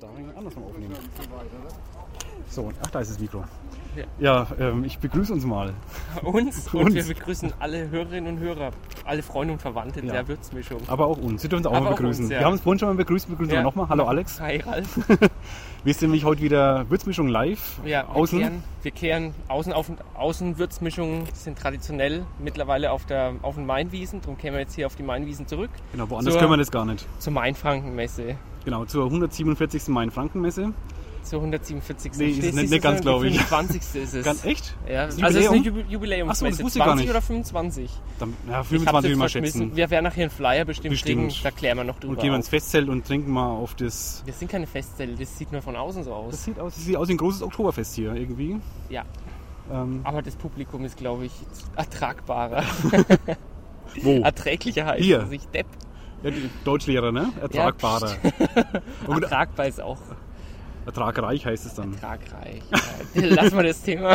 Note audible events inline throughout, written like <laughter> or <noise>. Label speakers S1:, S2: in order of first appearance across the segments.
S1: Da andersrum aufnehmen. So, ach, da ist das Mikro. Ja, ähm, ich begrüße uns mal.
S2: Uns und
S1: Uns.
S2: wir begrüßen alle Hörerinnen und Hörer, alle Freunde und Verwandte
S1: Ja.
S2: der Würzmischung.
S1: Aber auch uns. Sie dürfen uns auch
S2: Aber
S1: mal
S2: auch
S1: begrüßen.
S2: uns, ja.
S1: Wir haben uns vorhin schon mal begrüßt, begrüßen
S2: Ja.
S1: wir nochmal. Hallo Alex.
S2: Hi Ralf.
S1: Wir sind nämlich heute wieder Würzmischung live.
S2: Ja, wir
S1: außen.
S2: kehren, wir kehren außen auf Außenwürzmischungen sind traditionell mittlerweile auf, der, auf den Mainwiesen. Darum kämen wir jetzt hier auf die Mainwiesen zurück
S1: Genau, woanders
S2: Zur-
S1: können wir das gar nicht.
S2: zur Mainfrankenmesse.
S1: Genau, zur 147. Main-Franken-Messe.
S2: Zur 147.
S1: Nee, ist
S2: Stehst-
S1: nicht-
S2: siehst
S1: nicht
S2: du,
S1: ganz,
S2: die
S1: glaub ich.
S2: 25. ist es.
S1: Ganz echt?
S2: Ja,
S1: Das
S2: also es ist eine
S1: Jubiläum?
S2: Jubil- Jubiläumsmesse.
S1: Ach so, das wusste ich gar
S2: 20
S1: nicht.
S2: oder 25?
S1: Dann, ja,
S2: Ich hab's
S1: 25 will
S2: jetzt
S1: ich mal
S2: verschmissen.
S1: schätzen.
S2: Wir werden nachher einen Flyer bestimmt,
S1: Bestimmt.
S2: kriegen, da klären wir noch drüber.
S1: Und gehen wir ins
S2: auf.
S1: Festzelt und trinken mal auf das.
S2: Das sind keine Festzelte, das sieht nur von außen so aus.
S1: Das sieht aus, das sieht aus wie ein großes Oktoberfest hier irgendwie.
S2: Ja,
S1: Ähm,
S2: aber das Publikum ist, glaube ich, ertragbarer, <laughs>
S1: wo?
S2: erträglicher heißt
S1: Hier.
S2: es nicht. Depp.
S1: Ja, die Deutschlehrer, ne? Ertragbarer. Und
S2: Ertragbar ist auch
S1: ertragreich heißt es dann.
S2: ertragreich. Ja, Lassen wir
S1: <laughs>
S2: das Thema.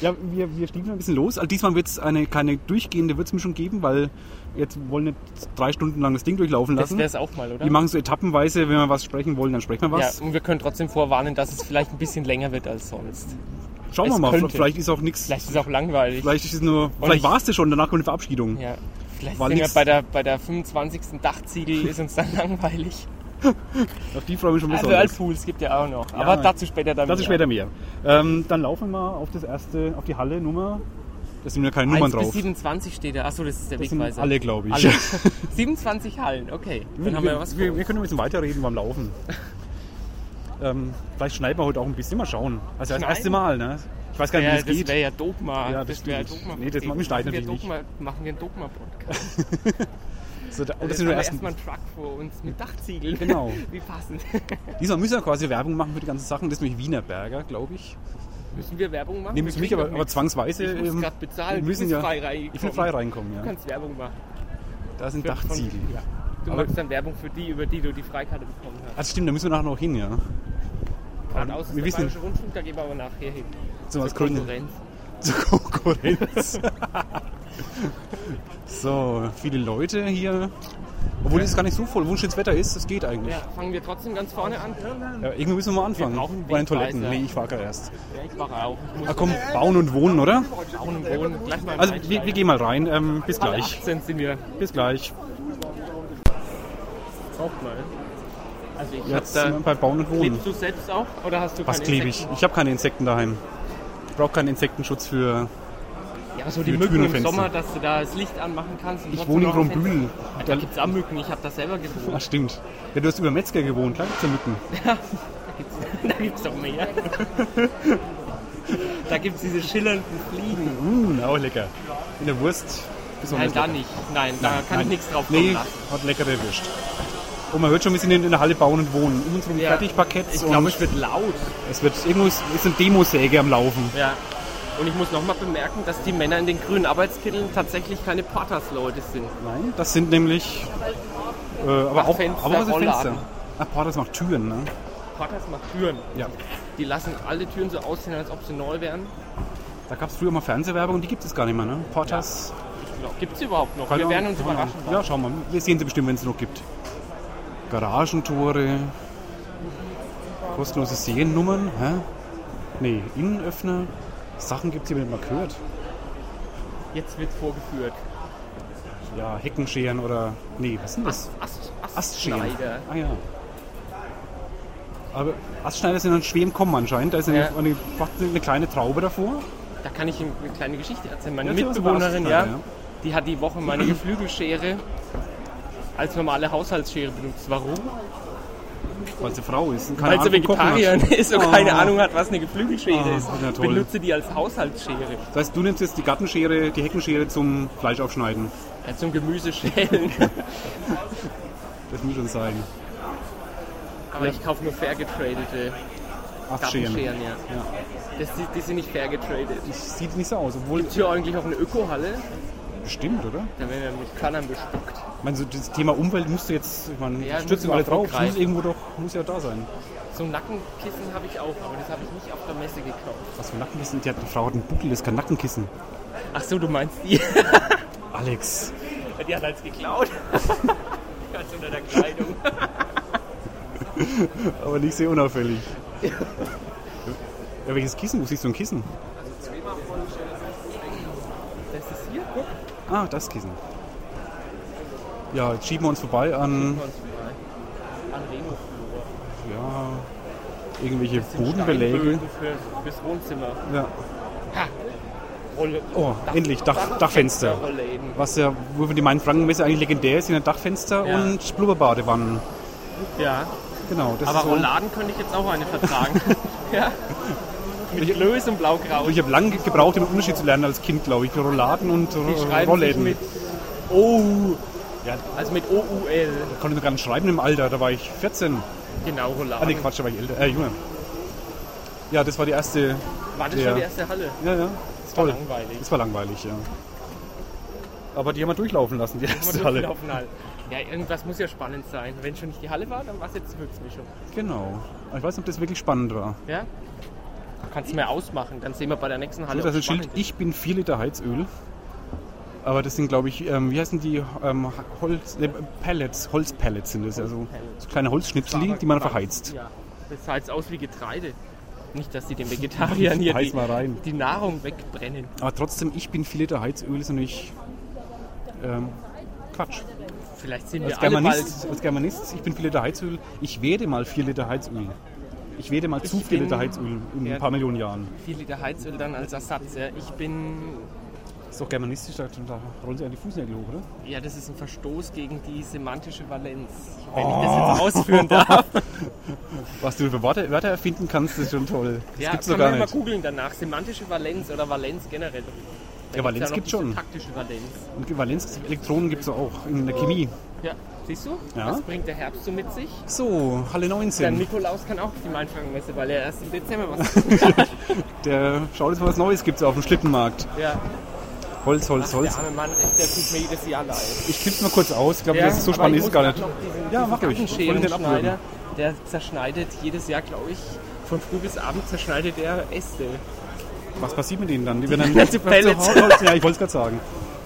S1: Ja, wir, wir stiegen ein bisschen los. Also diesmal wird es eine, keine durchgehende Würzmischung geben, weil jetzt wollen wir nicht drei Stunden lang das Ding durchlaufen
S2: Das
S1: lassen.
S2: wäre es auch mal, oder?
S1: Wir machen so etappenweise, wenn wir was sprechen wollen, dann sprechen wir
S2: ja,
S1: was.
S2: und wir können trotzdem vorwarnen, dass es vielleicht ein bisschen länger wird als sonst.
S1: Schauen wir
S2: es
S1: mal,
S2: könnte.
S1: vielleicht ist auch nichts.
S2: Vielleicht ist es auch langweilig.
S1: Vielleicht ist es nur. Vielleicht
S2: ich-
S1: war es das schon, danach kommt eine Verabschiedung.
S2: Ja. Vielleicht
S1: War
S2: sind wir
S1: nix.
S2: bei der, bei der 25. Dachziegel, ist uns dann <laughs> langweilig.
S1: Auf die freue ich mich schon
S2: Also
S1: besonders.
S2: Whirlpools gibt ja auch noch. Aber dazu später dann.
S1: Das ist
S2: mehr.
S1: später mehr. Ähm, dann laufen wir mal auf das erste, auf die Halle Nummer. Da sind ja keine
S2: 1
S1: Nummern
S2: bis
S1: drauf.
S2: 27 steht da. Achso, das ist der
S1: Das sind
S2: Wegweiser.
S1: alle, glaube ich. <laughs>
S2: Alle. 27 Hallen, okay. Dann haben wir ja was vor.
S1: wir, wir können ein bisschen weiterreden beim
S2: <laughs>
S1: Laufen. ähm, vielleicht schneiden wir heute auch ein bisschen, mal schauen. Also das
S2: Schneiden?
S1: erste Mal, ne? Ich weiß gar nicht,
S2: ja,
S1: wie das,
S2: das
S1: geht.
S2: wäre ja Dogma.
S1: Ja, das
S2: wäre
S1: stimmt.
S2: Dogma.
S1: Nee, das machen wir Stein
S2: wir
S1: natürlich
S2: Dogma, Machen wir einen Dogma-Podcast.
S1: So, da, oh, das sind
S2: Jetzt haben
S1: nur
S2: wir
S1: ersten,
S2: erstmal einen Truck vor uns mit Dachziegeln.
S1: Genau.
S2: <laughs> Wie passend.
S1: diesmal müssen wir quasi Werbung machen für die ganzen Sachen. Das ist nämlich Wiener Berger, glaube ich.
S2: Müssen wir Werbung machen?
S1: Nee,
S2: Wir
S1: müssen nicht,
S2: kriegen
S1: aber,
S2: doch
S1: aber
S2: nichts.
S1: zwangsweise.
S2: Ich muss
S1: ähm,
S2: gerade bezahlen.
S1: wir
S2: Du
S1: müssen
S2: bist
S1: ja,
S2: frei reingekommen.
S1: Ich will frei reinkommen,
S2: Du
S1: ja.
S2: kannst Werbung machen.
S1: Da sind
S2: Für- von-
S1: Dachziegel.
S2: Ja. Du
S1: Aber-
S2: machst dann Werbung für die, über die du die Freikarte bekommen hast.
S1: Also stimmt, da müssen wir nachher noch hin, ja.
S2: Geradeaus ist
S1: wir
S2: der
S1: wissen-
S2: Bayerische Rundfunk, da gehen wir aber nachher hin.
S1: Zum
S2: Zur Konkurrenz.
S1: <laughs> Zur Konkurrenz. <laughs> so, viele Leute hier. Obwohl es gar nicht so voll, wo schönes Wetter ist, das geht eigentlich.
S2: Ja, fangen wir trotzdem ganz vorne an.
S1: Ja, irgendwie müssen wir mal anfangen.
S2: Wir brauchen
S1: Bei den Toiletten.
S2: Wegweiser.
S1: Nee, ich fahre erst.
S2: Ja, ich mache auch. Ich muss
S1: Ah komm, bauen und wohnen, oder?
S2: bauen und wohnen. Gleich mal
S1: Also wir,
S2: einsteigen.
S1: wir gehen mal rein. Ähm, bis
S2: Alle
S1: gleich.
S2: 18 sind wir.
S1: Bis gleich.
S2: Braucht mal. Also ich
S1: Jetzt
S2: hab
S1: sind wir
S2: da...
S1: bei Bauen und Wohnen.
S2: Klebst du selbst auch? Oder hast du
S1: Was
S2: keine
S1: klebe ich?
S2: Insekten?
S1: Ich habe keine Insekten daheim. Ich brauche keinen Insektenschutz für.
S2: Ja, so die
S1: Für
S2: Mücken
S1: Türen und
S2: im
S1: Fenster.
S2: Sommer, dass du da das Licht anmachen kannst. und
S1: Ich
S2: trotzdem
S1: wohne in
S2: noch ein
S1: Grombühl.
S2: Fenster- Ah, Da gibt es auch Mücken. Ich habe das selber
S1: Ach
S2: gewohnt.
S1: stimmt. Ja, du hast über Metzger gewohnt, klar gibt's ja Mücken.
S2: <laughs> da gibt es
S1: <laughs>
S2: doch mehr. da gibt es diese schillernden Fliegen.
S1: Mmh, auch lecker. In der Wurst.
S2: Nein,
S1: besonders
S2: da
S1: lecker.
S2: nicht. Nein, da kann ich nichts drauf kommen
S1: Nee,
S2: lassen.
S1: hat lecker erwischt. Und man hört schon, wir sind in, in der Halle bauen und wohnen. Um uns herum
S2: Ja.
S1: Fertigparketts
S2: Ich
S1: und
S2: glaube, es wird laut.
S1: es wird irgendwo ist, ist eine Demosäge am Laufen.
S2: Ja. Und ich muss nochmal bemerken, dass die Männer in den grünen Arbeitskitteln tatsächlich keine Porters-Leute sind.
S1: Nein, das sind nämlich äh, aber
S2: Macht
S1: auch
S2: Fenster,
S1: aber auch so
S2: Rollladen.
S1: Fenster. Ach, boah, das macht Türen, ne?
S2: Porters macht Türen.
S1: Ja.
S2: Die lassen alle Türen so aussehen, als ob sie neu wären.
S1: Da gab es früher mal Fernsehwerbung und die gibt es gar nicht mehr, ne? Portas.
S2: Gibt es überhaupt noch?
S1: Keine
S2: Wir werden
S1: Ahnung.
S2: uns überraschen.
S1: Ja, schauen wir. mal. Wir sehen sie bestimmt, wenn es noch gibt. Garagentore, kostenlose Seriennummern, hä? Nee, Innenöffner. Sachen gibt es hier, wenn man gehört.
S2: Jetzt wird vorgeführt.
S1: Ja, Heckenscheren oder. Nee, was sind das?
S2: Ast,
S1: Astscheren.
S2: Astschneider.
S1: Ah ja. Aber Astschneider sind an Schwem kommen anscheinend. Da ist eine,
S2: Ja.
S1: eine, macht eine kleine Traube davor.
S2: Da kann ich Ihnen eine kleine Geschichte erzählen. Meine
S1: Ja, erzähl was über
S2: Mitbewohnerin, ja,
S1: Astschneider, ja.
S2: die hat die Woche meine Geflügelschere als normale Haushaltsschere benutzt. Warum?
S1: Weil sie Frau ist. und keine
S2: Weil sie
S1: Ahnung vom Kochen hat.
S2: Vegetarierin <laughs> ist und keine
S1: Oh.
S2: Ahnung hat, was eine Geflügelschere
S1: Ah,
S2: ist.
S1: na toll.
S2: Benutze die als Haushaltsschere.
S1: Das heißt, du nimmst jetzt die Gartenschere, die Heckenschere zum Fleisch aufschneiden.
S2: Ja, zum
S1: <laughs>
S2: Gemüse schälen.
S1: Das muss schon sein.
S2: Aber ich kaufe nur fair getradete
S1: Astscheren.
S2: Gartenscheren. Ja.
S1: Ja.
S2: Das, die, die sind nicht fair getradet.
S1: Sieht nicht so aus, obwohl.
S2: Ist hier eigentlich auch eine Ökohalle?
S1: Bestimmt, oder?
S2: Da werden wir mit Kannern bespuckt.
S1: Ich meine, so das Thema Umwelt musst du jetzt, ich meine, ja,
S2: Ja,
S1: stürzt
S2: müssen wir
S1: alle drauf,
S2: aufgreifen.
S1: muss irgendwo doch, muss ja da sein.
S2: So ein Nackenkissen habe ich auch, aber das habe ich nicht auf der Messe gekauft.
S1: Was für Nackenkissen? Die, hat, die Frau hat einen Buckel, das ist kein Nackenkissen.
S2: Ach so, du meinst die?
S1: Alex,
S2: Die hat alles geklaut. Ganz unter der Kleidung.
S1: Aber nicht sehr
S2: <laughs>
S1: unauffällig. Ja, welches Kissen? Wo siehst du ein Kissen?
S2: Das ist hier, guck.
S1: Ah, das Kissen. Ja, jetzt schieben wir uns vorbei an
S2: An Reno.
S1: ja, irgendwelche Bodenbeläge.
S2: Für, fürs Wohnzimmer.
S1: Ja.
S2: Rolle,
S1: Oh, endlich, Dach, Dachfenster.
S2: Rolläden.
S1: Was ja, wo wir die Mainfrankenmesse eigentlich legendär ist, sind ja Dachfenster
S2: Ja.
S1: und Blubberbadewannen.
S2: Ja,
S1: Genau, das
S2: aber
S1: ist so-
S2: Rolladen könnte ich jetzt auch
S1: <laughs>
S2: eine vertragen. ja. Mit Lös und Blaugrau.
S1: Ich habe lange gebraucht, den Unterschied zu lernen als Kind, glaube ich. Rolladen und
S2: Die
S1: R-
S2: schreiben sich
S1: äh, Rollläden.
S2: mit,
S1: oh,
S2: also mit OUL.
S1: ich konnte noch gar nicht schreiben im Alter, da war ich 14.
S2: Genau,
S1: Ah, nee,
S2: Rolladen.
S1: Quatsch, da war ich älter. Äh, jünger. Ja, das war die erste.
S2: War das
S1: Ja.
S2: schon die erste Halle?
S1: Ja, ja.
S2: Das war
S1: Toll.
S2: langweilig.
S1: Das war langweilig, ja. Aber die haben wir durchlaufen lassen, die erste
S2: Aber
S1: Halle.
S2: durchlaufen halt. Ja, irgendwas muss ja spannend sein. Wenn schon nicht die Halle war, dann war es jetzt die Höchstmischung.
S1: Genau. Aber Ich weiß nicht, ob das wirklich spannend war.
S2: Ja? Kannst du mir ausmachen, dann sehen wir bei der nächsten Halle.
S1: So, das
S2: ob's
S1: ist ein Schild,
S2: spannend ist.
S1: ich bin 4 Liter Heizöl. Aber das sind, glaube ich, ähm, wie heißen die? Ähm, Holz, äh, Pellets, Holzpellets sind das. Also
S2: Holzpellets.
S1: so kleine Holzschnipsel, die man verheizt.
S2: Ja, das sah jetzt aus wie Getreide. Nicht, dass die den Vegetariern hier
S1: Heiß
S2: die,
S1: mal rein.
S2: die Nahrung wegbrennen.
S1: Aber trotzdem, ich bin 4 Liter Heizöl ist natürlich ähm, Quatsch.
S2: Vielleicht sind
S1: Als
S2: wir alle bald
S1: Germanist, als Germanist, ich bin 4 Liter Heizöl, ich werde mal 4 Liter Heizöl. Ich werde mal zu
S2: Ich
S1: 4
S2: bin-
S1: Liter Heizöl in
S2: Ja.
S1: ein paar Millionen Jahren.
S2: viele der Heizöl dann als Ersatz. Ja. Ich bin.
S1: ist doch germanistisch, da, da rollen sie an die Fußnägel hoch, oder?
S2: Ja, das ist ein Verstoß gegen die semantische Valenz. Wenn ich
S1: Oh.
S2: das jetzt ausführen darf.
S1: Was du für Worte, Wörter erfinden kannst, ist schon toll. Das
S2: ja,
S1: gibt's
S2: kann
S1: doch gar
S2: man ja
S1: nicht.
S2: mal googeln danach. Semantische Valenz oder Valenz generell. Da gibt's
S1: Valenz
S2: noch
S1: gibt's
S2: diese
S1: schon.
S2: Taktische Valenz.
S1: Und Valenz Elektronen gibt es auch in der Chemie.
S2: Ja, siehst du?
S1: Ja.
S2: Das bringt der Herbst so mit sich.
S1: So, Halle
S2: Der
S1: 19.
S2: Nikolaus kann auch auf die Mainfrankenmesse, weil er erst im Dezember was
S1: <laughs> Der schaut jetzt mal, was Neues gibt es auf dem Schlittenmarkt.
S2: Ja,
S1: Holz, Holz,
S2: der
S1: Holz.
S2: arme Mann, echt, der tut mir jedes Jahr leid.
S1: Ich klipp's mal kurz aus. Ich glaube, das ist so
S2: aber
S1: spannend
S2: ich
S1: ist es
S2: muss
S1: gar
S2: noch
S1: nicht.
S2: Diesen,
S1: Ja,
S2: diesen
S1: mach ruhig. Ich wollte den
S2: Gartenscheren-Schneider, der zerschneidet jedes Jahr, glaube ich, von früh bis abend zerschneidet er Äste.
S1: Was passiert mit denen dann?
S2: <laughs>
S1: Die werden
S2: werden zu Pellets.
S1: Holz, Holz. Ja, ich wollte es gerade sagen.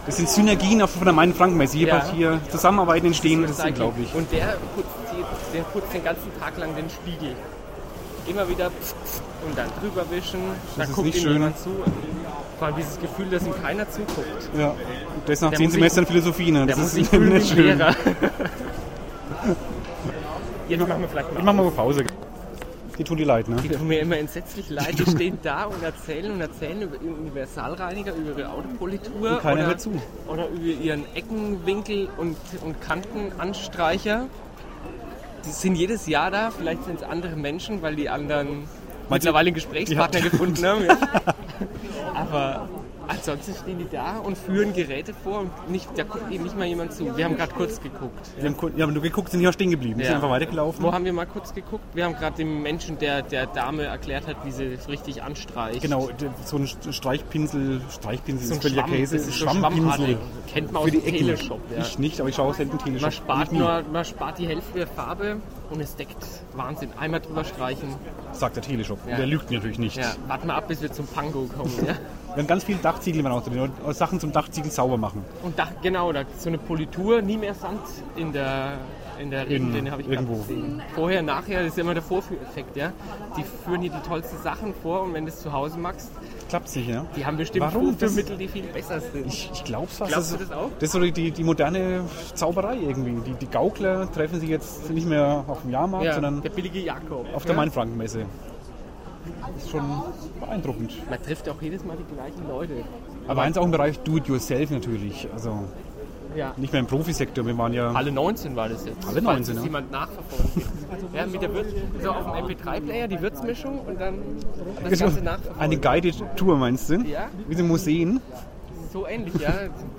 S1: Das sind Synergien auf- von der Main Frankenmesse. Hier,
S2: Ja.
S1: halt hier zusammenarbeiten entstehen, das ist
S2: Recycling.
S1: unglaublich.
S2: Und der putzt, die, der putzt den ganzen Tag lang den Spiegel. Immer wieder und dann drüber wischen, dann
S1: ist
S2: guckt ihm
S1: nicht schön.
S2: jemand zu. Vor allem dieses Gefühl, dass ihm keiner zuguckt.
S1: Ja. Und Das nach
S2: Der
S1: zehn
S2: muss sich-
S1: Semestern Philosophie, ne?
S2: Der
S1: Das <laughs>
S2: muss
S1: ist
S2: sich fühlen
S1: nicht
S2: wie
S1: schön.
S2: ein Lehrer. <laughs> Jetzt machen wir vielleicht mal
S1: Ich mach mal Pause. Die tun die leid, ne?
S2: Die tun mir immer entsetzlich leid. Die stehen da und erzählen und erzählen über ihren Universalreiniger, über ihre Autopolitur.
S1: Und keiner
S2: oder,
S1: hört zu.
S2: Oder über ihren Eckenwinkel und, und Kantenanstreicher. Die sind jedes Jahr da, vielleicht sind es andere Menschen, weil die anderen
S1: Meinst du-
S2: mittlerweile einen Gesprächspartner gefunden haben.
S1: <laughs>
S2: Ja. Aber ansonsten stehen die da und führen Geräte vor und nicht, da guckt ihnen nicht mal jemand zu. Wir haben gerade kurz geguckt.
S1: Die haben, kur- die haben nur geguckt, sind hier auch stehen geblieben. Die Sind
S2: Ja.
S1: einfach weitergelaufen.
S2: Wo haben wir mal kurz geguckt? Wir haben gerade dem Menschen, der der Dame erklärt hat, wie sie es richtig anstreicht.
S1: Genau, d- so ein Streichpinsel, Streichpinsel
S2: So ein
S1: ist völliger
S2: Schwamm,
S1: Käse,
S2: das ist so
S1: Schwammpinsel.
S2: Schwammhaare. Kennt man
S1: für
S2: aus
S1: die
S2: dem
S1: Ecken.
S2: Teleshop, ja.
S1: Ich nicht, aber ich schaue selten Teleshop.
S2: Man spart,
S1: Nicht
S2: nur, man spart die Hälfte der Farbe und es deckt. Wahnsinn. Einmal drüber streichen.
S1: nie, sagt der Teleshop.
S2: Ja.
S1: Und der lügt natürlich nicht.
S2: Ja, warten wir ab, bis wir zum Pango kommen.
S1: <laughs>
S2: Ja?
S1: Wir haben ganz viele Dachziegel waren auch drin und und Sachen zum Dachziegel sauber machen.
S2: Und da, genau, da so eine Politur, nie mehr Sand in der, in der Regenrinne, habe ich gerade
S1: irgendwo.
S2: gesehen. Vorher, nachher, das ist immer der Vorführeffekt, ja. Die führen hier die tollsten Sachen vor und wenn du es zu Hause machst,
S1: Klappt sich, ja?
S2: die haben bestimmt
S1: Warum?
S2: Vorführmittel, die viel besser sind.
S1: Ich, ich glaub's fast.
S2: Glaubst du das auch?
S1: Das ist so die, die moderne Zauberei irgendwie. Die, die Gaukler treffen sich jetzt nicht mehr auf dem Jahrmarkt,
S2: ja,
S1: sondern
S2: der billige Jakob.
S1: auf der
S2: ja?
S1: Mainfrankenmesse. Das ist schon beeindruckend.
S2: Man trifft auch jedes Mal die gleichen Leute.
S1: Aber eins auch im Bereich Do-it-yourself natürlich. Also
S2: Ja.
S1: nicht mehr im Profisektor, wir waren ja
S2: Alle 19 war das jetzt.
S1: Alle
S2: falls
S1: 19,
S2: es
S1: ja.
S2: jemand nachverfolgen will. <laughs> Ja, mit der Würz, so auf dem MP3-Player die Würzmischung und dann das
S1: Genau.
S2: Ganze nachverfolgen.
S1: Eine guided Tour meinst du?
S2: Ja.
S1: Wie so Museen?
S2: So ähnlich, ja.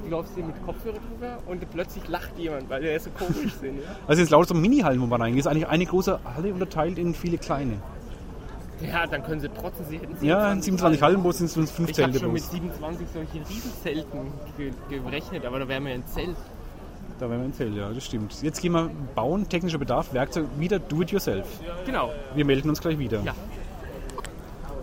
S2: Du läufst hier mit Kopfhörer drüber und plötzlich lacht jemand, weil der so komisch <laughs> sind. Ja,
S1: Also jetzt lauter so Mini-Hallen, wo man reingeht. Ist eigentlich eine große Halle unterteilt in viele kleine.
S2: ja dann können sie trotzdem, sie hätten
S1: Ja, in 27 Hallen, wo sind es fünf
S2: Ich habe
S1: Zelte
S2: schon mit
S1: bloß.
S2: 27 solche Riesenzelten ge gerechnet, aber da wären wir ja ein Zelt.
S1: Da wären wir im Zelt, ja, das stimmt. Jetzt gehen wir bauen, technischer Bedarf, Werkzeug, wieder do-it-yourself.
S2: Genau.
S1: Wir melden uns gleich wieder.
S2: Ja.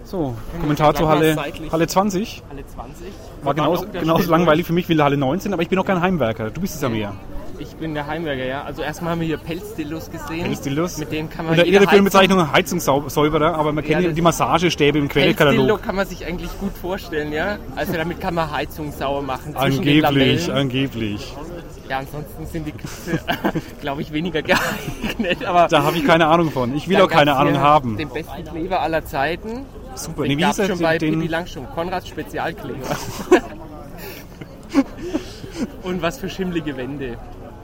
S1: So, Kommentar
S2: gleich
S1: zu
S2: mal
S1: Halle,
S2: seitlich-
S1: Halle 20.
S2: Alle 20.
S1: War genauso, genauso langweilig für mich wie Halle 19, aber ich bin auch kein Heimwerker. Du bist es ja mehr.
S2: Ich bin der Heimwerker, ja. Also erstmal haben wir hier Pelzdillos gesehen.
S1: Pelzdillos?
S2: Mit denen kann man
S1: Unter
S2: jede
S1: ihrer
S2: Heizung-
S1: Filmbezeichnung Heizungssäuberer, aber man kennt
S2: Ja,
S1: ja
S2: das-
S1: die Massagestäbe im
S2: Pelzdillo
S1: Quellekatalog.
S2: kann man sich eigentlich gut vorstellen, ja. Also damit kann man Heizung sauer machen. zwischen den
S1: Angeblich,
S2: Lamellen.
S1: angeblich.
S2: Ja, ansonsten sind die Kräfte, <laughs> glaube ich, weniger <laughs> geeignet. Aber
S1: Da habe ich keine Ahnung von. Ich will
S2: Dann
S1: auch keine
S2: gab's
S1: Ahnung
S2: hier
S1: haben.
S2: Den besten Kleber aller Zeiten.
S1: Super.
S2: Den
S1: Nee, wie
S2: gab
S1: hieß
S2: es
S1: er?
S2: schon bei
S1: Den-
S2: Pippi Langstrumpf.
S1: <laughs>
S2: Konrads Spezialkleber. Und was für schimmlige Wände.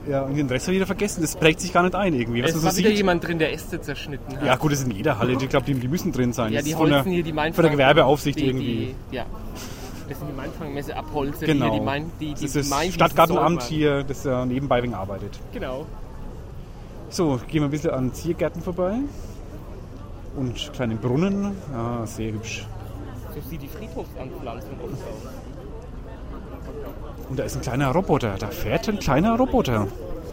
S1: Ja, und den Rest habe ich wieder vergessen. Das prägt sich gar nicht ein irgendwie. Was
S2: Es
S1: man so
S2: war wieder
S1: sieht.
S2: jemand drin, der Äste zerschnitten hat.
S1: Ja, gut, das ist in jeder Halle. Ich glaube, die, die müssen drin sein.
S2: Ja,
S1: Das
S2: die
S1: ist von der,
S2: holzen hier die Mainfang.
S1: von der Gewerbeaufsicht
S2: die,
S1: irgendwie.
S2: Die, ja. Das sind die Mainfangmesse abholzen.
S1: genau.
S2: Hier die Main, die, die
S1: das ist das
S2: Main-
S1: Stadtgartenamt
S2: Säuber.
S1: hier, das ja nebenbei wegen arbeitet.
S2: Genau.
S1: So, gehen wir ein bisschen an Ziergärten vorbei. Und kleinen Brunnen. Ah, sehr hübsch.
S2: So sieht die Friedhofsanpflanzung oft aus.
S1: Und da ist ein kleiner Roboter. Da fährt ein kleiner Roboter.
S2: Das ist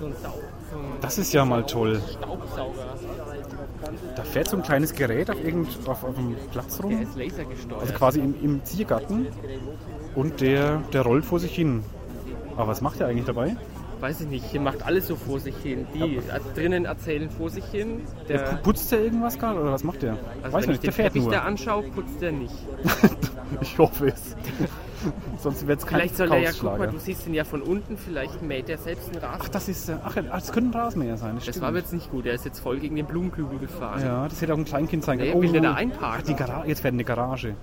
S2: so ein Sau. So ein
S1: Das ist ja mal toll.
S2: Staubsauger.
S1: Da fährt so ein kleines Gerät auf, irgend, auf, auf dem Platz
S2: Der
S1: rum.
S2: ist lasergesteuert.
S1: Also quasi im, im Ziergarten. Und der, der rollt vor sich hin. Aber was macht er eigentlich dabei?
S2: Weiß ich nicht, hier macht alles so vor sich hin. Die also drinnen erzählen vor sich hin. Der,
S1: Pu- Putzt er irgendwas gerade oder was macht der?
S2: Äh, also
S1: Weiß
S2: wenn
S1: man
S2: ich
S1: nicht,
S2: den
S1: der fährt
S2: Teppich
S1: nur.
S2: da anschaue, putzt der nicht.
S1: <laughs> Ich hoffe es. Sonst wird es kein
S2: Vielleicht soll er ja, guck mal,
S1: Kaufschlager.
S2: du siehst ihn ja von unten, vielleicht mäht er selbst einen
S1: Ach,
S2: Rasen.
S1: das ist. äh, Ach, ja, das könnte ein Rasenmäher sein. Das,
S2: Das
S1: stimmt.
S2: war aber jetzt nicht gut, er ist jetzt voll gegen den Blumenkübel gefahren.
S1: Ja, das hätte auch ein Kleinkind sein
S2: Nee,
S1: können. Oh.
S2: will der da
S1: ach, die
S2: einparken?
S1: Gara jetzt fährt eine Garage.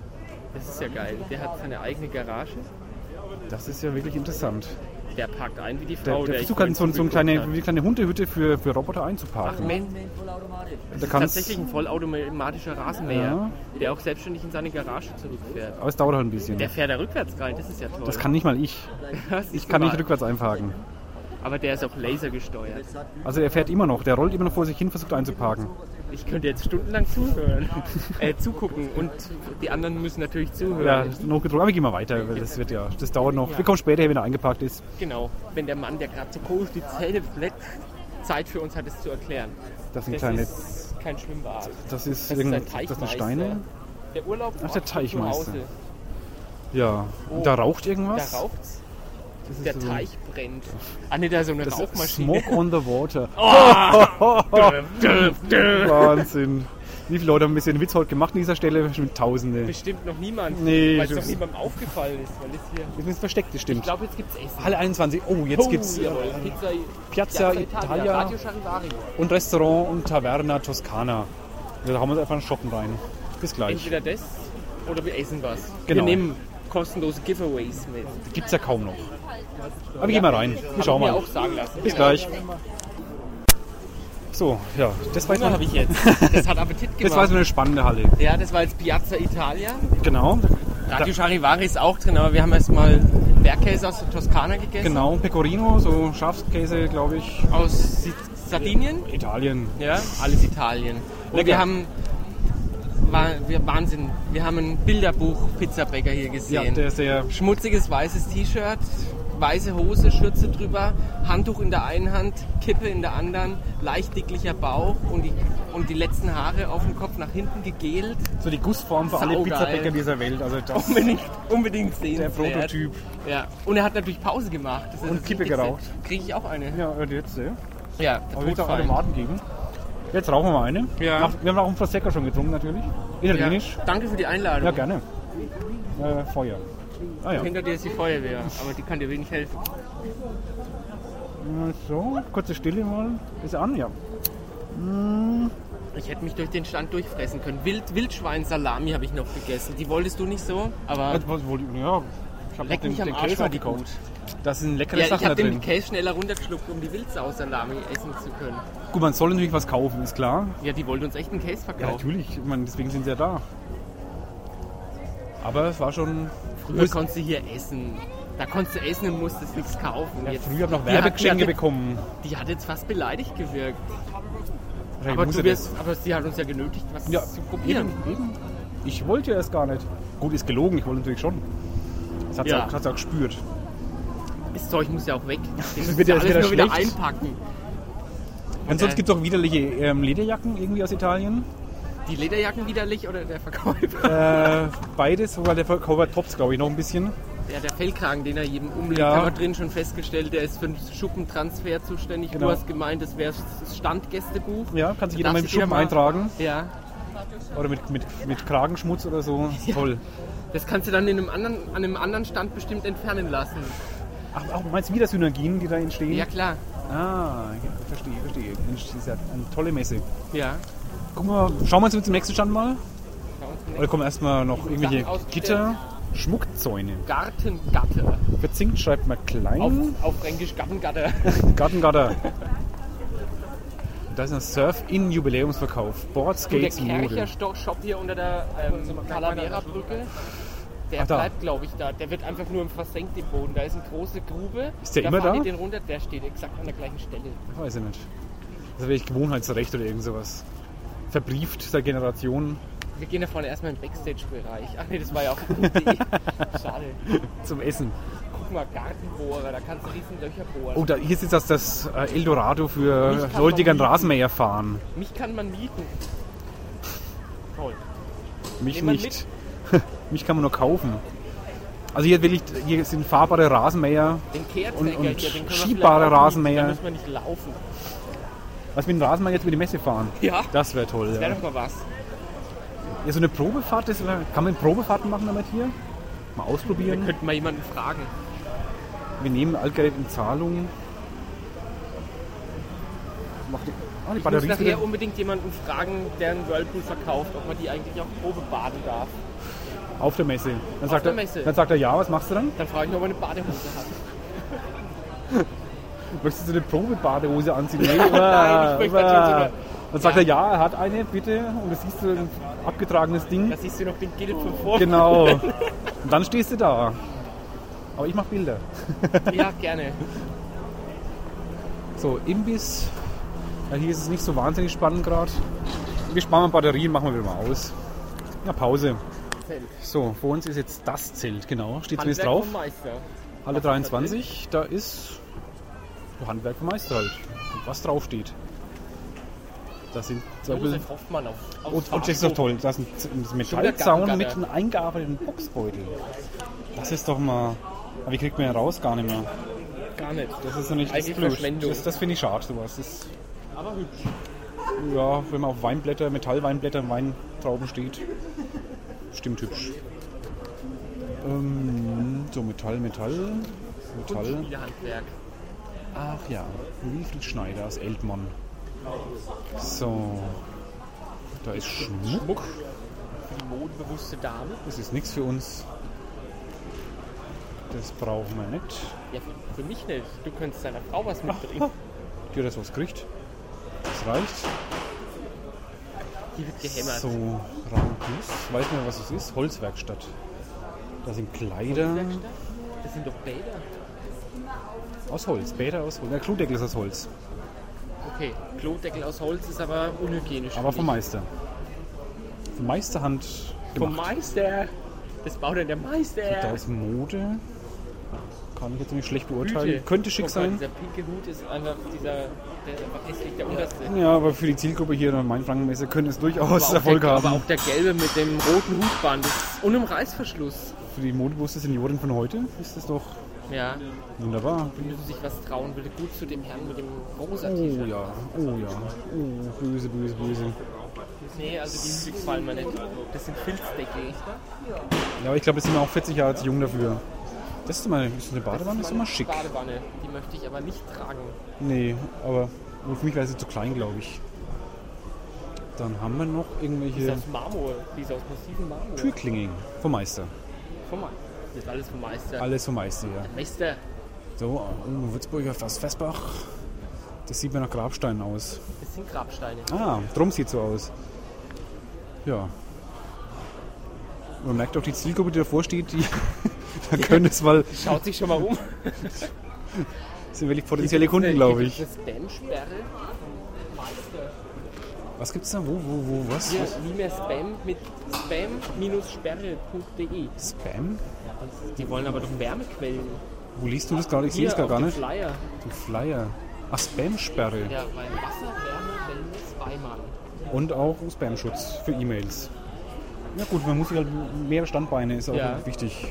S2: Das ist ja geil. Der hat seine eigene Garage,
S1: Das ist ja wirklich interessant.
S2: der parkt ein wie die
S1: Der,
S2: Frau.
S1: der
S2: ich
S1: versucht halt
S2: vorhin
S1: so, so eine
S2: zugeguckt
S1: kleine,
S2: habe.
S1: wie eine kleine Hundehütte für, für Roboter
S2: Ach
S1: einzuparken.
S2: Mensch,
S1: da
S2: das ist
S1: kann's-
S2: tatsächlich ein vollautomatischer Rasenmäher, der auch selbstständig in seine Garage zurückfährt.
S1: aber es dauert halt ein bisschen.
S2: Der fährt da rückwärts rein, das ist ja toll.
S1: Das kann nicht mal ich.
S2: Das ist
S1: Ich kann nicht
S2: überall.
S1: rückwärts einparken.
S2: Aber der ist auch lasergesteuert.
S1: Also er fährt immer noch, der rollt immer noch vor sich hin, versucht einzuparken.
S2: Ich könnte jetzt stundenlang
S1: <laughs>
S2: zuhören, äh, zugucken und die anderen müssen natürlich
S1: Ja,
S2: zuhören.
S1: notgedrungen. Aber wir gehen mal weiter, weil das wird ja, das dauert noch. Wir kommen später, wenn er eingeparkt ist.
S2: Genau, wenn der Mann, der gerade so komisch die Zähne plätzt, Zeit für uns hat, es zu erklären.
S1: Das sind
S2: Das
S1: kleine,
S2: ist kein Schwimmbad.
S1: das ist,
S2: Das ist
S1: irgendein,
S2: ein
S1: das
S2: Teichmeister.
S1: sind Steine.
S2: Der Urlaub
S1: Ach, der Teichmeister.
S2: zu Hause.
S1: Ja, und
S2: Oh.
S1: da raucht
S2: Da
S1: irgendwas.
S2: raucht's,
S1: Das ist
S2: der
S1: so-
S2: Teich brennt. Ah ne, da ist so eine
S1: Das ist
S2: Rauchmaschine. <laughs> Oh.
S1: Smoke <laughs> on the Water.
S2: Dö, dö.
S1: Wahnsinn. Wie viele Leute haben ein bisschen Witz heute gemacht an dieser Stelle? Schon Tausende. Das
S2: Bestimmt noch niemand,
S1: Nee,
S2: weil es
S1: das-
S2: noch niemandem aufgefallen ist. Weil es hier,
S1: ist ein bisschen versteckt, das stimmt.
S2: ich glaube, jetzt gibt's Essen.
S1: Halle 21. Oh, jetzt
S2: Oh,
S1: gibt's äh,
S2: jawohl. Pizza,
S1: Piazza Italia
S2: Radio Charivari.
S1: und Restaurant und Taverna Toscana. Da haben wir uns einfach einen Shoppen rein. Bis gleich.
S2: Entweder das oder wir essen was.
S1: Genau.
S2: Wir nehmen kostenlose Giveaways mit.
S1: Gibt's ja kaum noch. Aber wir gehen mal rein. Wir schauen
S2: Mir
S1: mal.
S2: auch sagen lassen.
S1: Bis gleich. So, ja, das war jetzt
S2: Hunger habe
S1: mal,
S2: Genau. ich
S1: <laughs>
S2: jetzt. Das hat Appetit
S1: das war jetzt
S2: gemacht.
S1: mal eine spannende Halle.
S2: Ja, das war jetzt Piazza Italia.
S1: Genau,
S2: Radio Charivari ist auch drin, aber wir haben erstmal Bergkäse aus der Toskana gegessen.
S1: genau. Pecorino, so Schafskäse, glaube ich.
S2: Aus Si- Sardinien.
S1: Italien.
S2: Ja, alles Italien. Und
S1: Lecker.
S2: wir haben. War, wir, Wahnsinn. Wir haben ein Bilderbuch Pizzabäcker hier
S1: Ja,
S2: gesehen.
S1: der ist sehr
S2: Schmutziges weißes T-Shirt, weiße Hose, Schürze drüber, Handtuch in der einen Hand, Kippe in der anderen, leicht dicklicher Bauch und die, und die letzten Haare auf dem Kopf nach hinten gegelt. <laughs>
S1: So die Gussform für alle
S2: Saugeil. Oh,
S1: Pizzabäcker dieser Welt. Also das
S2: Unbedingt, unbedingt sehen.
S1: der Prototyp.
S2: Ja. Und er hat natürlich Pause gemacht. Das ist
S1: Und
S2: das
S1: Kippe
S2: Wichtigste.
S1: geraucht.
S2: Kriege ich auch eine?
S1: Ja, und jetzt, ja.
S2: Ja,
S1: Aber
S2: der
S1: wird auch
S2: Todfall.
S1: Automaten geben. Jetzt rauchen wir mal eine.
S2: Ja.
S1: Nach- Wir haben auch einen Prosecco schon getrunken natürlich.
S2: Ja.
S1: Italienisch.
S2: Danke für die Einladung.
S1: Ja, gerne. Äh, Feuer. Ah ja.
S2: Hinter dir ist die Feuerwehr, aber die kann dir wenig helfen.
S1: Äh, So, kurze Stille mal. Ist er an? Ja.
S2: Ich hätte mich durch den Stand durchfressen können. Wild, Wildschwein-Salami habe ich noch gegessen. Die wolltest du nicht so, aber
S1: Jetzt was wollte ich- Ja. Ich habe
S2: leck mich am Arsch war die gut.
S1: Das sind leckere
S2: Ja, ich
S1: Sachen da
S2: habe den
S1: drin.
S2: Käse schneller runtergeschluckt, um die Wildsau-Salami essen zu können.
S1: Gut, man soll natürlich was kaufen, ist klar.
S2: Ja, die wollten uns echt einen Käse
S1: Ja,
S2: verkaufen.
S1: natürlich. Ich meine, deswegen sind sie ja da. Aber es war schon...
S2: Früher konntest du hier essen. Da konntest du essen und musstest nichts kaufen.
S1: ja,
S2: Jetzt-
S1: früher habe ich noch
S2: die hat-
S1: Werbegeschenke
S2: die hat,
S1: bekommen.
S2: jetzt- die hat jetzt fast beleidigt gewirkt.
S1: Wahrscheinlich
S2: Aber,
S1: muss
S2: du
S1: er
S2: wirst, aber sie hat uns ja genötigt, was
S1: Ja,
S2: zu probieren.
S1: Eben, eben. Ich wollte es gar nicht. Gut, ist gelogen, ich wollte natürlich schon. Das hat sie
S2: Ja.
S1: auch, hat sie auch gespürt.
S2: Das Zeug muss ja auch weg. Das
S1: wird ja
S2: alles
S1: jetzt wieder
S2: nur wieder
S1: schlecht.
S2: einpacken.
S1: Ansonsten
S2: äh,
S1: gibt es auch widerliche ähm, Lederjacken irgendwie aus Italien.
S2: Die Lederjacken widerlich oder der Verkäufer?
S1: Äh, beides, wobei der Verkäufer tops, glaube ich, noch ein bisschen.
S2: Ja, der Fellkragen, den er jedem umlegt,
S1: Ja.
S2: haben wir drin schon festgestellt, der ist für den Schuppentransfer zuständig.
S1: Genau.
S2: Du hast gemeint, das wäre das Standgästebuch.
S1: Ja, kann sich
S2: Da
S1: jeder mal
S2: darf
S1: im
S2: sich jeder
S1: Schuppen
S2: mal-
S1: eintragen.
S2: Ja,
S1: Oder mit, mit, mit Kragenschmutz oder so. Toll.
S2: das kannst du dann in einem anderen, an einem anderen Stand bestimmt entfernen lassen.
S1: Ach, auch meinst du wieder Synergien, die da entstehen?
S2: Ja, klar.
S1: Ah, ja, verstehe, verstehe. Mensch, das ist ja eine tolle Messe.
S2: Ja.
S1: Gucken wir, schauen wir uns jetzt den nächsten Stand mal.
S2: Bei uns
S1: Oder kommen erstmal noch irgendwelche
S2: Sachen ausgestellt.
S1: Gitter? Schmuckzäune.
S2: Gartengatter.
S1: Verzinkt schreibt man
S2: Auf,
S1: klein.
S2: auf Fränkisch Gartengatter.
S1: Gartengatter. Da ist ein Surf-In-Jubiläumsverkauf. Board
S2: Und der
S1: Skates
S2: Kercher
S1: Mode.
S2: Sto- Shop hier unter der ähm, Calavera-Brücke, der
S1: Ach, da.
S2: bleibt, glaube ich, da. Der wird einfach nur im versenkt im Boden. Da ist eine große Grube.
S1: Ist der immer
S2: fahren
S1: da?
S2: die den runter, der steht exakt an der gleichen Stelle.
S1: Weiß ich nicht. Das wäre ich Gewohnheitsrecht oder irgend sowas. Verbrieft seit Generationen.
S2: Wir gehen da vorne erstmal in den Backstage-Bereich. Ach nee, das war ja auch die
S1: <laughs>
S2: Schade.
S1: Zum Essen.
S2: Guck mal, Gartenbohrer, da kannst du riesen Löcher bohren.
S1: Oh, da, hier ist jetzt das, das äh, Eldorado
S2: Ich
S1: für
S2: kann
S1: Leute, die gern
S2: noch nie-
S1: Rasenmäher fahren.
S2: Mich kann man mieten. Toll.
S1: Mich
S2: Nehmen wir
S1: nicht. <laughs> Mich kann man nur kaufen. Also hier, wirklich, hier sind fahrbare Rasenmäher.
S2: Den Kehrträger
S1: Und- und
S2: hier, den können wir
S1: schiebbare
S2: vielleicht auch
S1: Rasenmäher.
S2: mieten, Da müssen wir nicht laufen.
S1: Was mit dem Rasenmäher jetzt über die Messe fahren?
S2: Ja.
S1: Das wäre toll.
S2: Das
S1: ja.
S2: wäre doch mal was.
S1: Ja, so eine Probefahrt, das wär, kann man Probefahrten machen damit hier? Mal
S2: Wir
S1: ausprobieren.
S2: könnten mal jemanden fragen.
S1: Wir nehmen Altgerät in Zahlung. Mach die, ah, die
S2: Ich muss
S1: Batterie ist
S2: nachher
S1: wieder,
S2: unbedingt jemanden fragen, der einen Whirlpool verkauft, ob man die eigentlich auch Probe baden darf.
S1: auf der Messe. Dann sagt,
S2: der
S1: er,
S2: Messe.
S1: dann sagt er, ja, was machst du dann?
S2: Dann frage ich, ob er eine Badehose hat.
S1: Möchtest du eine Probebadehose anziehen? Nee,
S2: <laughs> Nein, ich möchte
S1: uah.
S2: natürlich
S1: Dann sagt er, ja, er hat eine, bitte. Und das siehst du, ein abgetragenes Ding.
S2: Da siehst du noch den Gillet von vorne. <laughs>
S1: Genau. Und dann stehst du da. Aber ich mache Bilder.
S2: Ja, gerne.
S1: So, Imbiss. Ja, hier ist es nicht so wahnsinnig spannend gerade. Wir sparen mal Batterien, machen wir wieder mal aus. Na, Pause.
S2: Zelt.
S1: So, vor uns ist jetzt das Zelt, genau. Steht zumindest drauf.
S2: Handwerk vom Meister.
S1: Halle 23, da ist Handwerk vom Meister halt. Was draufsteht. Das sind zum Beispiel.
S2: Josef Hoffmann auf, auf
S1: Und, und das ist doch toll, das ist ein Z- ein Metallzaun mit einem eingearbeiteten Boxbeutel. Das ist doch mal. Aber wie kriegt man ja raus? Gar nicht mehr.
S2: Gar nicht.
S1: Das ist doch nicht das
S2: Eigentlich
S1: ist blöd.
S2: Verschwendung.
S1: Das, das finde ich schade, sowas. Das,
S2: Aber hübsch.
S1: Ja, wenn man auf Weinblätter, Metallweinblätter, Weintrauben steht. Stimmt hübsch. Ähm, so, Metall, Metall,
S2: Und
S1: Metall.
S2: Spielehandwerk.
S1: Ach ja, Wilfried Schneider aus Eltmann. So. Da ist Schmuck.
S2: Die modenbewusste Dame.
S1: Das ist nichts für uns. Das brauchen wir nicht.
S2: Ja, für, für mich nicht. Du könntest deiner Frau was mitbringen.
S1: Die hat das was gekriegt. Das reicht.
S2: Die wird gehämmert.
S1: So, Raum Plus. Weiß nicht mehr, was es ist. Holzwerkstatt. Da sind Kleider.
S2: Werkstatt? Das sind doch Bäder.
S1: Aus Holz, Bäder aus Holz. Der Klodeckel ist aus Holz,
S2: Okay, Klodeckel aus Holz ist aber unhygienisch.
S1: aber
S2: für
S1: vom
S2: mich.
S1: Meister. Von Meisterhand
S2: Vom
S1: gemacht.
S2: Meister. Das baut dann der Meister.
S1: Da ist Mode. Kann ich jetzt nicht schlecht beurteilen.
S2: Hüte.
S1: Könnte schick
S2: Guck mal,
S1: sein.
S2: Dieser pinke Hut ist einfach dieser, der ist einfach hässlich, der unterste.
S1: Ja, aber für die Zielgruppe hier in der Mainfrankenmesse können es
S2: Aber
S1: durchaus
S2: auch
S1: Erfolg
S2: der,
S1: haben.
S2: Aber auch der gelbe mit dem roten Hutband, das ist ohne Reißverschluss.
S1: für die modebewusste Seniorin von heute ist das doch
S2: Ja,
S1: wunderbar.
S2: wenn du sich was trauen würde, gut zu dem Herrn mit dem rosa
S1: Oh
S2: T-Shirt.
S1: ja, oh ja. Oh, böse, böse, böse.
S2: Nee, also die gefallen mir nicht. Das sind Filzdeckel.
S1: Ja, aber ich glaube, das sind wir auch 40 Jahre zu jung dafür. Das ist immer ist das eine Badewanne, das ist immer
S2: meine
S1: schick.
S2: Badewanne, die möchte ich aber nicht tragen.
S1: Nee, aber für mich wäre sie zu klein, glaube ich. Dann haben wir noch
S2: Die ist
S1: irgendwelche
S2: aus Marmor, die ist aus massivem Marmor.
S1: Türklingen vom Meister.
S2: Vom Meister. Das ist alles vom Meister.
S1: Alles vom Meister, ja.
S2: Meister.
S1: So, um Würzburger Fass Festbach. Das sieht mir nach Grabsteinen aus.
S2: Das sind Grabsteine.
S1: Ah, drum sieht so aus. Ja. Man merkt auch die Zielgruppe, die davor steht, die <laughs> da können es mal,
S2: Schaut sich schon mal um.
S1: sind wirklich potenzielle Kunden, glaube ich.
S2: Das Spam-Sperre vom Meister.
S1: Was gibt's da? Wo, wo, wo, was?
S2: Hier, nie mehr Spam mit spam-sperre.de.
S1: Spam?
S2: Die wollen aber doch Wärmequellen.
S1: Wo liest du das gerade? Ich sehe
S2: Hier
S1: es gar,
S2: auf
S1: gar
S2: dem
S1: nicht.
S2: Flyer.
S1: Du Flyer. Ach, Spam-Sperre.
S2: Ja, weil Wasser, Wärme, Wellness, Weimann.
S1: Und auch Spam-Schutz für E-Mails. Ja gut, man muss sich halt mehrere Standbeine, ist auch
S2: Ja.
S1: wichtig.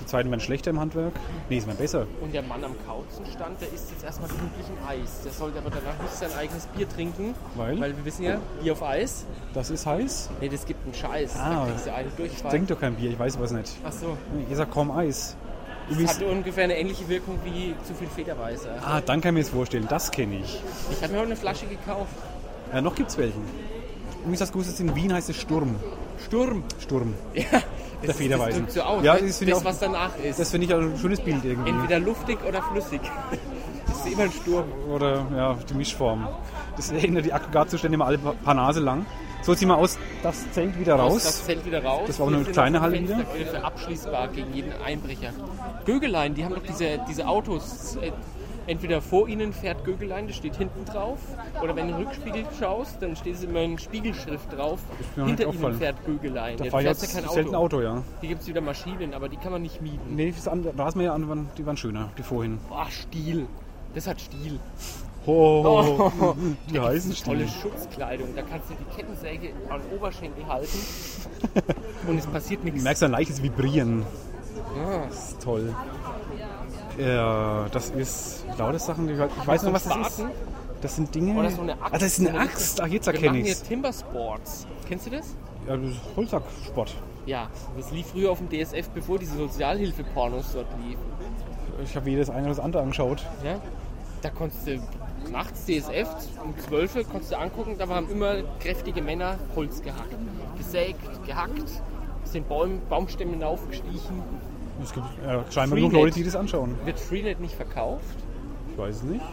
S1: Die Zeiten werden schlechter im Handwerk. Nee, es werden besser.
S2: Und der Mann am Kauzenstand, der isst jetzt erstmal gemütlich ein Eis. Der sollte aber danach nicht sein eigenes Bier trinken,
S1: Weil?
S2: weil wir wissen ja, Bier auf Eis.
S1: Das ist heiß.
S2: Nee, das gibt einen Scheiß.
S1: Ah,
S2: da kriegst du einen Durchfall.
S1: Trink doch kein Bier, ich weiß was nicht.
S2: Ach so.
S1: Ihr sagt kaum Eis.
S2: Das
S1: Übrigens,
S2: hat ungefähr eine ähnliche Wirkung wie zu viel Federweißer.
S1: ah, dann kann ich mir das vorstellen. Das kenne ich.
S2: Ich habe mir heute eine Flasche gekauft.
S1: Ja, noch gibt's welchen. Übrigens, das Gutes in Wien heißt es Sturm.
S2: Sturm.
S1: Sturm.
S2: Ja, das ist- Das
S1: Federweißen.
S2: drückt so aus.
S1: Ja,
S2: ne?
S1: das
S2: das,
S1: finde ich auch-
S2: was danach ist.
S1: Das finde ich ein schönes Bild irgendwie.
S2: Entweder luftig oder
S1: <laughs>
S2: flüssig. Das ist immer ein Sturm.
S1: Oder ja, die Mischform. Das erinnert die Aggregatzustände immer alle paar Nase lang. So, zieh mal aus, das Zelt wieder raus.
S2: Das Zelt wieder raus.
S1: Das war auch nur
S2: Hier
S1: eine
S2: sind
S1: kleine
S2: noch
S1: Halle
S2: Fenstergriffe Abschließbar gegen jeden Einbrecher. Gögelein, die haben doch diese, diese Autos. äh, Entweder vor ihnen fährt Gögelein, das steht hinten drauf. Oder wenn du in den Rückspiegel schaust, dann steht es immer in Spiegelschrift drauf.
S1: mir noch
S2: Hinter
S1: nicht
S2: ihnen
S1: aufgefallen.
S2: fährt Gögelein.
S1: da
S2: Jetzt
S1: fahre ich
S2: fährt's
S1: jetzt selten Auto, ja.
S2: Hier gibt es wieder Maschinen, aber die kann man nicht mieten.
S1: Nee, das andere- Rasenmäher an, waren- die waren schöner, die vorhin.
S2: Boah, Stil. Das hat Stil.
S1: Oh, <laughs> die
S2: Da gibt's
S1: heißen
S2: eine tolle
S1: Stiefel.
S2: Schutzkleidung. Da kannst du die Kettensäge an den Oberschenkel
S1: <laughs>
S2: halten und es passiert
S1: Du
S2: nichts.
S1: merkst ein leichtes Vibrieren.
S2: Ah.
S1: Das ist toll. Ja, das ist lautes Sachen. die- halt, Ich weiß noch, was das ist.
S2: Spaten?
S1: Das sind Dinge.
S2: Oder so eine Axt.
S1: Ah, das ist eine
S2: So eine
S1: Axt. Ach, jetzt
S2: Wir
S1: erkenne
S2: machen
S1: ich
S2: hier
S1: es.
S2: Timber Sports. Kennst du das?
S1: Ja, das ist Holzhacksport.
S2: Ja, das lief früher auf dem DSF, bevor diese Sozialhilfe-Pornos dort liefen.
S1: Ich habe jedes eine oder das andere angeschaut.
S2: Ja? Da konntest du nachts DSF um 12 Uhr konntest du angucken, da waren immer kräftige Männer Holz gehackt. Gesägt, gehackt, sind Baum, Baumstämme hinaufgestiegen.
S1: Es gibt äh, scheinbar genug
S2: Freenet.
S1: Leute, die das anschauen.
S2: Wird Freenet nicht verkauft?
S1: Ich weiß es nicht.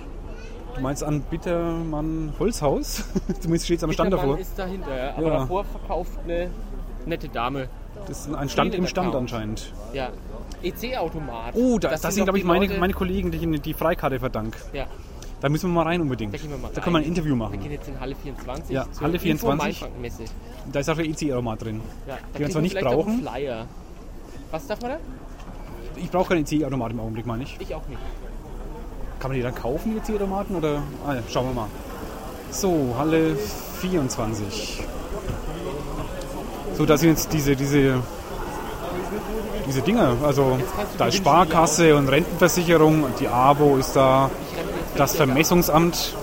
S1: Du meinst an Bittermann Holzhaus? <laughs> Zumindest steht es am Stand
S2: Bittermann
S1: davor.
S2: ist dahinter, ja. aber
S1: Ja.
S2: davor verkauft eine nette Dame.
S1: Das ist ein Stand im
S2: Freenet
S1: Stand
S2: Account.
S1: anscheinend.
S2: Ja, E EC-Automat.
S1: Oh, da, das, sind,
S2: doch
S1: glaube ich,
S2: die
S1: meine,
S2: Leute-
S1: meine Kollegen, die ich die Freikarte verdank.
S2: Ja,
S1: Da müssen wir mal rein unbedingt.
S2: da gehen wir mal
S1: Da können wir ein
S2: rein.
S1: Interview
S2: Wir
S1: machen.
S2: gehen jetzt in Halle 24.
S1: Ja,
S2: zur
S1: Halle
S2: Info
S1: 24.
S2: Mainfrankenmesse.
S1: Da ist auch der E EC-Aromat drin.
S2: Ja,
S1: Die wir
S2: kriegen
S1: zwar nicht
S2: vielleicht auch
S1: brauchen.
S2: einen Flyer. Was darf man da?
S1: Ich brauche keinen EC-Aromat im Augenblick, meine ich.
S2: Ich auch nicht.
S1: Kann man die dann kaufen, die EC-Aromaten? Oder? Ah, ja, schauen wir mal. So, Halle 24. So, da sind jetzt diese, diese, diese Dinger. Also,
S2: kannst du
S1: da
S2: die
S1: ist
S2: Wünsche
S1: Sparkasse und Rentenversicherung und die ABO ist da.
S2: Ich renne jetzt
S1: Das
S2: weg.
S1: Vermessungsamt.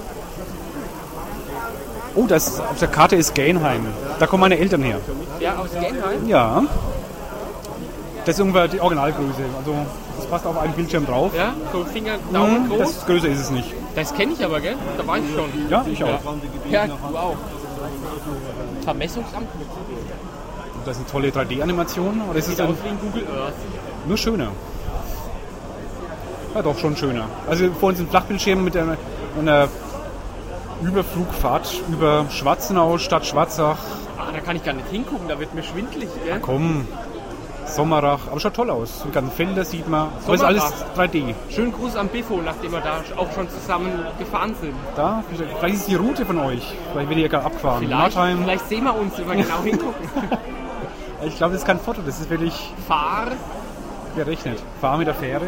S1: Oh, das, auf der Karte ist Gainheim. Da kommen meine Eltern her.
S2: Ja, aus Genheim.
S1: Ja. Das ist ungefähr die Originalgröße. Also das passt auf einen Bildschirm drauf. Hm,
S2: Ja, so Finger, Daumen groß.
S1: Mhm, Das größer ist es nicht.
S2: Das kenne ich aber, gell? Da war ich schon.
S1: Ja, ich auch.
S2: Ja, du auch. Vermessungsamt mit
S1: Das ist eine tolle 3D-Animation. Oder ist es
S2: Sieht
S1: dann
S2: aus wie ein Google Earth.
S1: nur schöner? Ja, doch schon schöner. Also vor uns ein Flachbildschirm mit einer, einer Überflugfahrt über Schwarzenau, Stadt Schwarzach.
S2: Ah, da kann ich gar nicht hingucken, da wird mir schwindlig, gell?
S1: Komm, Sommerach. Aber schaut toll aus. Die ganzen Felder sieht man. Aber ist alles 3D.
S2: Schönen Gruß am Biffo, nachdem wir da auch schon zusammen gefahren sind.
S1: Da, vielleicht ist die Route von euch. Vielleicht wird ihr gerade abgefahren.
S2: Vielleicht,
S1: Nordheim.
S2: vielleicht sehen wir uns, wenn wir genau
S1: <laughs>
S2: hingucken.
S1: Ich glaube, das ist kein Foto. Das ist wirklich
S2: Fahr,
S1: gerechnet. Fahr mit der Fähre.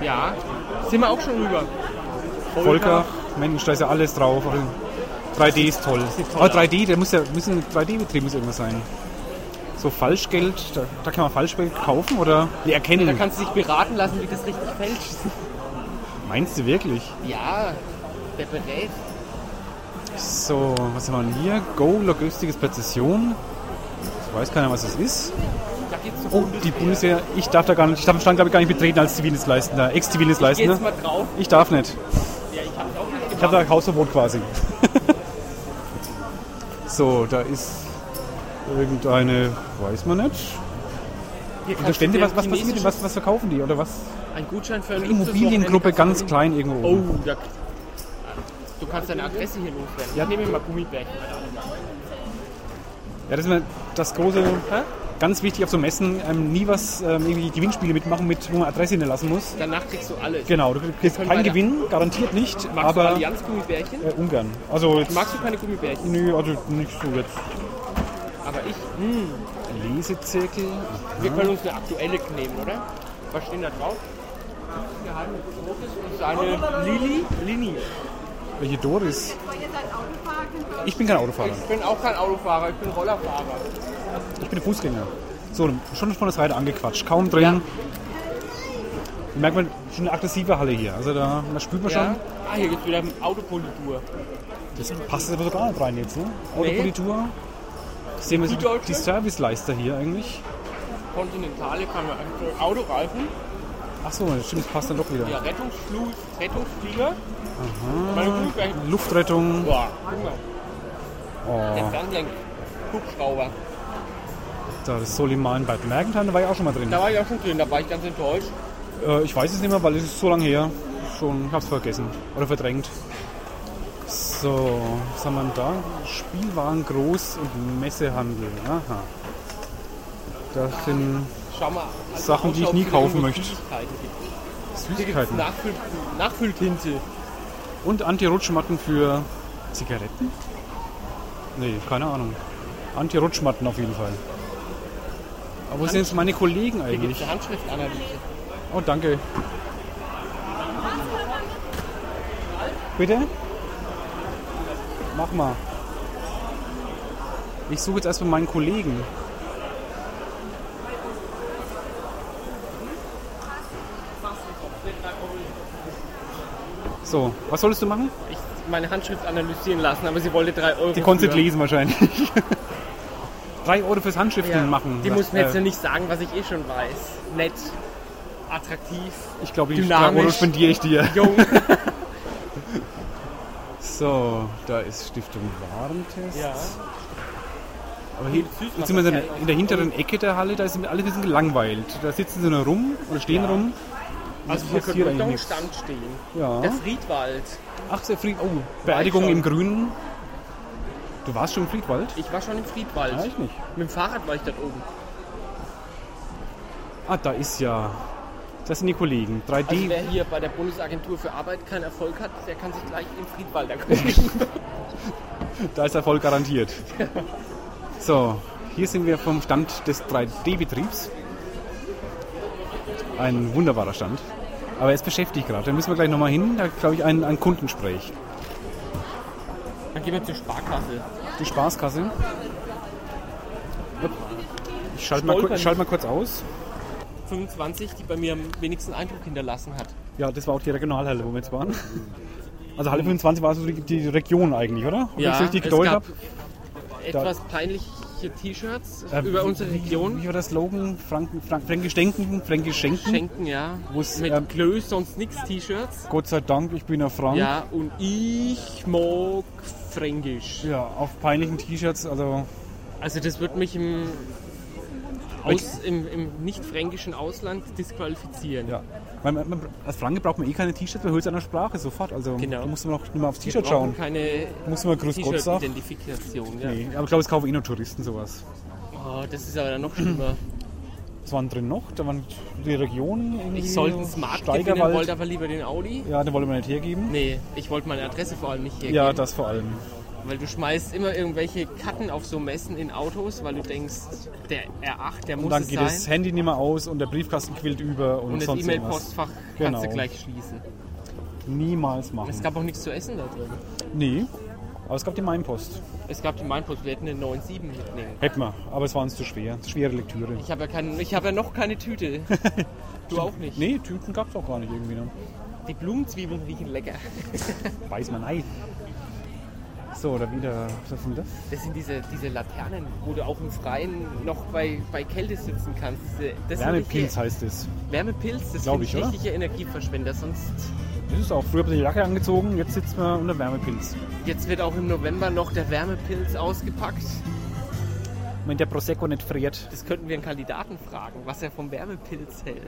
S2: ja, sind wir auch schon rüber.
S1: Volker. Mensch, da ist ja alles drauf. Also 3D ist toll.
S2: toll
S1: Aber 3D, der muss ja, müssen 3D-Betrieb muss irgendwas sein. So Falschgeld, da, da kann man Falschgeld kaufen oder wir
S2: Da
S1: erkennen.
S2: kannst du dich beraten lassen, wie das richtig fälscht.
S1: Meinst du wirklich?
S2: Ja, der berät.
S1: So, was haben wir hier? Go Logistik ist Präzision. Ich weiß keiner, was das ist.
S2: Da geht's zur
S1: Oh, die Bundeswehr, ich darf da gar nicht, ich darf den Stand, glaube ich, gar nicht betreten als Zivildienstleistender,
S2: Geh jetzt
S1: Ex-Zivildienstleistender.
S2: mal drauf.
S1: Ich darf nicht.
S2: Ja, ich hab's auch nicht
S1: Ich habe da Hausverbot quasi. <laughs> so, da ist irgendeine, weiß man nicht.
S2: Hier kannst du
S1: Unterstände,
S2: dir
S1: was, was, was,
S2: chinesisches-
S1: was, was verkaufen die? Oder was?
S2: Ein Gutschein für eine
S1: Immobiliengruppe ganz klein irgendwo.
S2: Oh,
S1: oben.
S2: da, du kannst deine Adresse hier loswerden.
S1: Ja.
S2: Ja, nehme mir mal Gummibärchen.
S1: Ja, das ist immer das große,
S2: Hä?
S1: ganz wichtig auf so Messen, ähm, nie was, ähm, irgendwie Gewinnspiele mitmachen, mit, wo man Adresse hinterlassen muss.
S2: Danach kriegst du alles.
S1: Genau, du kriegst
S2: können
S1: keinen
S2: weiter.
S1: Gewinn, garantiert nicht,
S2: Magst du
S1: aber
S2: Allianz Gummibärchen?
S1: äh, ungern. Also jetzt,
S2: Magst du keine Gummibärchen?
S1: nö, also nicht so jetzt.
S2: Aber ich.
S1: Lesezirkel.
S2: Wir können uns eine aktuelle nehmen, oder? Was steht da drauf? Geheime Droges und seine Lili. Lini.
S1: Welche Doris? Ich bin kein Autofahrer.
S2: Ich bin auch kein Autofahrer, ich bin Rollerfahrer.
S1: Ich bin Fußgänger. So, schon von der Seite angequatscht. Kaum drin. Da merkt man schon eine aggressive Halle hier. Also da das spürt man
S2: Ja. Ah, hier gibt es wieder Autopolitur.
S1: schon. Das passt aber so gar nicht rein jetzt, ne?
S2: Nee.
S1: Autopolitur. Sehen wir
S2: Die
S1: so
S2: Deutsche?
S1: die Serviceleister hier eigentlich.
S2: Kontinentale Kamera. Autoreifen.
S1: Achso, stimmt, das passt dann doch wieder.
S2: Ja, Rettungsschluss, Rettungsflieger. Meine Glühwein.
S1: Luftrettung.
S2: Boah, guck mal. Der
S1: Oh,
S2: Fernlenk. Hubschrauber.
S1: da ist Soliman bei Mergentheim, da war ich auch schon mal drin.
S2: Da war ich auch schon drin, da war ich ganz enttäuscht.
S1: Äh, ich weiß es nicht mehr, weil es ist so lange her. Schon, ich hab's vergessen. Oder verdrängt. So, was haben wir denn da? Spielwaren, Groß- und Messehandel. Aha. Das sind
S2: Schau mal. also
S1: Sachen, die ich nie
S2: Ausschau, ob es
S1: kaufen
S2: irgendwo
S1: möchte.
S2: Süßigkeiten gibt. Hier gibt es
S1: Süßigkeiten.
S2: Nachfüll Nachfülltinte.
S1: Und Anti-Rutschmatten für Zigaretten? Nee, keine Ahnung. Anti-Rutschmatten auf jeden Fall. Aber wo sind jetzt meine Kollegen
S2: Hier gibt
S1: eigentlich?
S2: es eine Handschriftanalyse.
S1: Oh, danke. Bitte? Mach mal. Ich suche jetzt erstmal meinen Kollegen. So, was solltest du machen?
S2: Ich meine Handschrift analysieren lassen, aber sie wollte 3 Euro.
S1: Die konnte
S2: für-
S1: lesen wahrscheinlich. <laughs> Drei Euro fürs Handschriften
S2: Ja,
S1: machen.
S2: Die
S1: Das-
S2: muss mir jetzt
S1: äh,
S2: ja nicht sagen, was ich eh schon weiß. Nett,
S1: <laughs>
S2: attraktiv,
S1: Ich glaube, die drei
S2: dynamisch.
S1: Euro spendiere ich
S2: <laughs>
S1: dir.
S2: jung.
S1: So, da ist Stiftung Warentest.
S2: ja.
S1: Aber hier
S2: Süß
S1: jetzt sind wir in
S2: macht das
S1: der, in der hinteren Ecke der Halle, da ist alle ein bisschen gelangweilt. Da sitzen sie nur rum oder stehen
S2: Ja.
S1: rum.
S2: Also
S1: Das
S2: hier
S1: passiert eigentlich
S2: könnte ein
S1: nichts. Ah?
S2: Stand stehen.
S1: Ja.
S2: Der Friedwald.
S1: Ach, sehr Fried. Oh, Beerdigung
S2: schon.
S1: im Grünen. Du warst schon im Friedwald?
S2: Ich war schon im Friedwald.
S1: Ja, ich nicht.
S2: Mit dem Fahrrad war ich dort oben.
S1: Ah, da ist ja. Das sind die Kollegen. 3D.
S2: Also wer hier bei der Bundesagentur für Arbeit keinen Erfolg hat, der kann sich gleich im Friedwald
S1: <laughs>
S2: erkundigen.
S1: Da ist Erfolg garantiert. So, hier sind wir vom Stand des 3D-Betriebs. Ein wunderbarer Stand. Aber er ist beschäftigt gerade. Da müssen wir gleich nochmal hin. Da glaube ich ein, ein Kundensprech.
S2: Dann gehen wir zur Sparkasse.
S1: Die Spaßkasse. Upp. Ich schalte mal,
S2: Stolpern
S1: kur- ich schalte mal kurz aus.
S2: 25, die bei mir am wenigsten Eindruck hinterlassen hat.
S1: Ja, das war auch die Regionalhalle, wo wir jetzt waren. Also Halle 25 war so die, die Region eigentlich, oder? Ob ich es richtig gedeutet habe.
S2: etwas peinliche T-Shirts
S1: Äh,
S2: über
S1: wie-
S2: unsere Region.
S1: Wie war das Slogan? Franken, Frank, Fränkisch denken, Fränkisch schenken.
S2: Schenken, ja.
S1: Wo's,
S2: Mit
S1: ähm, Hm?
S2: Klöß, sonst nix T-Shirts.
S1: Gott sei Dank, ich bin ein Frank.
S2: Ja, und ich mag Fränkisch.
S1: Ja, auf peinlichen T-Shirts, also
S2: Also das wird mich im, aus, im, im nicht-fränkischen Ausland disqualifizieren.
S1: ja. Weil man, man, als Franke braucht man eh keine T-Shirts, weil hört einer Sprache sofort. Also
S2: Genau.
S1: da muss man auch nicht mehr aufs
S2: Wir
S1: T-Shirt
S2: brauchen
S1: schauen.
S2: keine
S1: Muss man Grüß Gott sagen.
S2: T-Shirt-Identifikation. Ja.
S1: Nee, aber ich glaube, es kaufen eh nur Touristen sowas.
S2: Oh, das ist aber dann noch schlimmer.
S1: Was waren drin noch? Da waren die Regionen irgendwie.
S2: Ich sollte einen Smart gewinnen,
S1: Steigerwald.
S2: wollte aber lieber den Audi.
S1: Ja, den wollen wir nicht hergeben.
S2: Nee, ich wollte meine Adresse vor allem nicht hergeben.
S1: Ja, das vor allem.
S2: Weil du schmeißt immer irgendwelche Karten auf so Messen in Autos, weil du denkst, der R8, der muss
S1: Und dann
S2: es
S1: geht
S2: sein.
S1: das Handy nicht mehr aus und der Briefkasten quillt über und,
S2: und das
S1: sonst irgendwas.
S2: E-Mail-Postfach
S1: Genau.
S2: kannst du gleich schließen.
S1: Niemals machen.
S2: Es gab auch nichts zu essen da drin.
S1: nee, aber es gab die Mainpost.
S2: Es gab die Mainpost, wir hätten eine 9-7 mitnehmen.
S1: Hätten wir, aber es war uns zu schwer. Schwere Lektüre.
S2: Ich habe ja, keinen- ich hab ja noch
S1: <laughs>
S2: keine Tüte. du auch nicht.
S1: Nee, Tüten gab es auch gar nicht irgendwie. Ne?
S2: Die Blumenzwiebeln riechen lecker.
S1: Weiß man ei. So, da wieder. Was ist denn das?
S2: Das sind diese, diese Laternen, wo du auch im Freien noch bei, bei Kälte sitzen kannst. Diese, das sind
S1: Wärmepilz
S2: richtige-
S1: heißt es.
S2: Wärmepilz, das
S1: Glaub
S2: sind
S1: ich, oder?
S2: richtige Energieverschwender. Sonst
S1: Das ist auch. Früher habe ich die Jacke angezogen, jetzt sitzen wir unter Wärmepilz.
S2: Jetzt wird auch im November noch der Wärmepilz ausgepackt.
S1: Wenn der Prosecco nicht friert,
S2: Das könnten wir einen Kandidaten fragen, was er vom Wärmepilz hält.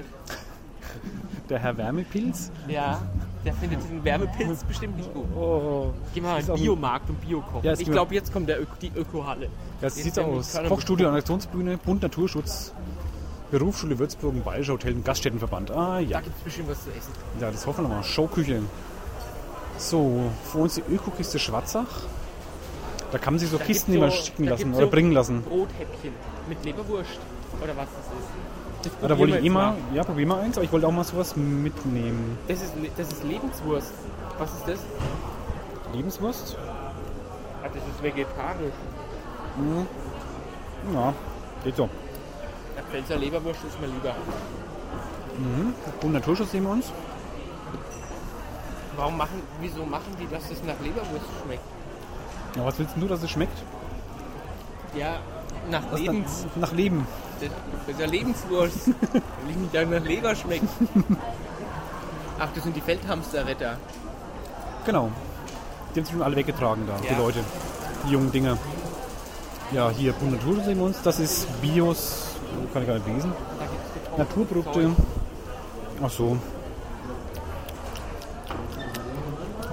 S1: der Herr Wärmepilz.
S2: Ja, der findet diesen Wärmepilz bestimmt nicht gut.
S1: Oh.
S2: Geh mal in
S1: Ist auch
S2: den
S1: ein-
S2: Biomarkt und Biokoch.
S1: Ja, es
S2: ich
S1: gibt-
S2: glaube, jetzt kommt der Ök- die Ökohalle.
S1: Ja, so
S2: Jetzt
S1: sieht's
S2: werden die
S1: aus.
S2: Körner
S1: Kochstudio, Anaktionsbühne, Bund Naturschutz, Berufsschule Würzburg, ein Bayerischer Hotel und Gaststättenverband. Ah
S2: Da
S1: ja,
S2: gibt es bestimmt was zu essen.
S1: ja das hoffen wir mal. Showküche. So, vor uns die Ökokiste Schwarzach. Da kann man sich so
S2: Da
S1: Kisten
S2: gibt's
S1: immer
S2: so-
S1: schicken
S2: da
S1: lassen
S2: gibt's
S1: oder
S2: so
S1: bringen lassen.
S2: Brothäppchen mit Leberwurst oder was das ist. Das
S1: Ja, da wollte
S2: probieren
S1: ich
S2: wir
S1: immer,
S2: jetzt
S1: ja, probier mal eins, aber ich wollte auch mal sowas mitnehmen.
S2: mal. Das ist, Le- das ist Lebenswurst. Was ist das?
S1: Lebenswurst?
S2: Ah, das ist vegetarisch.
S1: Ja, geht so.
S2: Der Pfälzer Leberwurst ist mir lieber.
S1: Um Naturschutz sehen wir uns.
S2: Warum machen, wieso machen die, dass es nach Leberwurst schmeckt?
S1: Ja, was willst denn du, dass es schmeckt?
S2: Ja, nach
S1: Was
S2: Lebens,
S1: Dann, nach Leben.
S2: das ist
S1: <laughs>
S2: ja Lebenswurst. Will ich nicht sagen, nach Leber schmeckt. Ach, das sind die Feldhamsterretter.
S1: Genau. Die haben sich schon alle weggetragen da,
S2: Ja.
S1: die Leute. Die jungen Dinger. Ja, hier Bund Natur sehen wir uns. Das ist Bios, kann ich gar nicht lesen.
S2: Da gibt's getrunken
S1: Naturprodukte. Ach so.
S2: Zeug,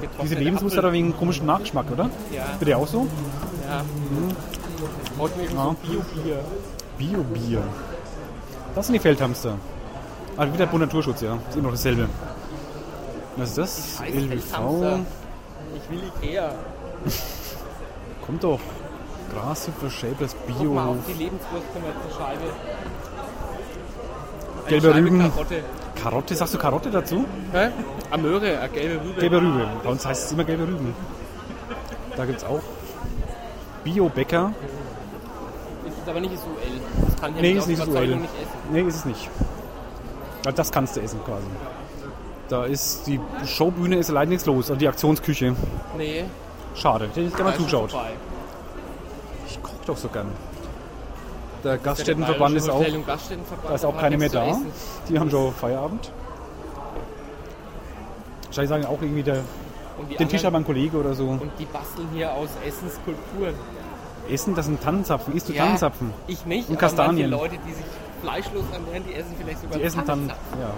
S1: Diese
S2: getrocknete
S1: Lebensmuster
S2: Apfel.
S1: haben wegen komischen Nachgeschmack, oder?
S2: Ja,
S1: Wird ja auch so?
S2: ja. Heute mir
S1: Mhm. Ja.
S2: so Bio-Bier.
S1: Bio-Bier. Das sind die Feldhamster. Also wieder Bund Naturschutz, ja. Ist immer noch dasselbe. Was ist das?
S2: Scheiß
S1: LWV.
S2: Feldhamster. Ich will Ikea.
S1: Kommt doch. Grashüpfer, Shapeless,
S2: Guck mal
S1: Bio,
S2: auf die Lebenswurst können wir jetzt eine Scheibe. Eine
S1: Gelbe
S2: Scheibe
S1: Rüben.
S2: Karotte.
S1: Karotte. Sagst du Karotte dazu?
S2: Hä? Ah, Möhre, ah, gelbe Rübe.
S1: Gelbe Rübe. Bei uns heißt es immer gelbe Rüben. Da gibt es auch Bio-Bäcker.
S2: Ist es aber nicht SUL. Das kann ich ja
S1: Nee,
S2: mit
S1: ist nicht so
S2: Überzeugung
S1: Duell.
S2: nicht essen.
S1: Nee, ist es nicht. Ja, Das kannst du essen quasi. Da ist die Showbühne ist leider nichts los. Also die Aktionsküche.
S2: Nee,
S1: Schade. Ich hätte ich gerne
S2: da
S1: mal
S2: ist schon
S1: zuschaut.
S2: vorbei.
S1: Ich koche doch so gern. Der
S2: Der
S1: Gaststättenverband ist
S2: Bayerische
S1: auch.
S2: Hotel- und Gaststättenverband
S1: Da ist auch
S2: hat
S1: keine mehr
S2: nichts zu
S1: da.
S2: essen.
S1: Die haben schon Feierabend. Wahrscheinlich sagen auch irgendwie der,
S2: Und die
S1: den Tisch hat
S2: anderen-
S1: mein Kollege oder so.
S2: Und die basteln hier aus Essenskulturen.
S1: Essen, das sind Tannenzapfen. Isst du Tannenzapfen?
S2: Ich nicht,
S1: Und
S2: aber
S1: Kastanien.
S2: manche Leute, die sich fleischlos ernähren, die essen vielleicht sogar
S1: Die essen dann.
S2: Tannenzapfen-
S1: Ja.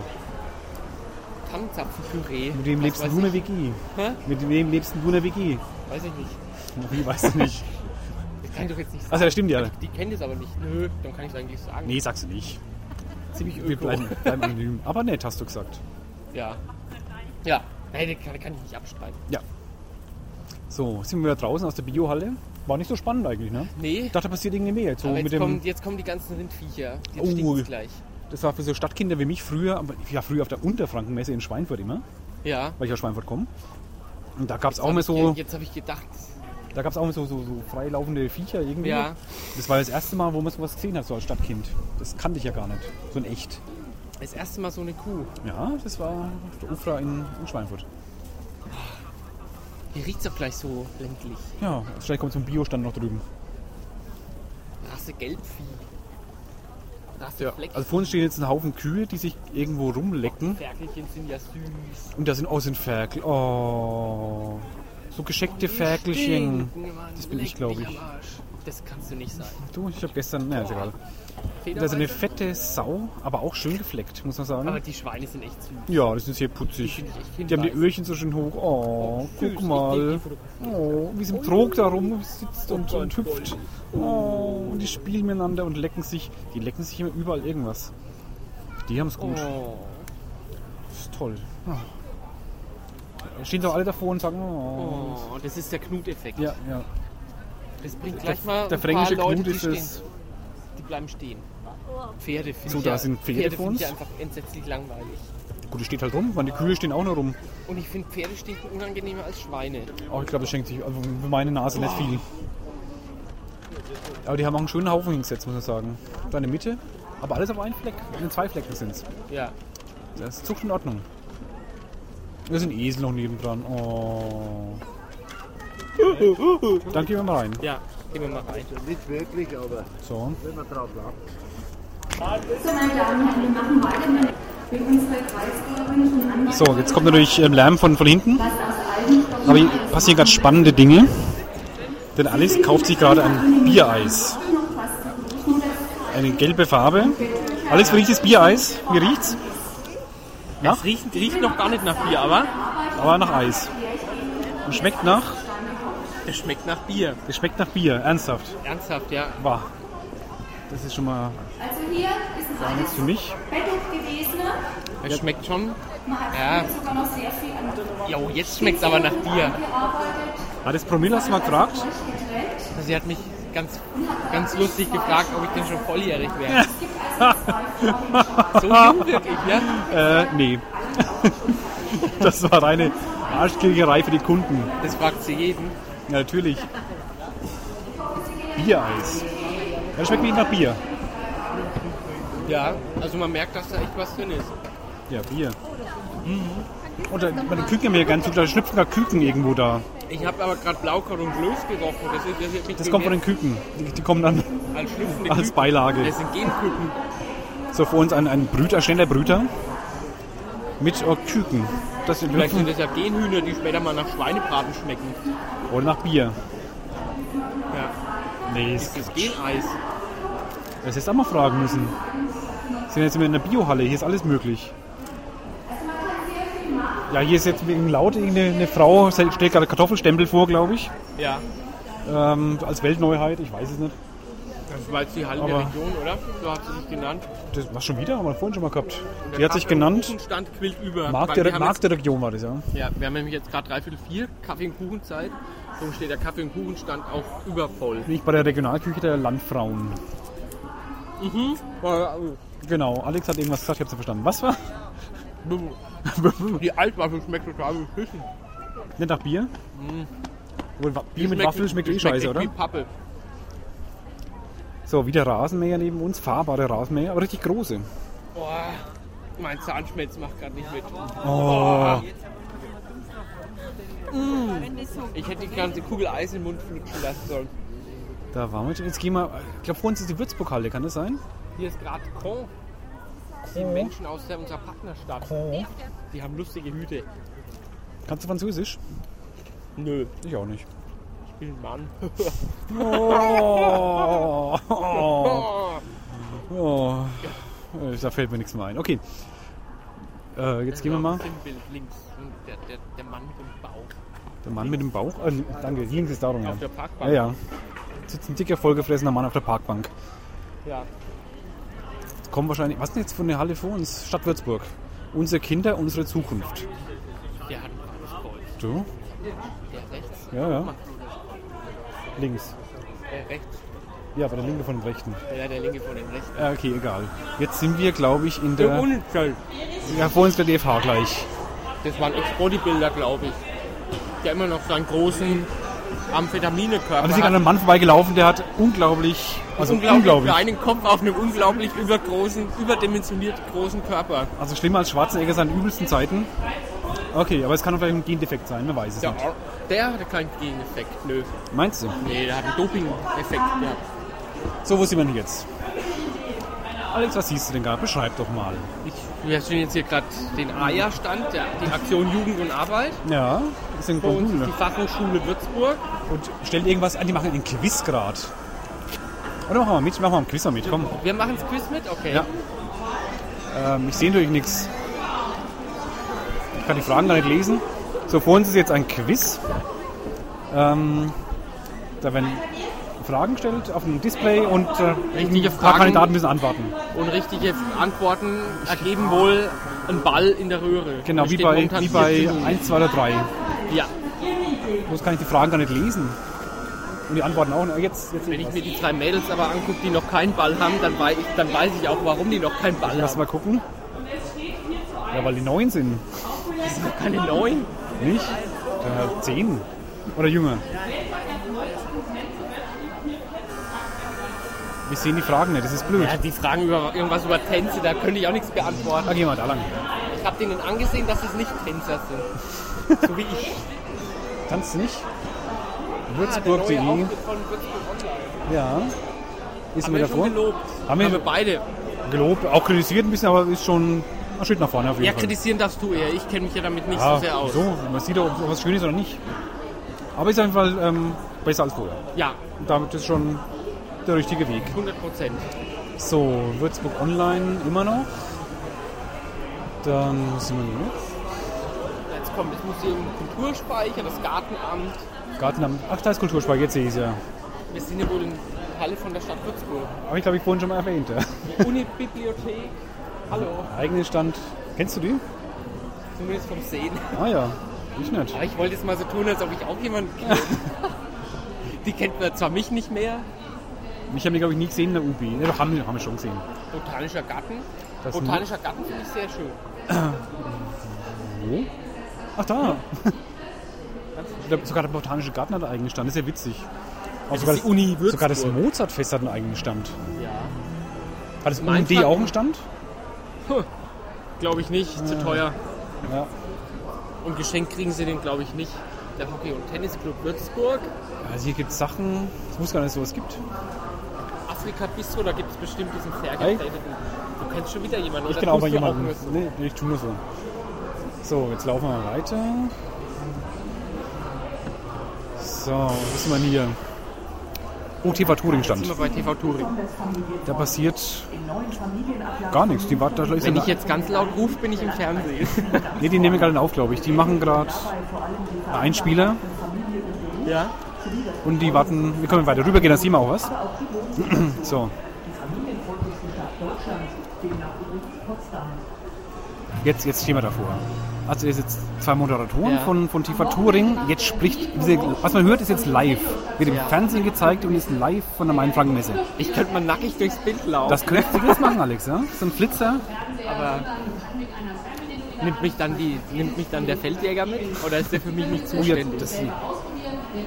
S2: Tannenzapfenpüree.
S1: Mit wem
S2: Was
S1: lebst
S2: weiß
S1: du eine
S2: ich.
S1: WG?
S2: Hä?
S1: Mit wem lebst du eine WG?
S2: Weiß ich nicht.
S1: Wie weiß ich
S2: <laughs>
S1: nicht.
S2: Das kann ich doch jetzt nicht sagen.
S1: Also, das stimmt ja.
S2: Die kennen das aber nicht. Nö, dann kann ich es eigentlich sagen.
S1: Nee, sagst du nicht.
S2: ziemlich
S1: Wir
S2: öko.
S1: bleiben, bleiben anonym. Aber nett, hast du gesagt.
S2: Ja. Ja. Nein, das kann, das kann ich nicht abstreiten.
S1: So, sind wir draußen aus der Biohalle. War nicht so spannend eigentlich, ne?
S2: Nee,
S1: Ich dachte, da passiert irgendwie mehr. Jetzt So
S2: aber
S1: mit
S2: jetzt,
S1: dem,
S2: kommen, jetzt kommen die ganzen Rindviecher. Jetzt
S1: Oh.
S2: stinkt's gleich.
S1: das war für so Stadtkinder wie mich früher, aber ich war früher auf der Unterfrankenmesse in Schweinfurt immer,
S2: Ja.
S1: weil ich aus Schweinfurt komme. Und da gab es auch
S2: Hab
S1: mal
S2: ich
S1: so,
S2: ge- Jetzt habe ich gedacht,
S1: da gab's auch mal so, so, so freilaufende Viecher irgendwie.
S2: ja,
S1: Das war das erste Mal, wo man sowas gesehen hat, so als Stadtkind. Das kannte ich ja gar nicht. So in echt.
S2: das erste Mal so eine Kuh.
S1: Ja, das war auf der Ufra in, in Schweinfurt.
S2: Hier riecht es doch gleich so ländlich.
S1: Ja, also vielleicht kommt so ein Biostand noch drüben.
S2: Rasse Gelbvieh. Rasse Fleck.
S1: Also vor uns stehen jetzt ein Haufen Kühe, die sich irgendwo rumlecken.
S2: Ferkelchen sind ja süß.
S1: Und da sind auch sind Ferkel. Oh. So gescheckte Ferkelchen.
S2: Stinken, Mann.
S1: Das bin ich,
S2: Leck
S1: glaub
S2: mich
S1: ich.
S2: am Arsch. Das kannst du nicht sein.
S1: Du, ich habe gestern. Na, ist egal. Da ist eine
S2: Federweiße?
S1: fette Sau, aber auch schön gefleckt, muss man
S2: also- Aber
S1: sagen.
S2: die Schweine sind echt süß.
S1: Ja, das ist hier
S2: Die
S1: putzig.
S2: finde ich echt
S1: Die haben die
S2: hinweisend.
S1: Öhrchen so schön hoch. Oh,
S2: Süß, ich
S1: guck
S2: nehm die
S1: mal.
S2: Fotografie.
S1: Oh, wie so ein Trog da rum sitzt und, und hüpft. Oh, und die spielen miteinander und lecken sich. Die lecken sich immer überall irgendwas. Die haben es gut.
S2: Oh.
S1: Das ist toll. Oh. Stehen doch alle davor und sagen, oh.
S2: oh, das ist der Knut-Effekt.
S1: Ja, ja.
S2: Das bringt gleich mal
S1: Der
S2: ein paar
S1: fränkische
S2: Leute,
S1: Knut
S2: die
S1: ist
S2: stehen.
S1: es.
S2: Die bleiben stehen. Pferde finde
S1: So,
S2: ich
S1: da
S2: ja,
S1: sind Pferde vor
S2: finde ich
S1: uns.
S2: ja einfach entsetzlich langweilig.
S1: Gut, die steht halt rum, weil die Kühe stehen auch noch rum.
S2: Und ich finde Pferde stinken unangenehmer als Schweine.
S1: Aber ich glaube, das schenkt sich also für meine Nase nicht viel. Aber die haben auch einen schönen Haufen hingesetzt, muss man sagen. Da in der Mitte, aber alles auf einen Fleck. In zwei Flecken sind es.
S2: Ja.
S1: Das ist Zucht in Ordnung. Da sind Esel noch nebendran. Oh. Dann gehen wir mal rein.
S2: Ja, gehen wir mal rein.
S3: Nicht wirklich, aber
S1: So.
S3: wenn man drauf lacht.
S4: So, meine Damen und Herren, wir machen weiter mit, mit unserer kreisgeldwünschen Anmerkung.
S1: So, jetzt kommt natürlich ähm, Lärm von, von hinten.
S4: was aus Eigenstoffen
S1: Aber hier passieren ganz spannende Dinge. Denn Alice kauft sich gerade ein Biereis.
S4: noch fast gerufen wird.
S1: Eine gelbe Farbe. Alice, wie riecht das Biereis? Wie riecht's?
S2: Es riecht, riecht noch gar nicht nach Bier, aber
S1: Aber nach Eis. Und schmeckt nach?
S2: es schmeckt nach Bier.
S1: Es schmeckt nach Bier. Ernsthaft.
S2: Ernsthaft, ja.
S1: Wow. Das ist schon mal
S4: Also hier ist es
S1: nichts
S4: alles
S1: für mich.
S4: Bettet gewesen.
S2: Es schmeckt schon.
S4: Man hat
S2: Ja.
S4: hier sogar noch sehr viel an
S2: Jo, jetzt schmeckt es aber nach Bier.
S4: gearbeitet.
S1: Hat das Promille hast du mal gefragt?
S2: Also Sie hat mich ganz, ganz lustig gefragt, ob ich denn schon volljährig wäre. so
S4: also
S2: jung ne? wirklich, ja?
S1: Äh, nee. <laughs> Das war reine Arschkriegerei für die Kunden.
S2: Das fragt sie jeden.
S1: Ja, natürlich. Biereis. Das schmeckt nicht nach Bier.
S2: Ja, also man merkt, dass da echt was drin ist.
S1: Ja, Bier. Mhm. Oder bei den Küken haben wir ja ganz gut, da schlüpfen da Küken irgendwo da.
S2: Ich habe aber gerade Blaukraut und Löß gerochen. Das, ist- das, hat mich
S1: Das kommt von den
S2: gemerkt.
S1: Küken. Die, die kommen dann
S2: als, schlüpfende
S1: als
S2: Küken.
S1: Beilage.
S2: Das sind Genküken.
S1: So vor uns ein, ein Brüter, stehender Brüter mit äh, Küken. Das sind
S2: Vielleicht sind
S1: Löwen
S2: das ja Genhühner, die später mal nach Schweinebraten schmecken.
S1: oder nach Bier.
S2: Ja.
S1: Nee,
S2: Das
S1: das
S2: ist Geneis.
S1: das hättest du auch mal fragen müssen. Sind jetzt immer in der Biohalle, hier ist alles möglich. Ja, hier ist jetzt wegen laut irgendeine eine Frau, stellt gerade Kartoffelstempel vor, glaube ich.
S2: Ja.
S1: Ähm, als Weltneuheit, ich weiß es nicht.
S2: Das war jetzt die Halle
S1: Aber-
S2: der Region, oder? So hat sie sich genannt.
S1: Das war schon wieder, haben wir vorhin schon mal gehabt.
S2: Und der
S1: Die hat sich
S2: Kaffee- und
S1: genannt.
S2: Kuchenstand quillt über.
S1: Markt
S2: Weil wir
S1: der,
S2: haben
S1: Markt der Region war das, ja.
S2: Jetzt, ja, wir haben nämlich jetzt gerade dreiviertel vier Kaffee- und Kuchenzeit. So steht der Kaffee- und Kuchenstand auch übervoll.
S1: Bin ich bei der Regionalküche der Landfrauen.
S2: äh,
S1: Genau, Alex hat irgendwas gesagt, ich hab's nicht verstanden. Was war?
S2: <laughs> Die Altwaffel schmeckt total beschissen.
S1: Nicht nach Bier?
S2: Hm.
S1: Obwohl, Wa- Bier mit Waffeln schmeckt eh scheiße, oder?
S2: Wie Pappe.
S1: So, wieder Rasenmäher neben uns, fahrbare Rasenmäher, aber richtig große.
S2: Boah, mein Zahnschmelz macht gerade nicht mit.
S1: Oh,
S2: Ich hätte die ganze Kugel Eis im Mund flutschen lassen sollen.
S1: da waren wir. schon. Jetzt gehen wir. Ich glaube, vor uns ist die Würzburg-Halle, kann das sein?
S2: Hier ist gerade Con. Die Menschen aus der, unserer Partnerstadt. Die haben lustige Hüte.
S1: Kannst du Französisch?
S2: Nö,
S1: Ich auch nicht.
S2: ich bin ein Mann.
S1: Oh, oh,
S2: Oh,
S1: oh. Äh, Da fällt mir nichts mehr ein. Okay. Äh, jetzt gehen wir mal.
S2: Sinnbild links. Hm, Der, der, der Mann mit dem Bauch.
S1: Der Mann mit dem Bauch. Äh, danke, links ist darum. Ja.
S2: Auf der Parkbank.
S1: ja, ja. Sitzt ein dicker, vollgefressener Mann auf der Parkbank.
S2: Ja.
S1: Kommen wahrscheinlich. Was ist denn jetzt von der Halle vor uns? Stadt Würzburg. Unsere Kinder, unsere Zukunft.
S2: Der hat ein kleines Kreuz.
S1: Du?
S2: Der rechts.
S1: Ja, ja. Links.
S2: Der rechts.
S1: Ja, aber der linke von dem rechten.
S2: Ja, der linke von dem rechten.
S1: Ja, okay, egal. Jetzt sind wir, glaube ich, in
S2: Der
S1: der.
S2: Unfall.
S1: Ja, vor uns der DFH gleich.
S2: Das waren Ex-Bodybuilder, glaube ich. Der immer noch seinen großen Amphetamine-Körper
S1: Aber wir sind an einem Mann vorbeigelaufen, der hat unglaublich. Also
S2: unglaublich,
S1: unglaublich.
S2: kleinen Kopf auf einem unglaublich übergroßen, überdimensioniert großen Körper.
S1: Also schlimmer als Schwarzenegger seinen übelsten Zeiten. Okay, aber es kann doch vielleicht ein Gendefekt sein, man weiß es
S2: Der,
S1: nicht.
S2: der hatte keinen Gegeneffekt, nö.
S1: Meinst du?
S2: Nee, der hat einen Doping-Effekt gehabt.
S1: So, wo sind wir denn jetzt? Alex, was siehst du denn gerade? Beschreib doch mal.
S2: Ich, wir sehen jetzt hier gerade den AJA-Stand, der- die Aktion Jugend und Arbeit.
S1: Ja, ist ein ne?
S2: Bei uns ist
S1: Grundschule.
S2: die Fachhochschule Würzburg.
S1: Und stell irgendwas an, die machen einen Quiz gerade. Oder machen wir mit, machen wir einen Quiz mal mit, komm.
S2: Wir machen das Quiz mit, okay.
S1: Ja. Ähm, ich sehe natürlich nichts. Ich kann die Fragen gar nicht lesen. So, vor uns ist jetzt ein Quiz. Ähm, da werden Fragen gestellt auf dem Display und äh,
S2: Richtige
S1: ein paar
S2: Fragen.
S1: Kandidaten müssen antworten.
S2: Und richtige Antworten ergeben wohl einen Ball in der Röhre.
S1: Genau,
S2: Da
S1: wie
S2: steht
S1: bei,
S2: momentan
S1: wie bei
S2: 4 zu 0.
S1: 1, 2 oder 3.
S2: Ja,
S1: Bloß kann ich die Fragen gar nicht lesen. Und die Antworten auch nicht. Jetzt, jetzt
S2: wenn ich mir die drei Mädels aber angucke, die noch keinen Ball haben, dann weiß ich, dann weiß ich auch, warum die noch keinen Ball
S1: Lass
S2: haben.
S1: mal gucken. Ja, weil die 9 sind.
S2: Keine neun.
S1: Nicht? Äh, zehn oder jünger. Wir sehen die Fragen nicht, das ist blöd.
S2: Ja, die fragen über irgendwas über Tänze, da könnte ich auch nichts beantworten.
S1: Da Ah, gehen wir da lang.
S2: Ich habe denen angesehen, dass es nicht Tänzer sind. So
S1: <laughs>
S2: wie ich.
S1: Tanzt du nicht?
S2: Ah, der neue
S1: Würzburg.de.
S2: Auftritt von Würzburg Online.
S1: Ja. Ist
S2: Haben
S1: mir
S2: wir schon
S1: davor.
S2: gelobt.
S1: Haben wir-
S2: beide.
S1: Gelobt, auch kritisiert ein bisschen, aber ist schon ein Schritt nach vorne auf jeden
S2: Ja,
S1: Fall.
S2: kritisieren darfst du eher. Ich kenne mich ja damit nicht so sehr
S1: Ja,
S2: aus.
S1: Ah, so, man sieht ja, ob was schön ist oder nicht. Aber ist auf jeden Fall ähm, besser als vorher.
S2: Ja,
S1: Und damit ist schon der richtige Weg.
S2: 100 Prozent.
S1: So, Würzburg Online immer noch. Dann was sind wir denn jetzt?
S2: Jetzt kommt das Museum und Kulturspeicher, das Gartenamt.
S1: Garten am. Ach, da ist Kulturspeicher, jetzt sehe ich es ja.
S2: Wir sind ja wohl in Halle von der Stadt Würzburg.
S1: Aber ich glaube, ich vorhin schon mal erwähnt. Ja.
S2: Die Unibibliothek. Hallo.
S1: Eigene Stand. Kennst du die?
S2: Zumindest vom Sehen.
S1: Ah ja, ich nicht.
S2: Aber ich wollte jetzt mal so tun, als ob ich auch jemanden kenne. <laughs> Die kennt man zwar mich nicht mehr.
S1: Mich haben die, glaube ich, nie gesehen in der UB. Ne, doch, haben, wir- haben wir schon gesehen.
S2: Botanischer Garten.
S1: Das
S2: Botanischer Garten finde ich sehr schön.
S1: Wo? Ach, da. <laughs> Ich glaube, sogar der Botanische Garten hat einen eigenen Stand. Das ist ja witzig. Auch sogar,
S2: ist die Uni Würzburg.
S1: sogar das Mozartfest hat einen eigenen Stand.
S2: Ja.
S1: Hat um das
S2: Mainz
S1: UMD
S2: hat-
S1: auch einen Stand?
S2: glaube ich nicht, zu teuer.
S1: Ja.
S2: Und geschenkt kriegen sie den, glaube ich, nicht. Der Hockey- und Tennisclub Würzburg.
S1: Also hier gibt es Sachen, ich wusste gar nicht, dass es sowas gibt.
S2: Afrika Bistro, da gibt es bestimmt diesen
S1: Hey.
S2: vergestellten. Du kennst schon wieder jemanden,
S1: Ich
S2: oder?
S1: kenne auch mal
S2: Tust du
S1: jemanden.
S2: müssen.
S1: Nee, nee, ich tue nur so. So, jetzt laufen wir mal weiter. So, was ist man hier? Oh, TV Touring
S2: Sind wir
S1: stand.
S2: bei TV Touring.
S1: Da passiert gar nichts. Die, war- da ist
S2: Wenn
S1: eine-
S2: ich jetzt ganz laut rufe, bin ich im Fernsehen.
S1: nee, die nehmen gerade auf, glaube ich. Die machen gerade einen Spieler
S2: Ja?
S1: und die warten. Wir können weiter rüber gehen, dann sehen wir auch was. <clears throat> So. Jetzt, jetzt stehen wir davor. Also es ist jetzt zwei Moderatoren
S2: Ja.
S1: von, von TV Touring. Jetzt spricht, diese, was man hört, ist jetzt live. Wird im
S2: Ja.
S1: Fernsehen gezeigt und ist live von der Mainfrankenmesse.
S2: Ich könnte mal nackig durchs Bild laufen,
S1: Das könntest du jetzt machen, Alex, ja? So ein Flitzer. Oh,
S2: aber nimmt mich, dann die, nimmt mich dann der Feldjäger mit? Oder ist der für mich nicht
S1: Oh ja,
S2: zuständig?
S1: das,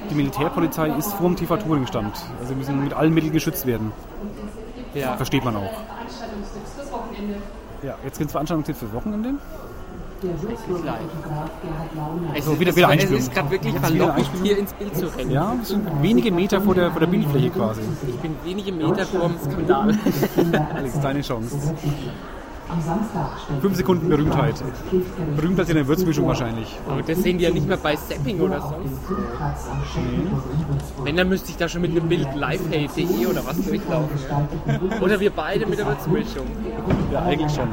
S1: die Militärpolizei ist vor dem TV Touring stand. Also wir müssen mit allen Mitteln geschützt werden.
S2: ja.
S1: Versteht man auch. Ja, jetzt gibt es Veranstaltungstipps fürs Wochenende.
S2: Gleich. Es,
S1: So,
S2: ist-
S1: wieder- wieder
S2: es, es
S1: einspielen.
S2: ist gerade wirklich
S1: Jetzt wieder
S2: verlockend,
S1: einspielen.
S2: hier ins Bild zu rennen.
S1: Ja, wir sind wenige Meter vor der, vor der Bildfläche quasi.
S2: Ich bin wenige Meter vor dem
S1: <laughs>
S2: Skandal.
S1: Alex, deine Chance. Fünf Sekunden Berühmtheit. Berühmter als in der Würzmischung wahrscheinlich.
S2: Aber das sehen die ja nicht mehr bei Zapping oder sonst. Wenn, dann müsste ich da schon mit einem Bild livehate.de E oder was durchlaufen. Oder wir beide mit der Würzmischung.
S1: Ja, eigentlich schon.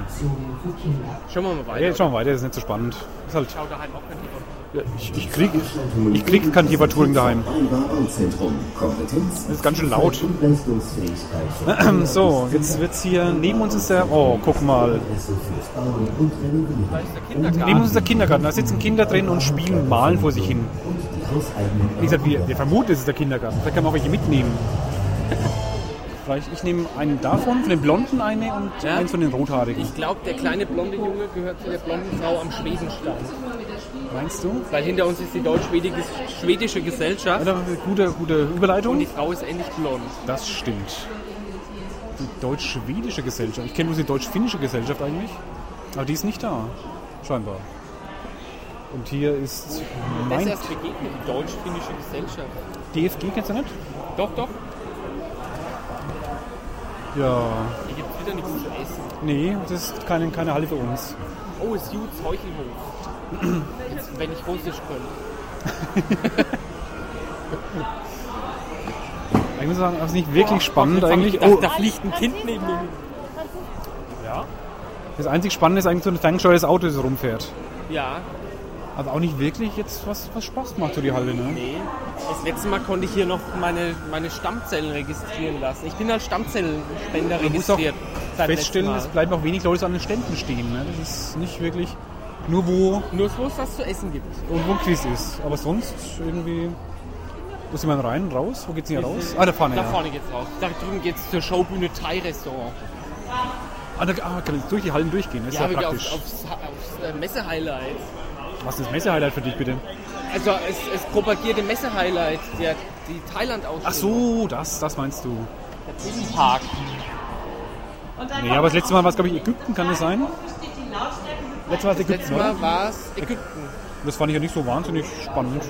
S2: Schauen wir mal
S1: Ja,
S2: weiter.
S1: jetzt schauen wir weiter, das ist nicht so spannend. Ist halt,
S2: Schau daheim auch kein Telefon.
S1: ich, ich krieg, ich krieg kein Thema Touring daheim.
S5: Zentrum. Kompetenz.
S1: Das ist ganz schön laut.
S5: und Leistungsfähigkeit.
S1: halt <clears throat> So, jetzt wird's hier, neben uns ist der, oh, guck mal.
S5: Interesse fürs Bauen und Renovieren.
S2: Da ist der Kindergarten.
S1: Neben uns ist der Kindergarten, da sitzen Kinder drin und spielen, malen vor sich hin.
S5: Und die hauseigenen
S1: Wie gesagt, wir, wir vermuten, es ist der Kindergarten. Vielleicht kann man auch welche mitnehmen. Vielleicht, ich nehme einen davon, von den Blonden eine und
S2: Ja.
S1: eins von den Rothaarigen.
S2: Ich glaube, der kleine blonde Junge gehört zu der blonden Frau am Schwedenstein.
S1: Meinst du?
S2: Weil hinter uns ist die deutsch-schwedische Gesellschaft
S1: Oder eine gute, gute
S2: und
S1: Überleitung?
S2: die Frau ist endlich blond.
S1: Das stimmt. Die deutsch-schwedische Gesellschaft. Ich kenne nur die deutsch-finnische Gesellschaft eigentlich. Aber die ist nicht da. Scheinbar. Und hier ist
S2: Das
S1: mein
S2: erst begegnet die deutsch-finnische Gesellschaft.
S1: DFG, kennst du nicht?
S2: Doch, doch.
S1: Ja.
S2: Hier gibt es wieder nichts zu essen.
S1: Nee, das ist keine, keine Halle für uns.
S2: Oh, es ist Juts Heuchelhof. Jetzt, wenn ich Russisch könnte.
S1: Ich muss sagen, das ist nicht wirklich spannend eigentlich.
S2: Da,
S1: Oh,
S2: da fliegt ein Kind neben mir.
S1: das einzig Spannende ist eigentlich so ein ferngesteuertes Auto, das rumfährt.
S2: Ja,
S1: Aber auch nicht wirklich jetzt, was, was Spaß macht, so die Halle, ne?
S2: nee. Das letzte Mal konnte ich hier noch meine, meine Stammzellen registrieren lassen. Ich bin als Stammzellenspender
S1: musst auch
S2: registriert. seit letztem
S1: Feststellen,
S2: Mal.
S1: es bleiben auch wenig Leute so an den Ständen stehen, ne? Das ist nicht wirklich nur wo
S2: Nur so, was zu essen gibt.
S1: und wo Quiz ist. Aber sonst irgendwie. Wo ist jemand rein? Raus? Wo geht's denn hier raus? Ah, da vorne.
S2: Da
S1: ja.
S2: vorne geht's raus. Da drüben geht's zur Showbühne Thai Restaurant.
S1: Ah, da ah, kann ich durch die Hallen durchgehen. Das ist ja,
S2: Ja, wir
S1: praktisch.
S2: aufs, aufs, aufs äh, Messe-Highlight.
S1: Was ist das Messehighlight für dich bitte?
S2: Also es, es propagierte Messe-Highlight, der die thailand ausstellung
S1: Ach so, das, das meinst du.
S2: Der Themenpark.
S1: Nee, aber das letzte Mal war es, glaube ich, Ägypten, kann das sein? Letztes Mal war es Ägypten,
S2: Letztes
S1: oder?
S2: Mal war es Ägypten.
S1: Das fand ich ja nicht so wahnsinnig spannend.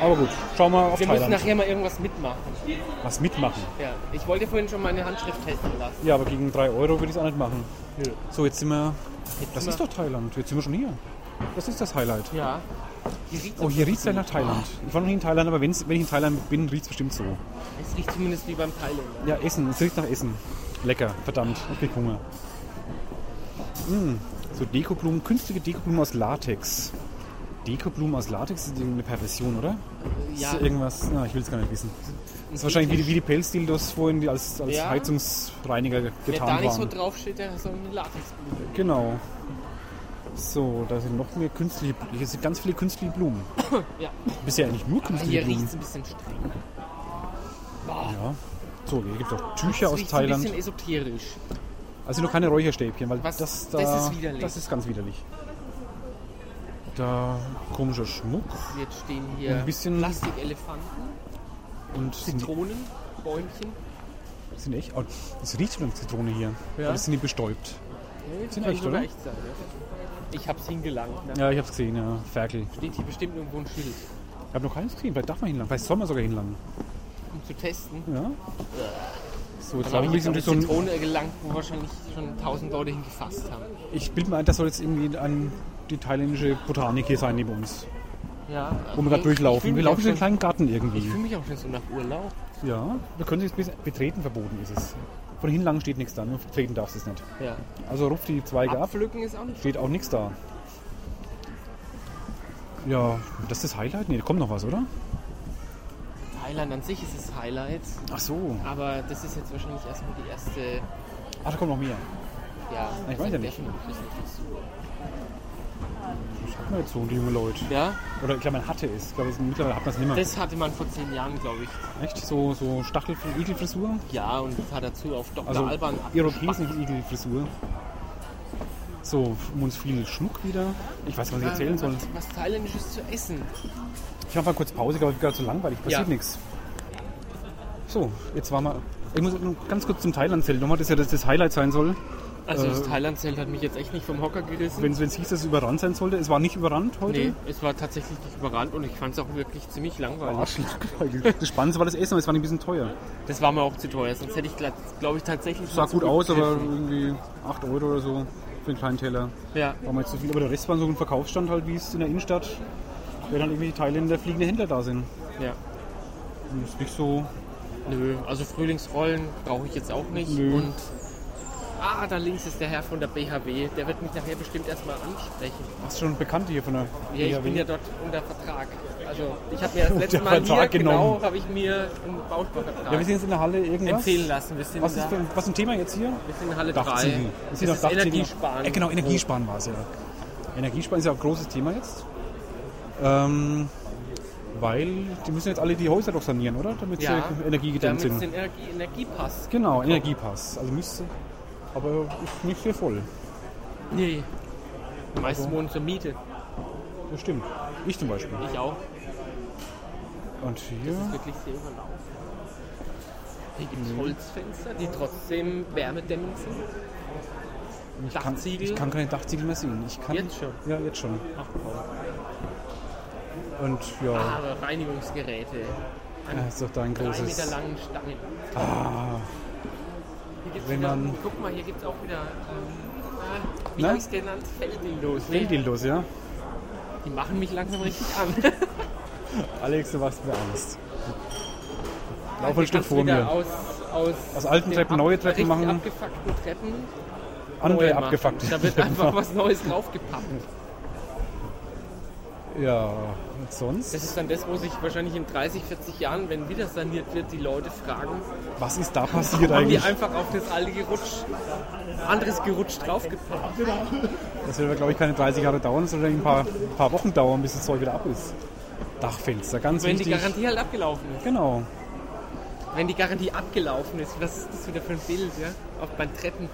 S1: Aber gut, schauen wir auf
S2: Wir müssen
S1: Thailand.
S2: nachher mal irgendwas mitmachen.
S1: Was mitmachen.
S2: Ja. Ich wollte vorhin schon meine Handschrift testen lassen.
S1: Ja, aber gegen 3 Euro würde ich es auch nicht machen.
S2: Nö.
S1: So, jetzt sind wir.
S2: Jetzt
S1: Das
S2: sind
S1: ist
S2: wir-
S1: doch Thailand. Jetzt sind wir schon hier. Das ist das Highlight.
S2: Ja. Die riecht
S1: Oh, hier riecht es ja nach Thailand. Ich war noch nie in Thailand, aber wenn's, wenn ich in Thailand bin, riecht es bestimmt so.
S2: Es riecht zumindest wie beim Thailänder.
S1: Ja, Essen. Es riecht nach Essen. Lecker. Verdammt. Ich krieg Hunger. Mm, so Dekoblumen. Künstliche Dekoblumen aus Latex. Dekoblumen aus Latex ist eine Perversion, oder?
S2: Ja.
S1: Ist irgendwas. Na, ich will es gar nicht wissen. Das ist wahrscheinlich wie die, wie die Pelzdildos vorhin, die als, als
S2: Ja.
S1: Heizungsreiniger getan
S2: Wer da nicht
S1: waren.
S2: so draufsteht, der hat so eine Latexblume.
S1: genau. So, da sind noch mehr künstliche Blumen. Hier sind ganz viele künstliche Blumen.
S2: <coughs> Ja.
S1: Bisher eigentlich nur künstliche
S2: Hier riecht
S1: Blumen.
S2: es ein bisschen streng.
S1: Ja. So, hier gibt es auch Tücher
S2: Das
S1: aus
S2: riecht so ein
S1: Thailand.
S2: bisschen esoterisch.
S1: Also noch keine Räucherstäbchen, weil
S2: Was-
S1: das da.
S2: das ist widerlich.
S1: Das ist ganz widerlich. Da komischer Schmuck
S2: Jetzt stehen hier
S1: Ein bisschen-
S2: Plastikelefanten,
S1: und sind,
S2: Zitronen, Bäumchen.
S1: sind echt. Oh, es riecht schon nach Zitrone hier.
S2: Ja.
S1: Oder sind die bestäubt?
S2: Das
S1: Sind
S2: kann
S1: echt,
S2: sogar
S1: oder?
S2: echt sein. ja. Ich hab's hingelangt. Ne?
S1: Ja, ich hab's gesehen, ja. Ferkel.
S2: Steht hier bestimmt irgendwo ein Schild,
S1: Ich hab noch keins gesehen. Vielleicht darf man hinlangen. Vielleicht soll man sogar hinlangen.
S2: um zu testen.
S1: Ja. So, jetzt
S2: Dann habe
S1: haben
S2: ich
S1: wir
S2: jetzt
S1: so
S2: eine
S1: so ein.
S2: Zitrone gelangt, wo wahrscheinlich schon tausend Leute hingefasst haben.
S1: Ich bilde mir ein, das soll jetzt irgendwie an die thailändische Botanik hier sein neben uns.
S2: Ja,
S1: Wo wir
S2: okay.
S1: gerade
S2: Ich fühl
S1: durchlaufen. Wir
S2: mich
S1: laufen
S2: auch
S1: in einen
S2: schon-
S1: kleinen Garten
S2: Ich
S1: irgendwie.
S2: fühle mich auch schon so nach Urlaub.
S1: Ja, wir können sie jetzt bis- betreten, verboten ist es. Von hinlangen steht nichts da, nur betreten darfst du es nicht.
S2: Ja.
S1: Also rupf die Zweige ab,
S2: Abpflücken ist auch nicht
S1: steht auch nichts da. Ja, das ist das Highlight? Nee, da kommt noch was, oder?
S2: Thailand an sich ist das Highlight,
S1: Ach so.
S2: aber das ist jetzt wahrscheinlich erstmal die erste,
S1: Ach, da kommt noch mehr.
S2: ja,
S1: Ich weiß ja nicht.
S2: definitiv Versuch.
S1: Das hat man jetzt so, die junge Leute.
S2: Ja,
S1: Oder ich glaube, man hatte es. Ich glaube, es- mittlerweile hat man es nicht mehr.
S2: das hatte man vor zehn Jahren, glaube ich.
S1: Echt? So, so Stachel- Igelfrisur?
S2: Ja, und hat dazu auf Dr.
S1: Also
S2: Alban
S1: Europäischen-Igelfrisur. So, um uns viel Schmuck wieder. Ich weiß, was ich erzählen soll.
S2: was, was Thailändisches zu essen.
S1: Ich mache mal kurz Pause, glaube ich, gerade zu langweilig, passiert
S2: Ja.
S1: nichts. So, jetzt waren wir. Ich muss nur ganz kurz zum Thailand-Zelt nochmal, das ja das, das Highlight sein soll.
S2: Also das
S1: Äh,
S2: Thailand-Zelt hat mich jetzt echt nicht vom Hocker gerissen.
S1: Wenn es hieß, dass es überrannt sein sollte. Es war nicht überrannt heute.
S2: nee, es war tatsächlich nicht überrannt und ich fand es auch wirklich ziemlich langweilig.
S1: Arschlangweilig. Das Spannendste war das Essen, aber es war ein bisschen teuer.
S2: Das war mir auch zu teuer, sonst hätte ich, glaube ich, tatsächlich...
S1: Sah
S2: mal
S1: gut aus, aber
S2: zurückgegriffen.
S1: irgendwie 8 Euro oder so für einen kleinen Teller.
S2: Ja,
S1: War mal jetzt zu viel. Aber der Rest war so ein Verkaufsstand halt, wie es in der Innenstadt, wenn dann irgendwie die Thailänder fliegende Händler da sind.
S2: ja.
S1: Und das ist nicht so.
S2: Nö, also Frühlingsrollen brauche ich jetzt auch nicht.
S1: Nö.
S2: Und ah, da links ist der Herr von der BHW. Der wird mich nachher bestimmt erstmal ansprechen.
S1: Hast du schon Bekannte hier von der
S2: Ja, ich
S1: DHW?
S2: bin ja dort unter Vertrag. Also ich
S1: <laughs>
S2: habe mir das letzte
S1: Unter
S2: Mal hier
S1: Vertrag
S2: genau
S1: genommen.
S2: habe ich mir einen Bausparvertrag
S1: Ja, wir sind jetzt in der Halle irgendwas.
S2: empfehlen lassen. Wir sind,
S1: Was ist
S2: da,
S1: für, was ist ein Thema jetzt hier?
S2: wir sind in Halle 3.
S1: Dachziegel.
S2: Das
S1: hier noch
S2: ist
S1: Dachziegel?
S2: Energiesparen.
S1: Äh, genau, Energiesparen war es ja. Energiesparen ist ja auch ein großes Thema jetzt. Ähm, weil die müssen jetzt alle die Häuser doch sanieren, oder? Damit
S2: Ja,
S1: sie energiegedämmt
S2: damit
S1: sind.
S2: sind Energie, Energiepass.
S1: Genau, Energiepass. Also müsste. Aber ist nicht sehr voll.
S2: Nee. Die meisten wohnen zur Miete.
S1: Das stimmt. Ich zum Beispiel.
S2: Ich auch.
S1: Und
S2: Das ist
S1: hier.
S2: wirklich sehr überlaufen. Hier gibt
S1: Mhm.
S2: es Holzfenster, die trotzdem wärmedämmend sind.
S1: Ich kann,
S2: Dachziegel.
S1: ich kann keine Dachziegel mehr sehen. Ich kann,
S2: Jetzt schon?
S1: Ja, jetzt schon.
S2: Ach,
S1: Und ja,
S2: Aber Reinigungsgeräte. An
S1: das ist doch dein
S2: drei Meter
S1: großes.
S2: langen Stangen.
S1: Ah,
S2: Hier gibt's
S1: Wenn
S2: wieder,
S1: man- Ne?
S2: guck mal, hier gibt es auch wieder. ähm, Äh, wie
S1: Na?
S2: habe ich es genannt? Felddildos. Nee,
S1: Felddildos, ja?
S2: die machen mich langsam richtig an.
S1: Alex, du machst mir Angst. Lauf
S2: <laughs>
S1: ein
S2: Hier
S1: Stück
S2: kannst
S1: vor
S2: wieder
S1: mir.
S2: Aus, aus,
S1: Aus alten
S2: den
S1: Treppen
S2: ab-
S1: neue Treppen
S2: richtig
S1: machen.
S2: abgefuckten Treppen.
S1: Andere
S2: neue machen.
S1: abgefuckt.
S2: Da wird
S1: <laughs>
S2: einfach was Neues draufgepappt.
S1: Ja, und sonst?
S2: Das ist dann das, wo sich wahrscheinlich in 30, 40 Jahren, wenn wieder saniert wird, die Leute fragen,
S1: Was ist da passiert
S2: haben die
S1: eigentlich?
S2: einfach auf das alte Gerutsch, anderes Gerutsch draufgepappt.
S1: Das wird, glaube ich, keine 30 Jahre dauern, sondern ein paar, ein paar Wochen dauern, bis das Zeug wieder ab ist. Dachfenster, ganz
S2: Wenn die
S1: wichtig.
S2: Garantie halt abgelaufen ist.
S1: genau.
S2: Wenn die Garantie abgelaufen ist, was ist das wieder für ein Bild, ja? Auf beim Treppen.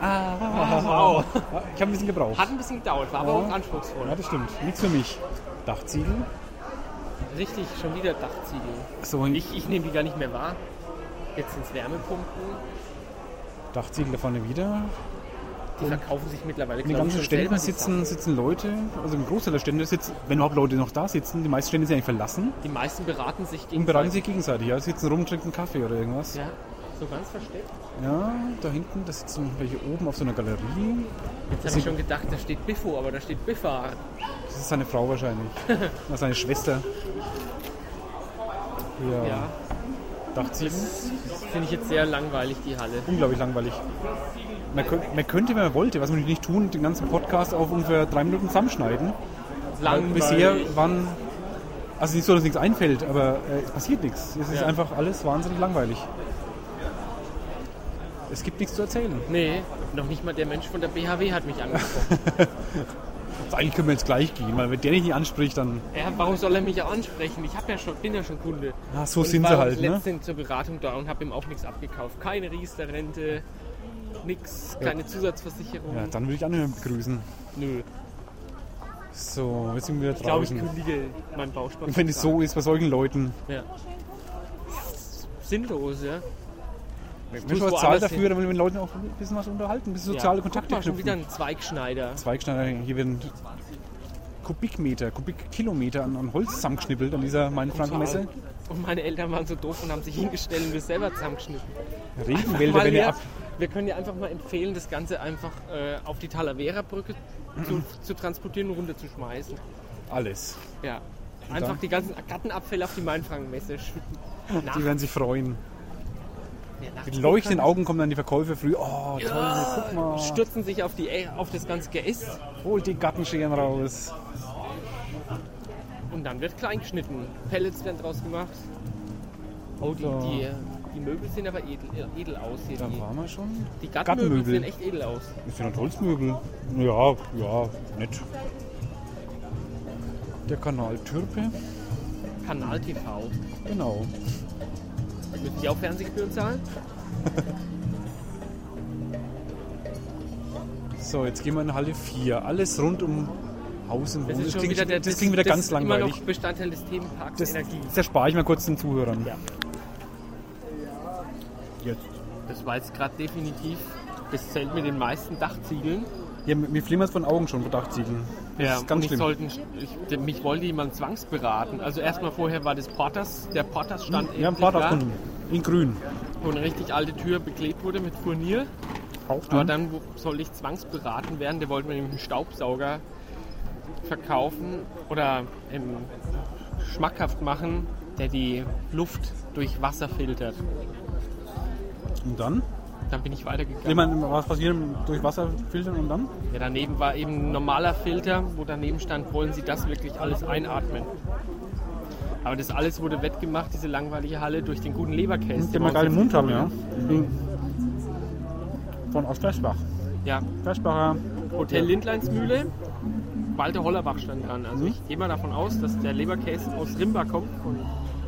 S1: Ah,
S2: wow.
S1: Ich habe ein bisschen gebraucht.
S2: Hat ein bisschen gedauert, war aber
S1: Ja.
S2: auch anspruchsvoll.
S1: ja, das stimmt. Nichts für mich. Dachziegel.
S2: Richtig, schon wieder Dachziegel.
S1: So, und
S2: Ich, ich nehme die gar nicht mehr wahr. Jetzt sind es Wärmepumpen.
S1: Dachziegel da vorne wieder.
S2: Die verkaufen sich mittlerweile,
S1: In den
S2: glaub ich,
S1: ganzen
S2: schon selber,
S1: Ständen
S2: die Sachen.
S1: sitzen, sitzen Leute, also ein Großteil der Stände sitzen, wenn überhaupt Leute noch da sitzen, die meisten Stände sind eigentlich verlassen
S2: Die meisten beraten sich
S1: und
S2: gegenseitig.
S1: beraten sich gegenseitig. Ja, sitzen rum, trinken Kaffee oder irgendwas.
S2: Ja, so ganz versteckt.
S1: Ja, da hinten, da sitzen welche oben auf so einer Galerie.
S2: Jetzt habe ich schon gedacht, da steht Biffo, aber da steht Biffar.
S1: Das ist seine Frau
S2: <laughs>
S1: wahrscheinlich. Oder seine Schwester. Ja.
S2: Ja,
S1: Dachziegel.
S2: das finde ich jetzt sehr langweilig, die Halle.
S1: Unglaublich langweilig. Man, könnt, man könnte, wenn man wollte, was man natürlich nicht tun, den ganzen Podcast auf ungefähr drei Minuten zusammenschneiden. Weil
S2: Langweilig.
S1: Bisher waren. Also nicht so, dass nichts einfällt, aber äh, es passiert nichts. Es ist
S2: Ja.
S1: einfach alles wahnsinnig langweilig. Es gibt nichts zu erzählen.
S2: Nee, noch nicht mal der Mensch von der BHW hat mich angesprochen.
S1: Also eigentlich können wir jetzt gleich gehen, weil wenn der dich nicht anspricht, dann.
S2: ja, warum soll er mich auch ansprechen? Ich hab ja schon, bin ja schon Kunde.
S1: Ah, so
S2: Und ich
S1: sind
S2: war
S1: sie
S2: auch
S1: halt, ne?
S2: letztens zur Beratung da und habe ihm auch nichts abgekauft. Keine Riester-Rente, nix, keine Zusatzversicherung.
S1: Ja, dann würde ich anhören begrüßen.
S2: Nö,
S1: So, jetzt sind wir
S2: ich glaube, ich
S1: draußen.
S2: kündige meinen Bausparvertrag.
S1: wenn es so ist bei solchen Leuten.
S2: Ja. Sinnlos, ja.
S1: Mensch,
S2: tu's
S1: was
S2: woanders
S1: zahlt dafür,
S2: hin.
S1: dann will man mit den Leuten auch ein bisschen was unterhalten, ein bisschen soziale Kontakte
S2: Guck mal, schon wieder
S1: knüpfen.
S2: ein Zweigschneider.
S1: Zweigschneider, hier werden Kubikmeter, Kubikkilometer an, an Holz zusammengeschnippelt an dieser Mainfrank-Messe.
S2: Und meine Eltern waren so doof und haben sich hingestellt und das selber zusammengeschnitten.
S1: Regenwälder
S2: Mal
S1: werden ja
S2: wieder-
S1: ab.
S2: Wir können ja einfach mal empfehlen, das Ganze einfach äh, auf die Talavera-Brücke zu, zu transportieren und runterzuschmeißen.
S1: Alles.
S2: Ja. Einfach
S1: dann?
S2: die ganzen Gartenabfälle auf die Mainfranken-Messe schütten. Nach,
S1: Die werden sich freuen.
S2: ja, nachts
S1: Mit leuchtenden Augen kommen dann die Verkäufer früh. Oh, toll, guck mal.
S2: stürzen sich auf, die, äh, auf das ganze Geäst
S1: Hol die Gartenscheren raus.
S2: und dann wird klein geschnitten. Pellets werden draus gemacht. Oh, die,
S1: So.
S2: die, die Möbel sehen aber edel, äh, edel aus hier.
S1: Da
S2: Die,
S1: waren wir schon.
S2: die Gartenmöbel,
S1: Gartenmöbel.
S2: sehen echt edel aus.
S1: Hm. Ist ja ein Holzmöbel. Ja, ja, nett. Der Kanal Türpe.
S2: Kanal TV.
S1: Genau.
S2: Müssen die auch Fernsehgebühren zahlen?
S1: So, jetzt gehen wir in Halle 4. Alles rund um Haus und Wohnen. Das, klingt, das,
S2: das-
S1: klingt wieder
S2: das
S1: ganz
S2: ist Immer
S1: langweilig.
S2: noch Bestandteil des Themenparks
S1: Das
S2: Energie.
S1: zerspare ich mal kurz den Zuhörern.
S2: Ja.
S1: Jetzt.
S2: Das war jetzt gerade definitiv das Zelt mit den meisten Dachziegeln.
S1: Ja, mir flimmert von Augen schon, Bedachtziegeln. Das ist
S2: und
S1: ganz
S2: ich
S1: schlimm.
S2: Sollten, ich, mich wollte jemand zwangsberaten. Also erstmal vorher war das Porters, der Porters stand
S1: ja, ein
S2: endlich
S1: paar
S2: da,
S1: Dachkunden. In grün.
S2: wo eine richtig alte Tür beklebt wurde mit Furnier.
S1: Auch
S2: Aber dann wo- sollte ich zwangsberaten werden. Der wollte mir nämlich einen Staubsauger verkaufen oder ähm, schmackhaft machen, der die Luft durch Wasser filtert.
S1: Und dann?
S2: Dann bin ich weitergegangen.
S1: Ich meine, was passiert durch Wasser filtern und dann?
S2: Ja, daneben war eben ein normaler Filter, wo daneben stand, wollen Sie das wirklich alles einatmen? Aber das alles wurde wettgemacht, diese langweilige Halle, durch den guten Leberkäse.
S1: Den wir gerade im Mund haben, ja. Hm. Von aus Fleischbach.
S2: Ja,
S1: Fleischbacher.
S2: Hotel Lindleinsmühle, Walter Hollerbach stand dran. Also ich gehe mal davon aus, dass der Leberkäse aus Rimba kommt, von,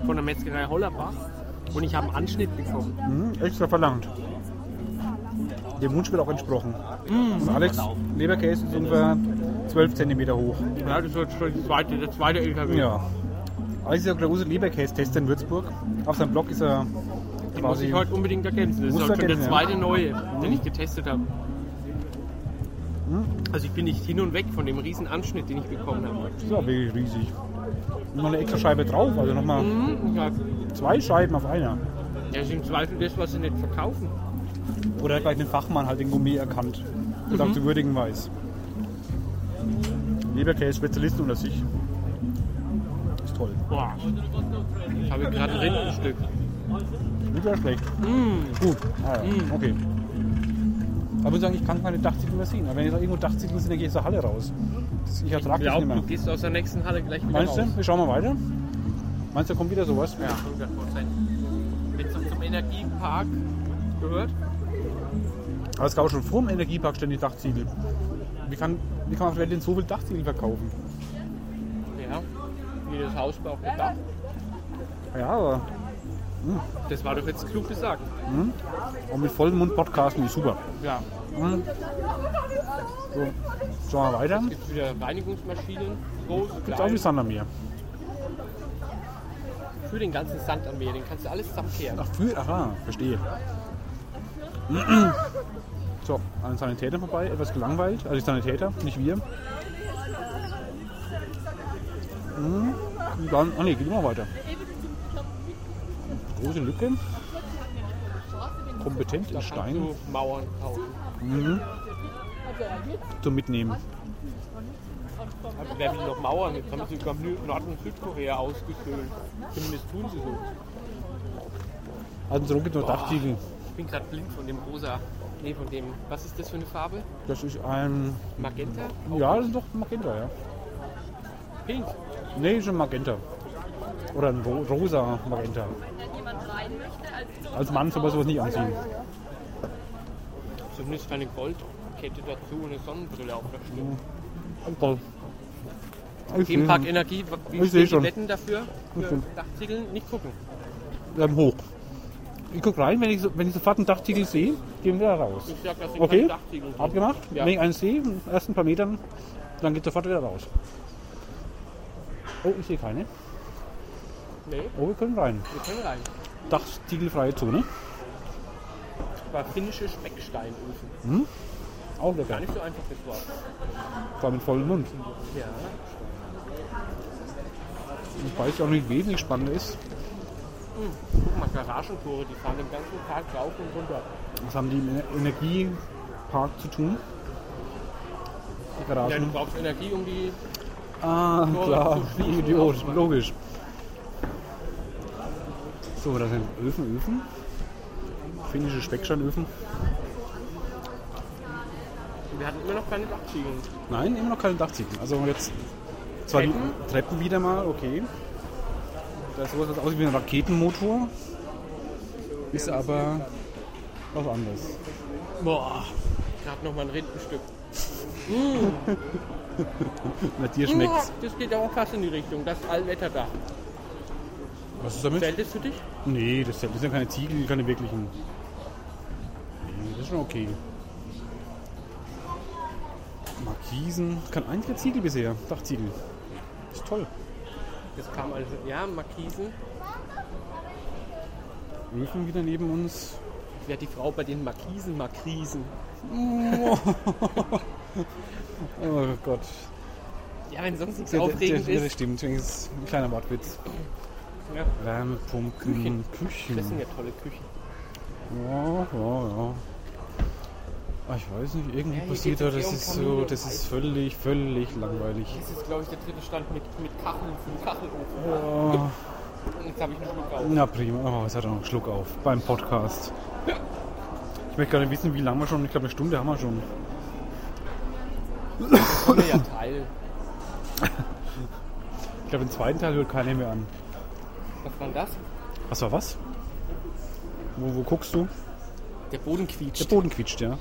S2: von der Metzgerei Hollerbach. Und ich habe einen Anschnitt bekommen.
S1: Mhm, extra verlangt. Dem Wunsch wird auch entsprochen. Und Alex, Leberkäse ist ungefähr 12 cm hoch.
S2: Ja, das ist jetzt schon die zweite, der zweite LKW.
S1: Ja. Alex ist ja der große Leberkäse-Tester in Würzburg. Auf seinem Blog ist er
S2: Den muss
S1: quasi.
S2: ich halt- heute unbedingt ergänzen. Das ist
S1: Muss
S2: auch schon der
S1: ergänzen, ja.
S2: zweite neue, den ich getestet habe.
S1: Hm?
S2: Also ich bin nicht hin und weg von dem riesen Anschnitt, den ich bekommen habe.
S1: ist ja wirklich riesig. Und noch eine extra Scheibe drauf, also nochmal
S2: Mhm, ja.
S1: zwei Scheiben auf einer.
S2: Das ist im Zweifel das, was sie nicht verkaufen.
S1: Oder hat gleich den Fachmann halt den Gourmet erkannt und
S2: Mhm.
S1: auch zu würdigen weiß. Leberkäse-Spezialisten unter sich. Ist toll.
S2: Boah. Ich habe gerade ein Rindenstück.
S1: Gut oder schlecht?
S2: Mhm.
S1: Gut. Ah, ja. Okay. Aber ich muss sagen, ich kann keine Dachziegel mehr sehen. Aber wenn jetzt auch irgendwo Dachziegel sind, dann gehe ich aus der Halle raus. Das- Ich
S2: Ich
S1: ertrage das
S2: glaube,
S1: nicht mehr.
S2: du gehst aus der nächsten Halle gleich wieder
S1: Meinst
S2: raus.
S1: du? Wir schauen mal weiter. Meinst du, da kommt wieder sowas?
S2: Ja, 100 Prozent. Wenn es zum Energiepark gehört,
S1: Aber es gab schon vor dem Energiepark ständig Dachziegel. Wie kann, wie kann man auf der Welt denn so viel Dachziegel verkaufen?
S2: ja, wie das Haus war auch gedacht.
S1: Ja, aber
S2: Das war doch jetzt klug gesagt.
S1: auch mit vollem Mund podcasten ist super.
S2: Ja,
S1: Mhm. So, schauen wir weiter.
S2: gibt wieder Reinigungsmaschinen, groß,
S1: Jetzt auch
S2: klein.
S1: die Sand am Meer.
S2: Für den ganzen Sand am Meer, den kannst du alles zusammenkehren.
S1: Ach, für, aha, verstehe. <clears throat> So, an Sanitäter vorbei, etwas gelangweilt. Also die Sanitäter, nicht wir. Mhm, und Dann, ah ne, geht immer weiter. Große Lücke. Kompetent in
S2: Kannst
S1: Stein
S2: du Mauern kaufen.
S1: zum Mitnehmen.
S2: Aber Also, wer will noch Mauern? Jetzt haben sie sogar Nü- Nord- und Südkorea ausgefüllt. Zumindest tun sie so.
S1: Also zurück gibt es noch Dachziegel.
S2: Ich bin gerade blind von dem rosa. Nee, von dem. Was ist das für eine Farbe?
S1: Das ist ein.
S2: Magenta?
S1: Ja, das ist doch Magenta, ja.
S2: Pink.
S1: Nee, schon Magenta. Oder ein ro rosa Magenta. Als Mann soll man sowas nicht anziehen.
S2: Zumindest keine Goldkette dazu und eine Sonnenbrille auf der Stirn.
S1: Mhm. Toll. Ich
S2: Im
S1: bin
S2: Park Energie, wie
S1: Mhm. Ich
S2: ich
S1: seh
S2: die
S1: schon.
S2: Wetten dafür? Für
S1: schon.
S2: Dachziegeln nicht gucken.
S1: dann hoch. Ich guck rein, wenn ich, so, wenn ich sofort einen Dachziegel sehe, gehen wir da raus.
S2: Ich sag, das sind
S1: Okay,
S2: keine Dachziegel. drin.
S1: abgemacht.
S2: Ja.
S1: Wenn ich einen sehe, in den ersten paar Metern, dann geht sofort wieder raus. Oh, ich sehe keine.
S2: Nee,
S1: Oh, wir können rein.
S2: wir können rein.
S1: Dachziegelfreie Zone.
S2: zwar finnische Specksteinöfen.
S1: Auch
S2: Gar
S1: lecker.
S2: nicht so einfach das Wort.
S1: Vor allem mit vollem Mund.
S2: Ja.
S1: Wobei es auch nicht wesentlich spannend ist.
S2: Guck mal, Garagentore, die fahren den ganzen Tag rauf und runter.
S1: Was haben die im Ener- Energiepark zu tun? Die
S2: Ja, du
S1: Garagen.
S2: brauchst Energie, um die.
S1: ah,
S2: Tore
S1: klar.
S2: zu
S1: Du
S2: schließen,
S1: Idiot.
S2: aufmachen.
S1: Logisch. So, das sind Öfen, Öfen. Finnische Specksteinöfen.
S2: Wir hatten immer noch keine Dachziegeln.
S1: Nein, immer noch keine Dachziegel. Also jetzt zwar die Treppen wieder mal, okay. Da ist sowas, das aussieht wie ein Raketenmotor. Ist aber was anderes.
S2: Boah, gerade nochmal ein Rindenstück.
S1: Na, dir schmeckt's.
S2: Ja, Das geht aber fast in die Richtung. Das Allwetterdach.
S1: Was ist damit?
S2: Zählt es für dich?
S1: Nee, das sind das sind keine Ziegel, keine wirklichen. Nee, das ist schon okay. Markisen. Kein einziger Ziegel bisher. Dachziegel. Ist toll.
S2: Das kam also. Ja, Markisen.
S1: Öfen wieder neben uns.
S2: Ich werde die Frau bei den Markisen Markrisen.
S1: Oh Gott.
S2: Ja, wenn sonst nichts
S1: Ja, der-
S2: aufregend
S1: der- ja, Das
S2: ist.
S1: stimmt, deswegen ist es ein kleiner Wortwitz.
S2: Ja.
S1: Wärmepumpen, Küchen.
S2: Das sind ja tolle Küchen.
S1: Ja, ja, ja. Ah, ich weiß nicht, irgendwie
S2: Ja, hier
S1: passiert
S2: geht's
S1: da,
S2: jetzt
S1: das ist
S2: eher um
S1: so,
S2: Kamine und
S1: das ist
S2: Eis.
S1: völlig, völlig langweilig.
S2: Das ist, glaube ich, der dritte Stand mit, mit Kacheln für den Kachelofen.
S1: Oh,
S2: Und jetzt habe ich einen Schluck
S1: <laughs>
S2: auf.
S1: na prima, oh, jetzt hat er noch einen Schluck auf beim Podcast. Ich möchte gar nicht wissen, wie lange wir schon, ich glaube eine Stunde haben wir schon.
S2: Können wir ja teilen.
S1: Ich glaube, den zweiten Teil hört keiner mehr an.
S2: Was war denn das?
S1: Was war was? Wo, wo guckst du?
S2: Der Boden
S1: Der
S2: quietscht.
S1: Boden quietscht, ja.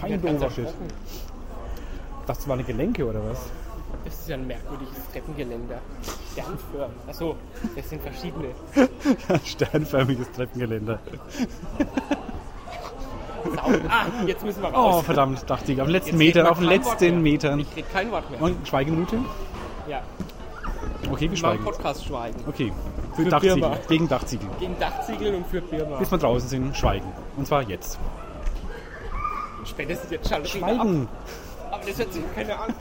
S1: Fein
S2: Der hat ganz
S1: beobachtet.
S2: erschrocken.
S1: Dachtest du, waren Gelenke oder <laughs> was?
S2: Das ist ja ein merkwürdiges Treppengeländer. Sternförmig. Achso, das sind verschiedene.
S1: Sternförmiges Treppengeländer.
S2: Sau. Ah, jetzt müssen wir raus.
S1: Oh, verdammt, dachte ich. Am letzten
S2: Jetzt reden
S1: Meter,
S2: wir
S1: auf den
S2: kein Wort
S1: letzten
S2: mehr.
S1: Metern.
S2: Ich rede kein Wort mehr.
S1: Und Schweigeminute?
S2: ja,
S1: Okay, wir
S2: wir machen
S1: schweigen.
S2: Podcast schweigen.
S1: Okay, für,
S2: Für
S1: Dachziegel.
S2: Birma.
S1: Gegen Dachziegel.
S2: Gegen Dachziegeln und für Birma.
S1: Bis wir draußen sind, schweigen. Und zwar jetzt.
S2: Spätestens jetzt schaltet
S1: Schweigen!
S2: Ab. Aber das hört sich keine an.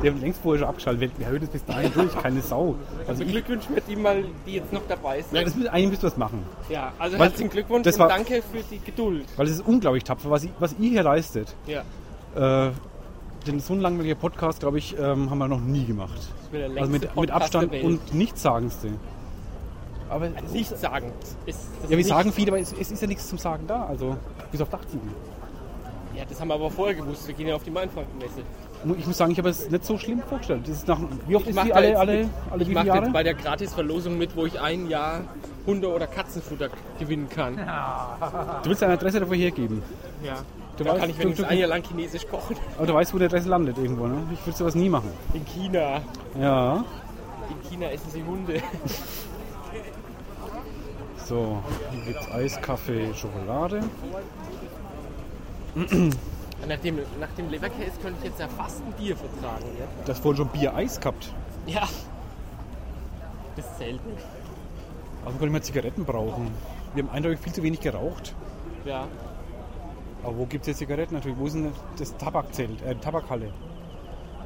S1: Wir haben längst vorher schon abgeschaltet. Wir hören das bis dahin durch. Keine Sau. Also
S2: Also
S1: ich,
S2: Glückwunsch mit ihm mal, die jetzt noch dabei ist.
S1: ja, das müssen, eigentlich müsst ihr was machen.
S2: Ja, also
S1: Was-
S2: herzlichen Glückwunsch
S1: das war-
S2: und danke für die Geduld.
S1: Weil es ist unglaublich tapfer, was, ich, was ihr hier leistet.
S2: Ja,
S1: Äh, denn so ein langweiliger Podcast, glaube ich, ähm, haben wir noch nie gemacht.
S2: das wäre der
S1: Also
S2: längste
S1: mit, mit
S2: Podcast
S1: Abstand
S2: der Welt. Also
S1: und Nichtssagendste. Aber
S2: Nichts sagen. Ist, das
S1: ja, wir
S2: ist
S1: sagen viel, aber es, es ist ja nichts zum Sagen da. Also, bis auf Dachziegel.
S2: nicht- Ja, das haben wir aber vorher gewusst. Wir gehen ja auf die Mainfrankenmesse.
S1: Mu- Ich muss sagen, ich habe es nicht so schlimm vorgestellt. Das ist nach, wie oft
S2: Ich
S1: ist
S2: mach
S1: die
S2: da
S1: alle,
S2: jetzt
S1: alle,
S2: mit.
S1: alle
S2: Ich
S1: wie
S2: mache
S1: viele
S2: jetzt
S1: Jahre?
S2: bei der Gratisverlosung mit, wo ich ein Jahr Hunde- oder Katzenfutter gewinnen kann. Ja.
S1: Du willst deine Adresse dafür hergeben. Du
S2: Du da
S1: weißt,
S2: kann ich
S1: du-
S2: wenigstens
S1: du-
S2: ein Jahr lang chinesisch kochen.
S1: Aber du weißt, wo die Adresse landet irgendwo, ne? Ich würde sowas nie machen.
S2: In China.
S1: Ja.
S2: In China essen sie Hunde.
S1: So, hier gibt's Eis, Kaffee, Schokolade.
S2: Nach dem, nach dem Leberkäse könnte ich jetzt ja fast ein Bier vertragen. ne? Ja,
S1: Das vorhin schon Bier-Eis gehabt.
S2: ja. das ist selten.
S1: Also können wir Zigaretten brauchen. Wir haben eindeutig viel zu wenig geraucht.
S2: Ja.
S1: Aber wo gibt's jetzt Zigaretten natürlich? Wo ist denn das Tabakzelt, äh, Tabakhalle?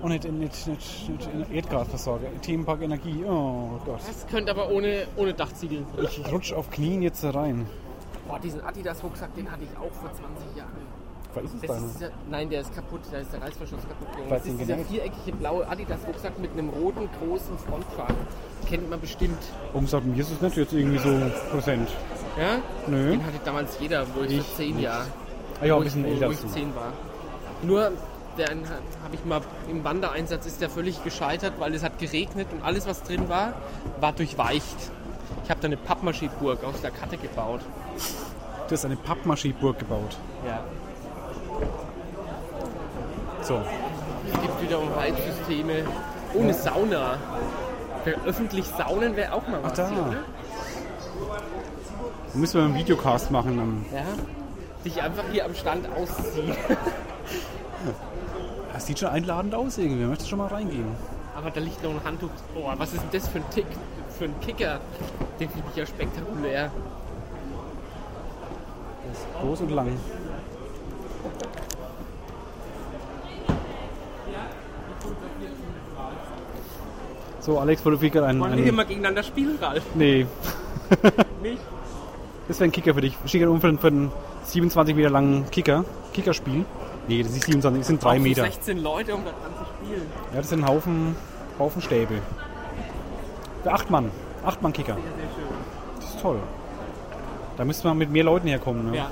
S1: Und nicht, nicht, nicht, nicht Erdgasversorger, Themenpark Energie. Oh Gott.
S2: Das könnte aber ohne, ohne Dachziegel.
S1: Ich rutsch auf Knien jetzt da rein.
S2: Boah, diesen Adidas-Rucksack, den hatte ich auch vor 20 Jahren.
S1: Was ist es
S2: Das
S1: deine?
S2: ist dieser, nein, der ist kaputt, da ist der Reißverschluss kaputt gegangen.
S1: Weil's
S2: Das
S1: ihn
S2: ist dieser
S1: genäht?
S2: viereckige blaue Adidas-Rucksack mit einem roten, großen Frontkragen. Kennt man bestimmt.
S1: Warum sagt mir ist es nicht jetzt irgendwie so präsent?
S2: Ja?
S1: Nö.
S2: Den hatte damals jeder, wo ich,
S1: Ich
S2: vor 10
S1: nicht.
S2: Jahren.
S1: Ah ja,
S2: wo
S1: ein bisschen
S2: ich, wo,
S1: älter
S2: wo
S1: als
S2: ich
S1: du.
S2: 10 war. Nur, dann habe ich mal im Wandereinsatz ist der völlig gescheitert, weil es hat geregnet und alles, was drin war, war durchweicht. Ich habe da eine Pappmaschieburg aus der Karte gebaut.
S1: Du hast eine Pappmaschieburg gebaut.
S2: Ja.
S1: So,
S2: Es gibt wiederum Heizsysteme ohne Sauna. Für öffentlich Saunen wäre auch mal was.
S1: da.
S2: hier, oder?
S1: dann müssen wir einen Videocast machen. Ähm, Am,
S2: Ja. Sich einfach hier am Stand ausziehen.
S1: das sieht schon einladend aus irgendwie. Möchtest du schon mal reingehen?
S2: Aber da liegt noch ein Handtuch. Oh, was ist denn das für ein Tick? Für ein Kicker? Den finde ich ja spektakulär.
S1: Groß und lang. So, Alex wollte gerade einen.
S2: Wollen wir hier
S1: einen
S2: mal gegeneinander spielen, Ralf? <laughs>
S1: nee,
S2: Nicht?
S1: das wäre ein Kicker für dich. Schick einen für einen- für einen 27 Meter langen Kicker. Kickerspiel. Nee, das ist nicht 27, das sind 3
S2: Brauchst du
S1: Meter.
S2: 16 Leute, um das anzuspielen.
S1: Ja, das sind ein Haufen, Haufen Stäbe. Für acht Mann. Acht Mann Kicker.
S2: Sehr, sehr schön.
S1: Das ist toll. Da müsste man mit mehr Leuten herkommen. Ne?
S2: Ja.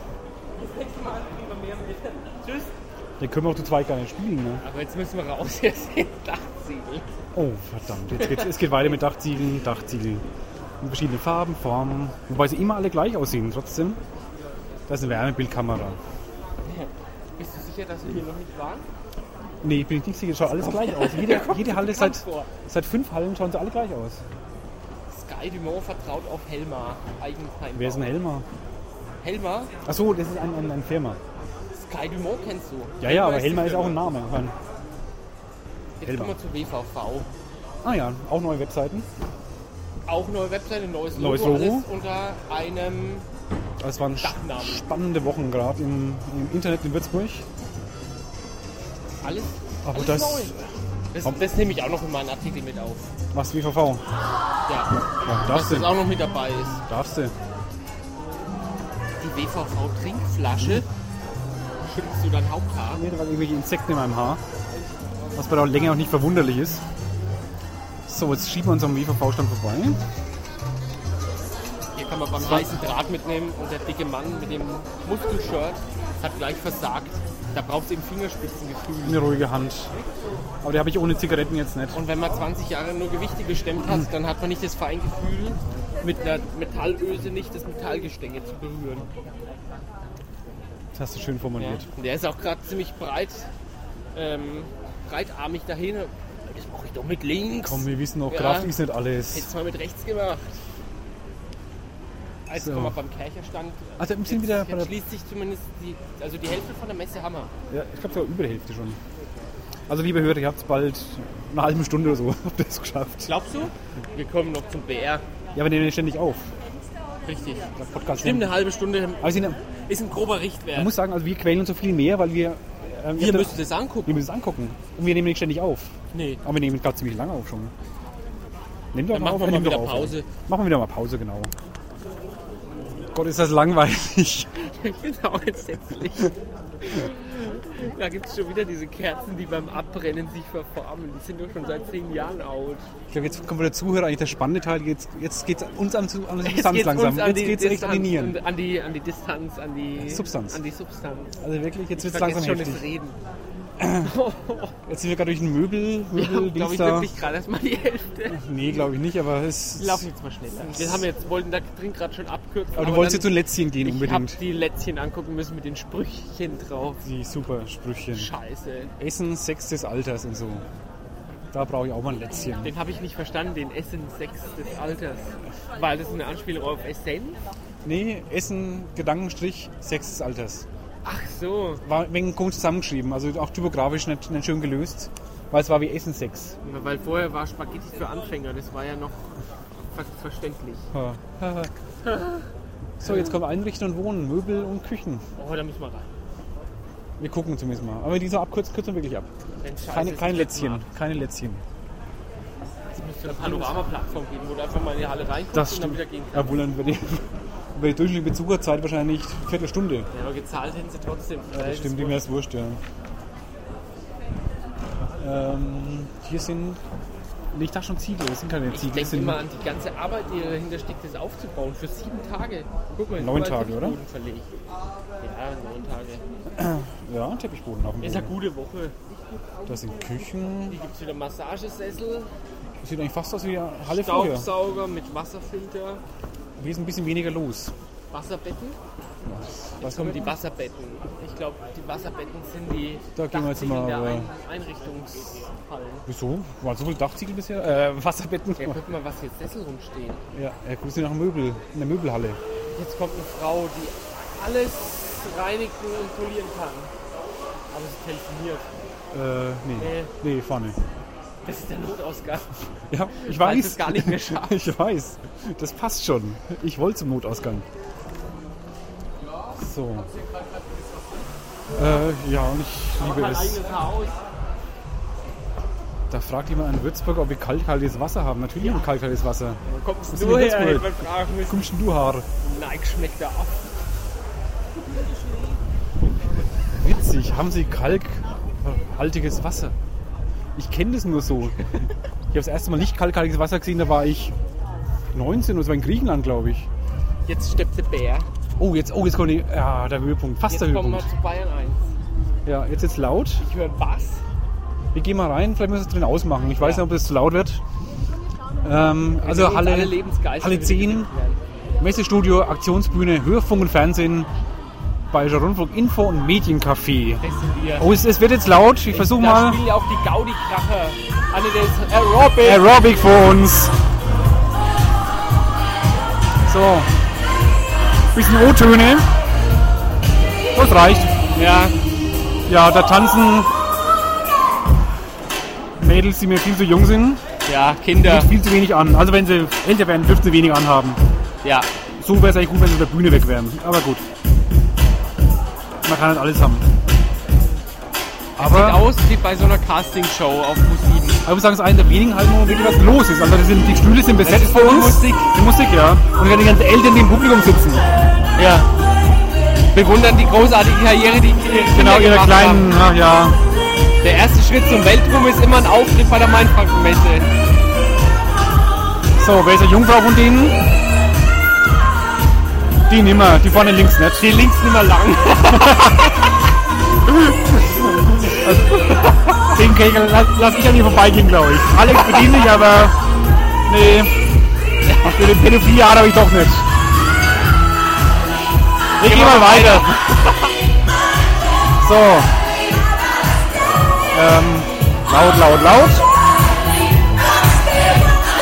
S2: Das nächste Mal kriegen wir mehr mit. Tschüss.
S1: Dann können wir auch zu zweit gar nicht spielen. Ne?
S2: Aber jetzt müssen wir raus hier sind Dachziegel.
S1: Oh, verdammt. Jetzt geht's, es geht weiter mit Dachziegeln, Dachziegel. In verschiedenen Farben, Formen. Wobei sie immer alle gleich aussehen, trotzdem. Da ist eine Wärmebildkamera.
S2: Bist du sicher, dass wir hier noch nicht waren?
S1: Nee, bin ich nicht sicher, schaut alles gleich aus. Jede, jede Halle seit,
S2: vor.
S1: seit fünf Hallen schauen sie alle gleich aus.
S2: Sky Dumont vertraut auf Helma. Eigenheim.
S1: Wer ist ein Helmer?
S2: Helma?
S1: Achso, das ist ein, ein, ein Firma.
S2: Sky Dumont kennst du.
S1: Ja, ja, aber
S2: die
S1: Helmer ist auch ein
S2: Firma.
S1: Name. Ich meine,
S2: Jetzt
S1: Helma.
S2: kommen wir zu WVV.
S1: Ah ja, auch neue Webseiten.
S2: Auch neue Webseite, neues Logo.
S1: Neues Logo.
S2: Alles unter einem
S1: Es waren sch-
S2: Dachnamen.
S1: spannende Wochen gerade im, im Internet in Würzburg.
S2: Alles.
S1: Aber
S2: alles
S1: das-
S2: neu. Das, das nehme ich auch noch in meinen Artikel mit auf.
S1: Was WVV?
S2: Ja,
S1: Ja,
S2: dass
S1: darfst
S2: das
S1: du.
S2: auch noch mit dabei ist.
S1: Darfst du.
S2: Die WVV-Trinkflasche schützt du dein Haupthaar.
S1: Mir waren irgendwelche Insekten in meinem Haar. Was bei der Länge auch nicht verwunderlich ist. So, jetzt schieben wir uns am WVV-Stand vorbei.
S2: Hier kann man beim heißen Draht mitnehmen und der dicke Mann mit dem Muskelshirt hat gleich versagt. Da braucht es eben Fingerspitzengefühl.
S1: Eine ruhige Hand. Aber die habe ich ohne Zigaretten jetzt nicht.
S2: Und wenn man 20 Jahre nur Gewichte gestemmt hat, dann hat man nicht das Feingefühl, mit einer Metallöse nicht das Metallgestänge zu berühren.
S1: Das hast du schön
S2: Ja.
S1: formuliert.
S2: Und der ist auch gerade ziemlich breit, ähm, breitarmig dahin. Das mache ich doch mit links.
S1: Komm, wir wissen auch,
S2: Ja.
S1: Kraft ist nicht
S2: Hättest
S1: alles.
S2: mal mit rechts gemacht. Jetzt
S1: So.
S2: kommen wir beim Kercherstand.
S1: Also, wir sind
S2: Jetzt-
S1: wieder bei
S2: jetzt
S1: der-
S2: schließt sich zumindest die, also die Hälfte von der Messe Hammer.
S1: Ja, ich glaube sogar über die Hälfte schon. Also, liebe Hörer, ihr habt es bald eine halbe Stunde oder so. <laughs> Habt ihr es geschafft?
S2: Glaubst du? Wir kommen noch zum
S1: Ja,
S2: BR.
S1: wir nehmen den ständig auf.
S2: Richtig.
S1: Der Podcast
S2: Stimmt, eine halbe Stunde
S1: Aber sind,
S2: ist ein grober Richtwert.
S1: man muss sagen, also wir quälen uns so viel mehr, weil wir. Ähm,
S2: Ihr
S1: ihr
S2: müsst es
S1: wir
S2: angucken.
S1: müssen es angucken. Und wir nehmen nicht ständig auf. <laughs>
S2: Nee.
S1: Aber wir nehmen gerade ziemlich lange auf schon. Nimm doch
S2: Dann
S1: mal
S2: machen
S1: auf,
S2: wir mal
S1: nimm
S2: wieder
S1: doch auf.
S2: Pause.
S1: Machen wir wieder mal Pause, genau. Gott, ist das langweilig.
S2: genau, entsetzlich. <laughs> Da gibt es schon wieder diese Kerzen, die beim Abbrennen sich verformen. Die sind doch schon seit zehn Jahren out.
S1: Ich glaube, jetzt kommt der Zuhörer eigentlich der spannende Teil. Jetzt, jetzt geht es uns an, an die
S2: Jetzt
S1: Substanz
S2: geht's
S1: langsam.
S2: uns an
S1: Jetzt
S2: die
S1: geht es echt an die
S2: Distanz
S1: Nieren.
S2: und An die, an die Distanz, an die
S1: Substanz.
S2: An die Substanz.
S1: Also wirklich, jetzt wird es
S2: Ich
S1: langsam
S2: vergesse schon
S1: heftig.
S2: das Reden.
S1: Jetzt sind wir gerade durch ein Möbel. Möbel
S2: Glaube ich
S1: da.
S2: wirklich gerade erstmal die Hälfte.
S1: Nee, glaube ich nicht, aber es
S2: Wir laufen jetzt mal schneller. Wir haben jetzt, wollten da Drink gerade schon abkürzen.
S1: Aber du wolltest
S2: dann-
S1: jetzt zu Lätzchen gehen
S2: Ich habe
S1: unbedingt.
S2: die Lätzchen angucken müssen mit den Sprüchchen drauf.
S1: Die super Sprüchchen.
S2: Scheiße.
S1: Essen, Sex des Alters und so. Da brauche ich auch mal ein Lätzchen.
S2: Den habe ich nicht verstanden, den Essen Sex des Alters. Weil das eine Anspielung auf Essen?
S1: Nee, Essen, Gedankenstrich, Sex des Alters.
S2: Ach so.
S1: War ein wenig komisch zusammengeschrieben, also auch typografisch nicht, nicht schön gelöst, weil es war wie Essen Sex.
S2: Weil vorher war Spaghetti für Anfänger, das war ja noch ver verständlich.
S1: Ha. so, jetzt kommen Einrichten und Wohnen, Möbel und Küchen.
S2: Oh, da müssen wir rein.
S1: Wir gucken zumindest mal. Aber diese Abkürzung kürzen wir wirklich ab.
S2: Denn Scheiße,
S1: Keine,
S2: es
S1: kein
S2: ist
S1: Lätzchen,
S2: Platz.
S1: keine Lätzchen.
S2: Es müsste eine Panorama-Plattform geben, wo du einfach mal in die Halle reinkommst und dann wieder gehen kannst.
S1: Obwohl dann über die, über die durchschnittliche Besucherzeit wahrscheinlich eine Viertelstunde.
S2: Ja, aber gezahlt hätten sie trotzdem.
S1: Das stimmt, mir ist wurscht, ja. Ähm, hier sind. Nee, ich dachte schon Ziegel, das sind keine
S2: Also, Ich
S1: Ziegel. das
S2: denke
S1: sind
S2: immer an die ganze Arbeit, die dahinter steckt, das aufzubauen. Für sieben Tage. Guck mal,
S1: Neun
S2: überall
S1: Tage, oder?
S2: Fußboden Verlegt. Ja, neun Tage.
S1: ja, Teppichboden auf dem
S2: Ist eine
S1: Boden.
S2: gute Woche.
S1: Das sind Küchen.
S2: Hier gibt es wieder Massagesessel,
S1: Das sieht eigentlich fast aus wie eine Halle früher.
S2: Staubsauger mit Wasserfilter,
S1: Hier ist ein bisschen weniger los.
S2: Wasserbetten.
S1: Was
S2: Kommen
S1: kommt
S2: die Wasserbetten. Ich glaube, die Wasserbetten sind die
S1: Da gehen wir jetzt
S2: Dachziegel
S1: mal,
S2: der
S1: aber-
S2: Ein Einrichtungshallen.
S1: Wieso? Waren so viele Dachziegel bisher? Äh, Wasserbetten?
S2: Ja, guck mal, was hier Sessel rumstehen.
S1: Ja, äh, ja guck, sie nach Möbel, in der Möbelhalle.
S2: Jetzt kommt eine Frau, die alles reinigen und polieren kann. Aber sie telefoniert.
S1: Äh, nee.
S2: Nee.
S1: Nee, vorne.
S2: Das ist der Notausgang.
S1: Ja, ich
S2: Falls
S1: weiß.
S2: es gar
S1: <laughs>
S2: nicht mehr schafft.
S1: Ich weiß. Das passt schon. Ich wollte zum Notausgang. So. Äh, ja, und ich liebe es.
S2: Haus.
S1: Da fragt jemand in Würzburg, ob wir kalkhaltiges Wasser haben. Natürlich haben wir kalkhaltiges Wasser.
S2: Kommst
S1: Was
S2: du
S1: ist
S2: her?
S1: denn
S2: Hätte
S1: jetzt
S2: man fragen müssen.
S1: Kommst denn du Haar?
S2: Nike schmeckt da ab.
S1: Witzig, haben sie kalkhaltiges Wasser? Ich kenne das nur so. Ich habe das erste Mal nicht kalkhaltiges Wasser gesehen, da war ich 19 oder so in Griechenland, glaube ich.
S2: Jetzt steppt der Bär.
S1: Oh, jetzt, oh, jetzt kommt die, ja, der Höhepunkt, fast
S2: Jetzt
S1: der
S2: kommen wir
S1: Höhepunkt.
S2: zu Bayern 1.
S1: Ja, jetzt ist laut.
S2: Ich höre Bass.
S1: Wir gehen mal rein, vielleicht müssen wir es drin ausmachen. Ich weiß
S2: Ja.
S1: nicht, ob das zu laut wird. Ähm, also
S2: Jetzt
S1: Halle,
S2: alle Lebensgeister
S1: Halle
S2: wieder
S1: 10,
S2: geweckt werden.
S1: Messestudio, Aktionsbühne, Hörfunk und Fernsehen, Bayerischer Rundfunk, Info und Mediencafé.
S2: Das sind wir.
S1: Oh, es, es wird jetzt laut, ich versuche
S2: Da
S1: mal.
S2: spielen ja auch die Gaudi-Kracher. Anne des Aerobic.
S1: Aerobic vor uns. So. Bisschen O-Töne. Das reicht.
S2: ja,
S1: Ja, da tanzen Mädels, die mir viel zu jung sind,
S2: ja, Kinder.
S1: viel zu wenig an. Also wenn sie älter werden, dürften sie wenig anhaben.
S2: Ja.
S1: So wäre es eigentlich gut, wenn sie von der Bühne weg wären. Aber gut. Man kann halt alles haben.
S2: Sieht
S1: Aber
S2: aus wie bei so einer Castingshow auf Pro7.
S1: ich muss sagen, es ist einer der wenigen Hallen, wo wirklich was los ist. Also das sind, die Stühle sind besetzt
S2: ist
S1: vor
S2: nur
S1: uns.
S2: Musik.
S1: Die Musik, ja. Und wir haben die ganzen Eltern, die im Publikum sitzen.
S2: Ja. Bewundern die großartige Karriere, die ihre Kinder
S1: Genau, ihre
S2: gemacht
S1: kleinen, ach ja.
S2: Haben. Der erste Schritt zum Weltruhm ist immer ein Auftritt bei der Mainfranken-Messe.
S1: So, wer ist der Jungfrau von denen? Die nimmer, die vorne links nicht. Die links nimmer lang. Den Kegel lass, lass ich an dir vorbeigehen, glaube ich. Alex bedient sich, aber. Nee. Für den Pädophilie habe ich doch nicht. Ich gehe mal weiter. <laughs> So. Ähm, laut, laut, laut.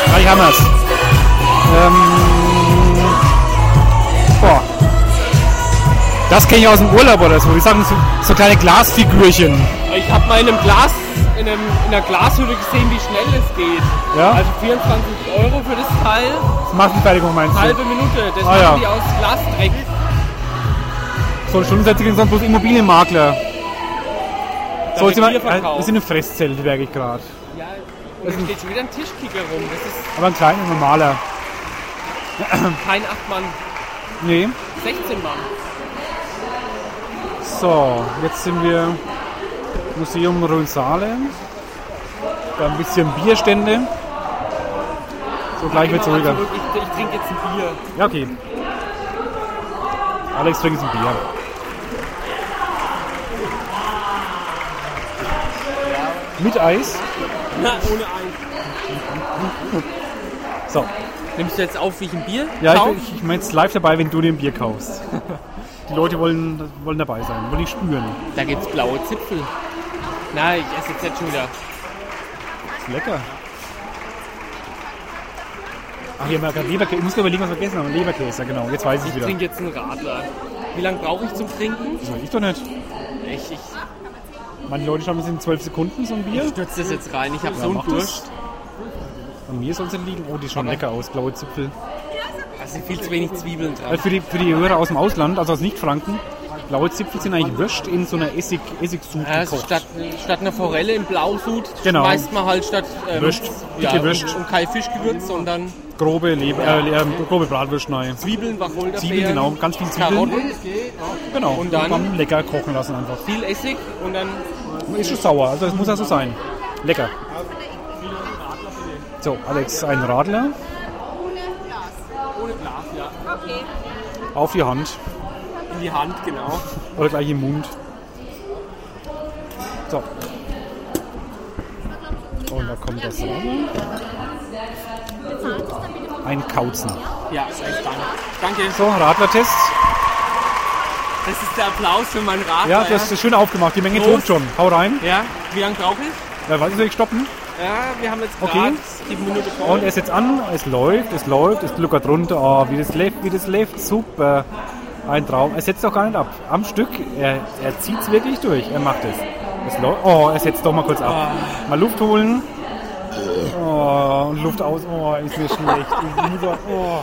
S1: Gleich haben wir's. Ähm, boah. Das kenne ich aus dem Urlaub oder so. Ich sagen so, so kleine Glasfigürchen.
S2: Ich habe mal in einem Glas, in, einem, in einer Glashütte gesehen, wie schnell es geht.
S1: Ja?
S2: Also 24 Euro für das Teil,
S1: Massenfertigung meinst du?
S2: halbe Minute. Das
S1: Ah, ja.
S2: machen die aus Glasdreck.
S1: So Stundensätze sind sonst bloß Immobilienmakler. So, jetzt
S2: wird
S1: sind wir,
S2: Bier verkauft.
S1: äh, wir sind im Fresszelt, merke ich gerade.
S2: Ja, und da steht schon wieder ein Tischkicker rum. Das ist
S1: Aber ein kleiner, normaler.
S2: kein Achtmann,
S1: Nee.
S2: 16 Mann.
S1: So, jetzt sind wir Museum Rhön-Saale. Da ein bisschen Bierstände. So, gleich wird's
S2: Immer mal
S1: ruhiger.
S2: zurück. Ich, ich trinke jetzt ein Bier.
S1: Ja, okay. Alex trinkt jetzt ein Bier. Mit Eis.
S2: Na, ohne Eis.
S1: So.
S2: Nimmst du jetzt auf, wie ich ein Bier
S1: Ja,
S2: kaufe?
S1: ich, ich, ich meine, es ist live dabei, wenn du dir ein Bier
S2: <laughs>
S1: kaufst. Die Leute wollen, wollen dabei sein, wollen dich spüren.
S2: Da gibt's blaue Zipfel. Na, ich esse jetzt nicht schon wieder.
S1: Ist lecker. Ach, wir haben ja gerade Leberkäse. Ich muss gerade überlegen, was wir gegessen haben. Leberkäse, ja, genau. Jetzt weiß ich
S2: Ich
S1: wieder.
S2: trinke jetzt einen Radler. Wie lange brauche ich zum Trinken?
S1: Das weiß ich doch nicht.
S2: Ich, ich,
S1: Manche Leute schaffen es in 12 Sekunden, so ein
S2: ich
S1: Bier.
S2: stürze das jetzt rein. Ich habe
S1: Ja,
S2: so einen
S1: mach das.
S2: Durst.
S1: Und mir soll es liegen. Oh, die schauen
S2: Aber-
S1: lecker aus. Blaue Zipfel.
S2: Da sind viel zu wenig Zwiebeln
S1: Äh,
S2: drauf.
S1: Für die, für die Hörer aus dem Ausland, also aus Nicht-Franken, blaue Zipfel sind eigentlich Würst in so einer Essig, Essigsud
S2: Also
S1: gekocht.
S2: statt, statt einer Forelle im Blausud
S1: Äh, Genau.
S2: schmeißt man halt statt ähm,
S1: Würst.
S2: Ja,
S1: Dicke Würst.
S2: und, und kein Fischgewürz, sondern
S1: Grobe, Leber, äh, ähm, grobe Bratwürst neu.
S2: Zwiebeln, Wacholderbeeren,
S1: Zwiebeln, genau, ganz viel Zwiebeln.
S2: Karotten,
S1: Genau.
S2: Und dann-
S1: lecker kochen lassen einfach.
S2: viel Essig und dann
S1: Ist schon sauer, also das muss ja so sein. Lecker. So, Alex, ein Radler
S2: ohne Glas, ja.
S1: auf die Hand
S2: In die Hand, genau.
S1: oder gleich im Mund. So. Und da kommt das Radler. Ein Kauzen.
S2: Ja, ist echt danke. Danke.
S1: So, Radlertest.
S2: Das ist der Applaus für meinen Radler.
S1: Ja, das ist schön aufgemacht. Die Menge
S2: Prost.
S1: tobt schon. Hau rein.
S2: ja. wie lange brauche ich?
S1: Äh, was soll ich stoppen?
S2: Ja, wir haben jetzt
S1: Okay.
S2: gerade sieben Minuten vor.
S1: Und er setzt an, es läuft, es läuft, es gluckert runter, oh, wie das läuft, wie das läuft, super. Ein Traum. Er setzt doch gar nicht ab. Am Stück, er, er zieht es wirklich durch, er macht es. es läuft, oh, er setzt doch mal kurz ab. Mal Luft holen. Oh, und Luft aus, oh, ist mir schlecht. Ich bin so- Oh.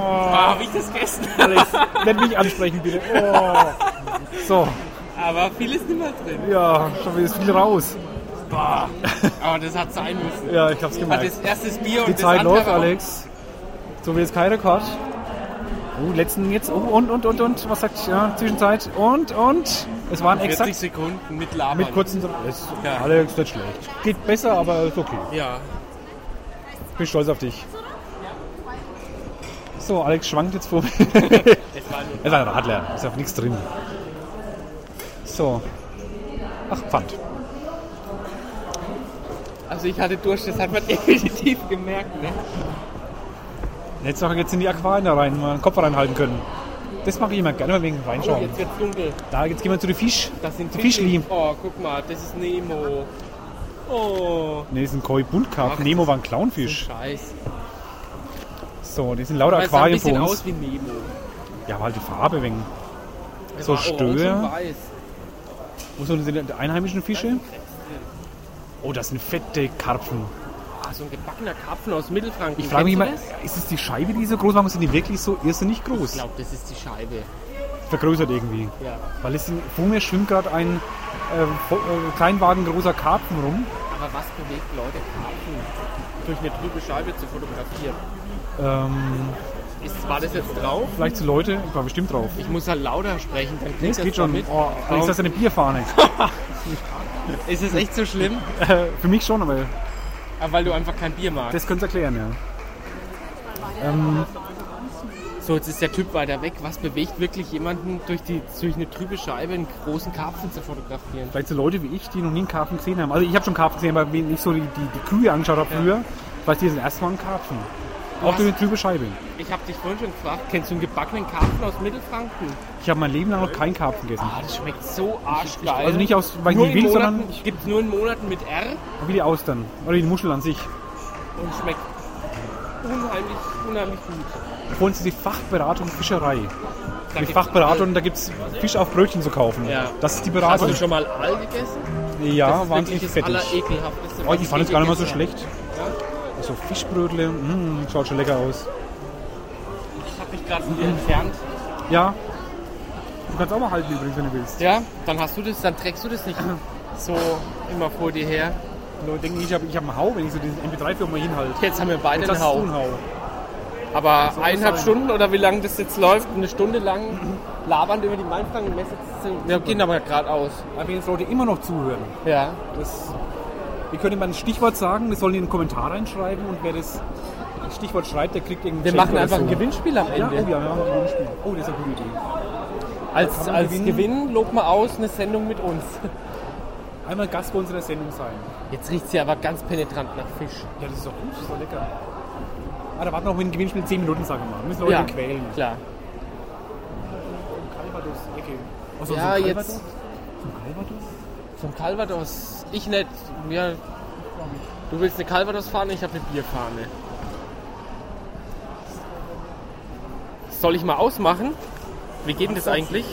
S2: Ah, hab ich das gegessen?
S1: Alex, nicht mich ansprechen, bitte. Oh. So,
S2: <laughs> Aber viel ist nicht mehr drin.
S1: ja, schon wieder ist viel raus.
S2: Boah. Aber das hat sein müssen.
S1: Ja, ich hab's
S2: Hat
S1: gemerkt.
S2: das erste das Bier und
S1: Die
S2: das
S1: Zeit
S2: andere
S1: läuft,
S2: auch.
S1: Alex. So wie jetzt kein Rekord. Oh, letzten jetzt. Oh, und, und, und, und. Was sagt ja, Zwischenzeit? Und, und. Es waren
S2: 40
S1: exakt
S2: Sekunden mit Labern.
S1: mit kurzen. Ist,
S2: Ja.
S1: Alex, nicht schlecht. Geht besser, aber ist okay.
S2: Ja.
S1: Ich bin stolz auf dich. So, Alex schwankt jetzt vor mir.
S2: <laughs> Es war nur
S1: Er ist ein Radler, ist auf nichts drin. So. Ach, Pfand.
S2: also ich hatte Durst, das hat man <laughs> definitiv gemerkt. Ne?
S1: Jetzt noch jetzt in die Aquarien da rein, mal den Kopf reinhalten können. Das mache ich immer gerne, mal wegen
S2: Oh,
S1: reinschauen.
S2: jetzt wird's dunkel.
S1: Da, jetzt gehen wir zu den Fisch.
S2: Das sind
S1: die Fischli.
S2: Oh, guck mal, das ist Nemo. Oh.
S1: Ne, das ist ein Koi Buntkarp.
S2: Ach,
S1: Nemo war ein Clownfisch.
S2: Scheiß.
S1: So, die sind lauter
S2: Das sah ein
S1: Aquarien vor
S2: bisschen
S1: uns.
S2: aus wie Nemo.
S1: Ja, halt die Farbe wegen.
S2: Es
S1: So
S2: war orange
S1: Stöhe.
S2: und weiß.
S1: Wo sind denn die einheimischen Fische? Oh, das sind fette Karpfen.
S2: Ah, so ein gebackener Karpfen aus Mittelfranken.
S1: Ich frage mich immer,
S2: Kennst du das?
S1: ist es die Scheibe, die so groß war? Warum sind die wirklich so irrsinnig
S2: Ich
S1: groß?
S2: glaube, das ist die Scheibe.
S1: Vergrößert irgendwie.
S2: Ja.
S1: Weil es sind, vor mir schwimmt gerade ein äh, Vo- äh, Kleinwagengroßer Karpfen rum.
S2: Aber was bewegt Leute, Karpfen durch eine trübe Scheibe zu fotografieren?
S1: Ähm,
S2: Ist, war das jetzt drauf?
S1: vielleicht zu Leute, ich war bestimmt drauf.
S2: Ich muss halt lauter sprechen, dann
S1: Nee,
S2: kriegt
S1: es
S2: das
S1: geht
S2: zwar
S1: schon.
S2: mit.
S1: Oh, Alex, das ist eine Bierfahne. <laughs>
S2: Ist es echt so schlimm?
S1: Äh, Für mich schon, aber
S2: Aber weil du einfach kein Bier magst.
S1: das könnt's erklären, ja.
S2: so, jetzt ist der Typ weiter weg. Was bewegt wirklich jemanden, durch, die, durch eine trübe Scheibe einen großen Karpfen zu fotografieren?
S1: Vielleicht so Leute wie ich, die noch nie einen Karpfen gesehen haben. Also ich habe schon Karpfen gesehen, aber wenn ich so die, die, die Kühe angeschaut habe früher, vielleicht die sind erstmal einen Karpfen. Auch
S2: hast-
S1: durch eine trübe Scheibe.
S2: Ich habe dich vorhin schon gefragt, kennst du einen gebackenen Karpfen aus Mittelfranken?
S1: Ich habe mein Leben lang noch keinen Karpfen gegessen.
S2: Ah, das schmeckt so arschgeil.
S1: Also nicht aus, weil ich
S2: nur
S1: nicht
S2: in
S1: will,
S2: Monaten,
S1: sondern
S2: Gibt's nur in Monaten mit R
S1: wie die Austern. Oder die Muschel an sich.
S2: und schmeckt unheimlich, unheimlich gut.
S1: Holen Sie die Fachberatung Fischerei.
S2: Da
S1: Die
S2: gibt's
S1: Fachberatung, da gibt's Fisch auf Brötchen zu kaufen.
S2: Ja.
S1: Das ist die
S2: Aal. Hast
S1: Beratung.
S2: du schon mal Aal gegessen?
S1: ja,
S2: ist
S1: wahnsinnig
S2: wirklich
S1: fettig.
S2: Das Allerekelhafteste,
S1: Oh,
S2: was
S1: die fand es gar nicht mal so
S2: gegessen
S1: schlecht. So Fischbrötle, mm, schaut schon lecker aus.
S2: hab. Ich habe mich gerade wieder entfernt.
S1: Ja. Du kannst auch mal halten übrigens, wenn du willst.
S2: Ja, dann hast du das, dann trägst du das nicht so immer vor dir her.
S1: Nur denken, ich habe ich hab einen Hau, wenn ich so diesen MP3-Film mal hinhalte.
S2: Jetzt haben wir beide
S1: Jetzt hast
S2: einen
S1: du einen
S2: Hau.
S1: Hau.
S2: Aber eineinhalb
S1: sein.
S2: Stunden oder wie lange das jetzt läuft, eine Stunde lang labernd über die Mainfranken-Messe zu Wir gehen aber geradeaus.
S1: Aber wenn jetzt Leute immer noch zuhören,
S2: Ja.
S1: das, wir können mal ein Stichwort sagen, das sollen die in den Kommentar reinschreiben und wer das ein Stichwort schreibt, der kriegt irgendwie
S2: Wir machen einfach ein Gewinnspiel am
S1: Ja, oh ja,
S2: Ende.
S1: wir machen ein Gewinnspiel. Oh, das ist eine gute Idee.
S2: Als,
S1: man
S2: als
S1: gewinnen?
S2: Gewinn lobt man aus eine Sendung mit uns.
S1: Einmal Gast bei uns in der Sendung sein.
S2: Jetzt riecht sie aber ganz penetrant nach Fisch.
S1: Ja, das ist doch gut, das ist doch lecker. Ah, da warten wir noch mit dem Gewinnspiel 10 Minuten, sagen wir mal. Müssen Leute quälen.
S2: klar.
S1: Calvados, okay. Also
S2: Ja,
S1: so ein
S2: jetzt-
S1: Calvados? So ein Calvados?
S2: Zum Calvados. Ich nicht. Ja. Du willst eine Calvados-Fahne, ich habe eine Bierfahne. Soll ich mal ausmachen? Wie geht denn das eigentlich?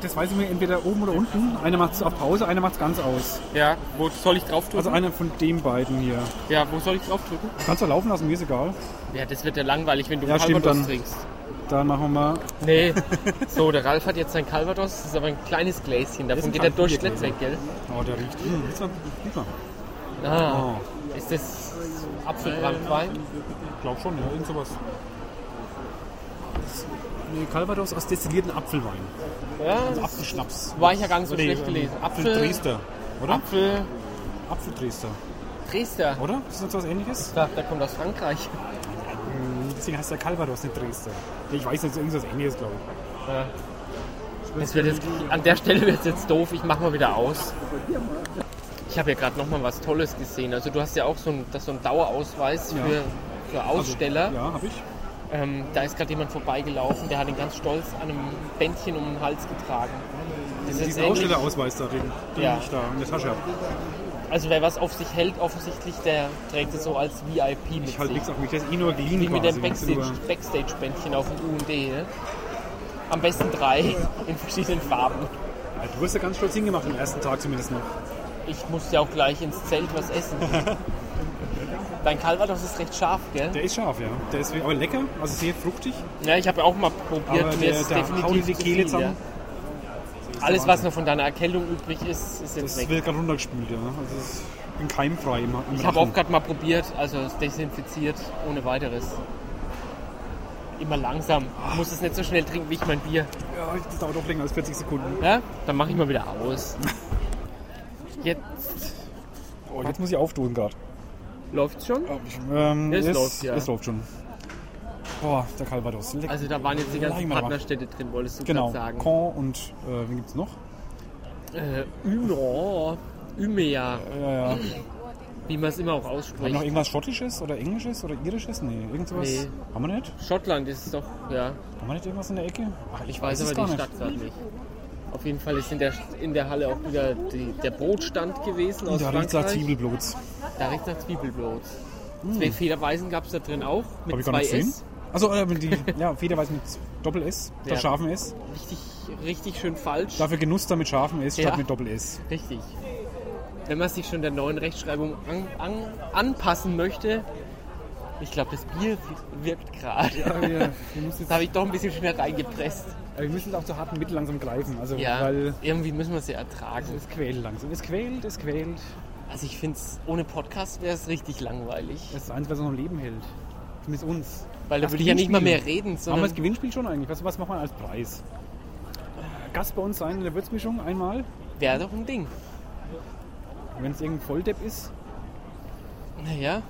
S1: Das weiß ich mir entweder oben oder unten. Einer macht es auf Pause, einer macht es ganz aus.
S2: Ja, wo soll ich drauf drücken?
S1: Also einer von den beiden hier.
S2: ja, wo soll ich drauf drücken?
S1: Kannst du laufen lassen, mir ist egal.
S2: Ja, das wird ja langweilig, wenn du
S1: Ja, stimmt,
S2: Calvados
S1: dann-
S2: trinkst.
S1: Dann machen wir mal.
S2: Nee. so, der Ralf hat jetzt sein Calvados, das ist aber ein kleines Gläschen.
S1: ist
S2: Davon
S1: ein
S2: geht der
S1: kleines
S2: Durchschnitt
S1: Biergläschen.
S2: weg, gell?
S1: Oh, der riecht. Hm, riecht's mal, riecht mal.
S2: Ah,
S1: Oh,
S2: ist das Apfelbrandwein?
S1: glaub schon, ja, irgend sowas. Nee, Calvados aus destillierten Apfelwein.
S2: Ja,
S1: Also Apfelschnaps.
S2: war ich ja gar nicht so schlecht gelesen. Apfel-
S1: Apfeldrester, ähm, oder?
S2: Apfel
S1: Apfeldrester,
S2: Dresdner.
S1: oder? Ist das was ähnliches?
S2: Ich dachte, der kommt aus Frankreich.
S1: Deswegen heißt der Calvados nicht Dresdner. Ich weiß nicht, irgendwas ähnliches, glaube ich.
S2: Das wird jetzt, an der Stelle wird es jetzt doof. Ich mach mal wieder aus. Ich habe ja gerade noch mal was Tolles gesehen. Also du hast ja auch so einen, das so einen Dauerausweis
S1: Ja. Also,
S2: für, für Aussteller.
S1: Ja, habe ich.
S2: ähm, da ist gerade jemand vorbeigelaufen, der hat ihn ganz stolz an einem Bändchen um den Hals getragen. Das ist
S1: Diesen
S2: ähnlich-
S1: Ausstellerausweis da, den, den
S2: Ja.
S1: ich da in der Tasche habe.
S2: Also wer was auf sich hält, offensichtlich, der trägt es so als VIP mit
S1: Ich halte
S2: sich.
S1: nichts auf mich, das ist eh nur geliehen
S2: Wie mit
S1: quasi.
S2: dem
S1: Das sind
S2: Backstage- Backstage-Bändchen auf dem UND. Ne? Am besten drei <laughs> in verschiedenen Farben.
S1: nur- Ja, du wirst ja ganz stolz hingemacht am ersten Tag zumindest noch. <laughs>
S2: Ich muss ja auch gleich ins Zelt was essen. Dein Calvados ist recht scharf, gell?
S1: Der ist scharf, ja. Der ist aber lecker, also sehr fruchtig.
S2: Ja, ich habe auch mal probiert.
S1: Aber
S2: mir
S1: der-
S2: ist
S1: der
S2: definitiv
S1: haut die
S2: zu
S1: Kehle
S2: viel,
S1: zusammen.
S2: ja. Alles, was noch von deiner Erkältung übrig ist, ist jetzt
S1: Das
S2: weg.
S1: wird gerade runtergespült, ja. Also es ist- ich bin keimfrei im, im
S2: Ich habe auch gerade mal probiert, also es desinfiziert ohne weiteres. Immer langsam. Ich muss es nicht so schnell trinken wie ich mein Bier.
S1: Ja, das dauert auch länger als 40 Sekunden.
S2: Ja? Dann mache ich mal wieder
S1: <laughs>
S2: aus. Jetzt
S1: Oh, jetzt muss ich aufdosen gerade.
S2: läuft's schon.
S1: Ähm,
S2: Es
S1: es,
S2: läuft, ja.
S1: es läuft schon. Boah, der Calvados. Lecker.
S2: Also da waren jetzt die ganzen
S1: Leimer.
S2: Partnerstädte drin, wolltest du
S1: genau.
S2: gerade sagen.
S1: Con und äh, wen gibt's noch?
S2: äh, Umea, Umea,
S1: Ja, ja.
S2: wie man es immer
S1: Haben
S2: auch
S1: wir noch
S2: ausspricht.
S1: irgendwas Schottisches oder Englisches oder Irisches? Nee, irgend sowas.
S2: Nee.
S1: Haben wir nicht?
S2: Schottland ist es doch, ja.
S1: Haben wir nicht irgendwas in der Ecke? Ach,
S2: Ich weiß aber die Stadt gerade nicht. Auf jeden Fall ist in der, in der Halle auch wieder die, der Brotstand gewesen aus
S1: Da riecht nach
S2: Frankreich.
S1: Zwiebelblots.
S2: Da riecht nach Zwiebelbrot. Zwei Federweisen gab es da drin
S1: Hm.
S2: auch
S1: Hab
S2: mit
S1: ich gar
S2: zwei
S1: nicht gesehen.
S2: S.
S1: Achso, äh, die ja, Federweiß mit Doppel-S,
S2: Ja.
S1: das scharfen S.
S2: Richtig, richtig schön falsch.
S1: Dafür Genuster mit scharfem S
S2: Ja.
S1: statt mit Doppel-S.
S2: Richtig. Wenn man sich schon der neuen Rechtschreibung an, an, anpassen möchte, ich glaube, das Bier wirkt gerade.
S1: wir, müssen
S2: Das habe ich doch ein bisschen schnell reingepresst.
S1: es auch zu harten Mittel langsam greifen. Also,
S2: Ja,
S1: weil
S2: irgendwie müssen wir es ja ertragen.
S1: es quält langsam. Es quält, es quält.
S2: Also ich finde es, ohne Podcast wäre es richtig langweilig.
S1: Das ist das Einzige, was noch am Leben hält. Zumindest uns.
S2: Weil da
S1: Das
S2: würde ich ja nicht mal
S1: Gewinnspiel.
S2: mehr reden,
S1: Machen wir
S2: sondern
S1: das Gewinnspiel schon eigentlich? Was, was macht man als Preis? Gast bei uns sein in der Würzmischung einmal,
S2: wäre doch ein Ding.
S1: wenn es irgendein Volldepp ist.
S2: Naja,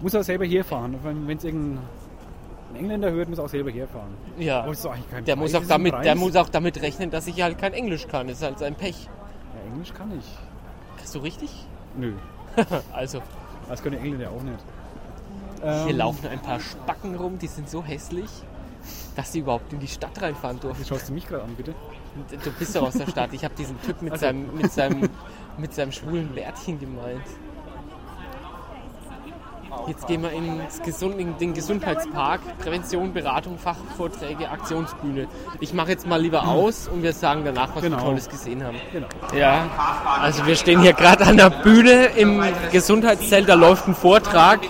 S1: Muss er selber herfahren. Wenn es irgendein Engländer hört, muss er auch selber herfahren.
S2: ja.
S1: Aber es ist doch eigentlich kein
S2: Der
S1: Preis,
S2: muss,
S1: es
S2: auch
S1: ist ein
S2: damit,
S1: Preis.
S2: der muss auch damit rechnen, dass ich halt kein Englisch kann. Das ist halt sein Pech.
S1: Ja, Englisch kann ich.
S2: Hast du richtig?
S1: Nö,
S2: Also,
S1: das können die Engländer auch nicht.
S2: hier
S1: Ähm,
S2: laufen ein paar Spacken rum, die sind so hässlich, dass sie überhaupt in die Stadt reinfahren
S1: Jetzt
S2: durften.
S1: schaust du mich gerade an, bitte.
S2: Du bist doch aus der Stadt. Ich habe diesen Typ mit,
S1: Also.
S2: seinem, mit, seinem, mit seinem schwulen Bärtchen gemeint. Jetzt gehen wir ins Gesund in den Gesundheitspark. Prävention, Beratung, Fachvorträge, Aktionsbühne. Ich mache jetzt mal lieber aus und wir sagen danach, was
S1: Genau.
S2: wir Tolles gesehen haben.
S1: Genau.
S2: Ja, also wir stehen hier gerade an der Bühne im Gesundheitszelt, da läuft ein Vortrag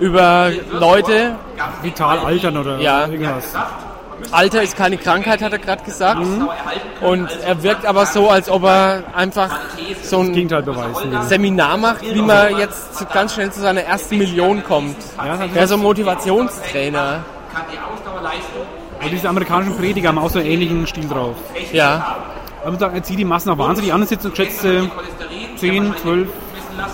S2: über Leute.
S1: Vital altern oder
S2: Ja.
S1: irgendwas.
S2: Alter ist keine Krankheit, hat er gerade gesagt.
S1: Mhm.
S2: Und er wirkt aber so, als ob er einfach so ein
S1: Gegenteil beweisen. will.
S2: Seminar macht, wie man jetzt zu- ganz schnell zu seiner ersten Million kommt.
S1: das hat-
S2: Er ist so ein Motivationstrainer.
S1: Und diese amerikanischen Prediger haben auch so einen ähnlichen Stil drauf.
S2: Ja,
S1: Aber sagen, er zieht die Massen nach wahnsinnig an. Es sitzen geschätzte 10, 12,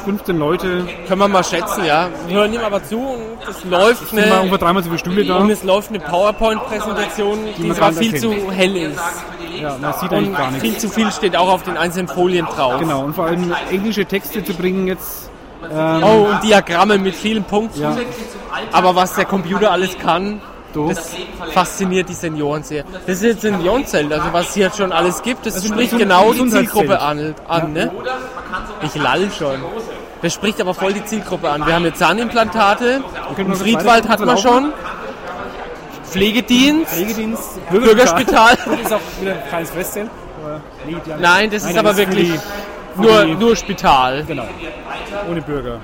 S1: 15 Leute.
S2: können wir mal schätzen, ja. Wir hören ihm aber zu und es läuft
S1: Sind mal ungefähr
S2: eine,
S1: dreimal so viele Stühle da.
S2: und es läuft eine PowerPoint-Präsentation, die
S1: man
S2: zwar
S1: gar nicht
S2: viel zu hell ist.
S1: Ja, man sieht eigentlich
S2: Und
S1: gar
S2: viel
S1: nichts.
S2: zu viel steht auch auf den einzelnen Folien drauf.
S1: Genau, und vor allem englische Texte zu bringen jetzt. Ähm,
S2: Oh, und Diagramme mit vielen Punkten.
S1: Ja.
S2: Aber was der Computer alles kann,
S1: Doof.
S2: das fasziniert die Senioren sehr. Das ist jetzt ein Seniorenzelt, also was hier schon alles gibt, das
S1: Also
S2: spricht
S1: ein
S2: genau die
S1: Gesundheitszelt.
S2: Zielgruppe an. an ne? Ich lall schon. Das spricht aber voll die Zielgruppe an. Wir haben jetzt Zahnimplantate,
S1: können
S2: einen
S1: wir
S2: Friedwald
S1: weiter-
S2: hatten wir schon, Pflegedienst,
S1: Pflegedienst,
S2: Bürgerspital.
S1: Das ist auch wieder kein Festzelt. Nee, die haben-
S2: Nein, das ist aber
S1: für
S2: wirklich
S1: die- für
S2: nur,
S1: die-
S2: nur Spital.
S1: Genau. Ohne Bürger.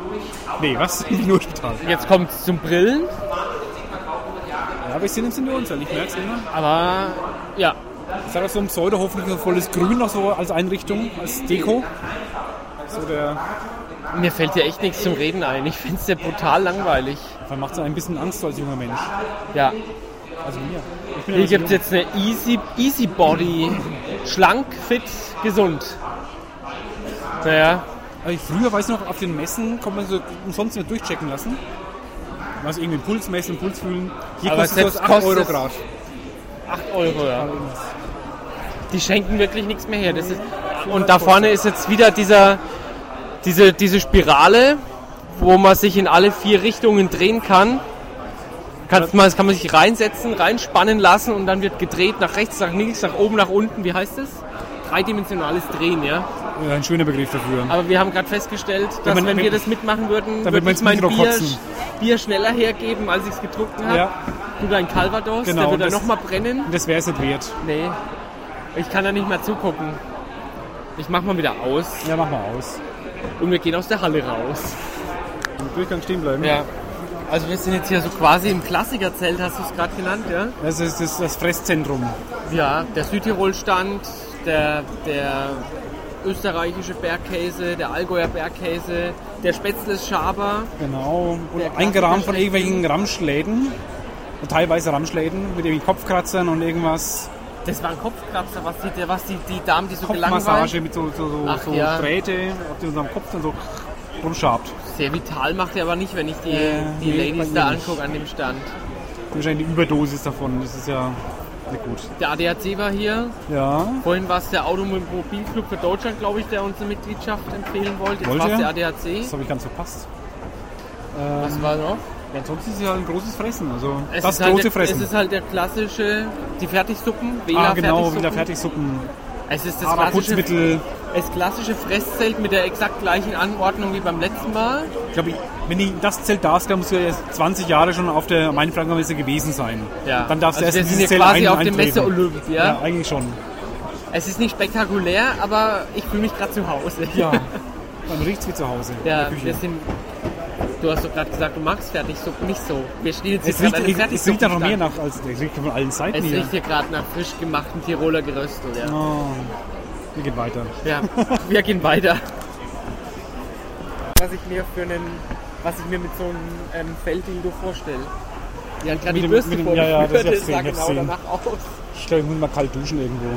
S1: Nee, was? <laughs> Nicht nur Spital.
S2: Jetzt kommt es zum Brillen,
S1: Ja, aber ich sehe im Seniorensaal, ich merke es immer.
S2: aber ja,
S1: Ich sage so ein Pseudo, hoffentlich so volles Grün noch so als Einrichtung, als Deko. So der.
S2: Mir fällt ja echt nichts zum Reden ein. Ich finde es ja brutal langweilig.
S1: Man macht es einem ein bisschen Angst so als junger Mensch.
S2: Ja.
S1: Also mir. Ich bin ja
S2: Hier
S1: als
S2: gibt es
S1: jung-
S2: jetzt eine Easy, Easy Body. Schlank, fit, gesund. Naja.
S1: Also ich früher weiß ich noch, auf den Messen konnte man so umsonst nicht durchchecken lassen. Man muss irgendwie einen Puls messen, einen Puls fühlen. Hier
S2: Aber
S1: kostet das
S2: selbst
S1: 8
S2: kostet
S1: Euro
S2: es-
S1: Grad.
S2: 8 Euro, ja. Die schenken wirklich nichts mehr her. Das ist, und da vorne ist jetzt wieder dieser, diese, diese Spirale, wo man sich in alle vier Richtungen drehen kann. Kannst man, das kann man sich reinsetzen, reinspannen lassen und dann wird gedreht nach rechts, nach links, nach oben, nach unten. Wie heißt das? Dreidimensionales Drehen, ja.
S1: Ja, ein schöner Begriff dafür.
S2: Aber wir haben gerade festgestellt, dass
S1: man-
S2: wenn
S1: wenn-
S2: wir das mitmachen würden,
S1: Dann wird
S2: würde
S1: man
S2: ich
S1: ins
S2: mein
S1: Mikro
S2: Bier,
S1: kotzen.
S2: Bier schneller hergeben, als ich es getrunken habe.
S1: Ja.
S2: Du dein Calvados,
S1: Genau,
S2: der wird dann
S1: das-
S2: nochmal brennen.
S1: Und das wäre es nicht wert.
S2: Nee, ich kann da nicht mehr zugucken. Ich mach mal wieder aus
S1: Ja, mach mal aus.
S2: und wir gehen aus der Halle raus.
S1: Durchgang stehen bleiben.
S2: Ja. Also wir sind jetzt hier so quasi im Klassikerzelt, hast du es gerade genannt, ja?
S1: Das ist das, das Fresszentrum.
S2: Ja, der Südtirol-Stand, der, der österreichische Bergkäse, der Allgäuer Bergkäse, der Spätzle ist Schaber.
S1: Genau. Und
S2: Der
S1: eingerahmt von
S2: Klassiker
S1: irgendwelchen Ramschläden. Teilweise Ramschläden mit irgendwie Kopfkratzern und irgendwas.
S2: Das war ein Kopfkratzer, was die, der- was die, die Damen, die so gelangt waren.
S1: Kopfmassage mit so, so, so,
S2: Ach,
S1: so
S2: ja.
S1: Drähte auf unserem Kopf und so rumschabt.
S2: Sehr vital macht er aber nicht, wenn ich die,
S1: Äh,
S2: die
S1: nee, bei
S2: Ladies
S1: mir
S2: da
S1: nicht.
S2: angucke an dem Stand.
S1: Wahrscheinlich eine Überdosis davon. Das ist ja nicht gut.
S2: Der ADAC war hier.
S1: Ja.
S2: Vorhin war es der Automobilclub für Deutschland, glaube ich, der uns eine Mitgliedschaft empfehlen wollte. Jetzt
S1: Wollte
S2: war es der
S1: er?
S2: ADAC.
S1: Das habe ich ganz verpasst.
S2: Was war noch?
S1: Ja, ansonsten ist es ja ein großes Fressen. Also
S2: Es
S1: das
S2: ist halt
S1: große
S2: der,
S1: Fressen.
S2: Es ist halt der klassische, die Fertigsuppen, Wähler
S1: ah, genau,
S2: Fertigsuppen.
S1: wieder Fertigsuppen.
S2: Es ist das
S1: Aber
S2: klassische,
S1: Putzmittel.
S2: das klassische Fresszelt mit der exakt gleichen Anordnung wie beim letzten Mal.
S1: Ich glaube, wenn ich das Zelt da ist, dann muss ja erst 20 Jahre schon auf der Mainfrankenmesse gewesen sein.
S2: Ja.
S1: Dann darfst du
S2: Also
S1: erst in
S2: wir sind
S1: dieses
S2: hier
S1: Zelt
S2: quasi
S1: ein,
S2: auf dem
S1: eintreten.
S2: Messe Olymp, ja?
S1: Ja, eigentlich schon.
S2: Es ist nicht spektakulär, aber ich fühle mich gerade zu Hause. <laughs>
S1: Ja. Dann riecht's wie zu Hause. in
S2: Ja,
S1: der Küche.
S2: wir sind. Du hast doch gerade gesagt, du magst Fertigsuppen nicht so. Wir stehen jetzt
S1: es
S2: hier
S1: riecht,
S2: gerade an einem
S1: es, es riecht ja noch mehr
S2: Fertigsuppenstand.
S1: nach, als es riecht von allen Seiten
S2: Es
S1: hier.
S2: riecht hier gerade nach frisch gemachten Tiroler Geröstel, ja.
S1: Oh, wir gehen weiter.
S2: Ja, wir gehen weiter. Was ich mir für einen, was ich mir mit so einem ähm, Felddildo vorstelle. Die hat gerade
S1: Mit
S2: die
S1: dem-
S2: Bürste
S1: mit dem-
S2: vor
S1: ja, ja, das
S2: geführt, <laughs>
S1: ist
S2: sah
S1: jetzt
S2: genau
S1: sehen.
S2: danach aus.
S1: Ich glaube, ich muss mal kalt duschen irgendwo.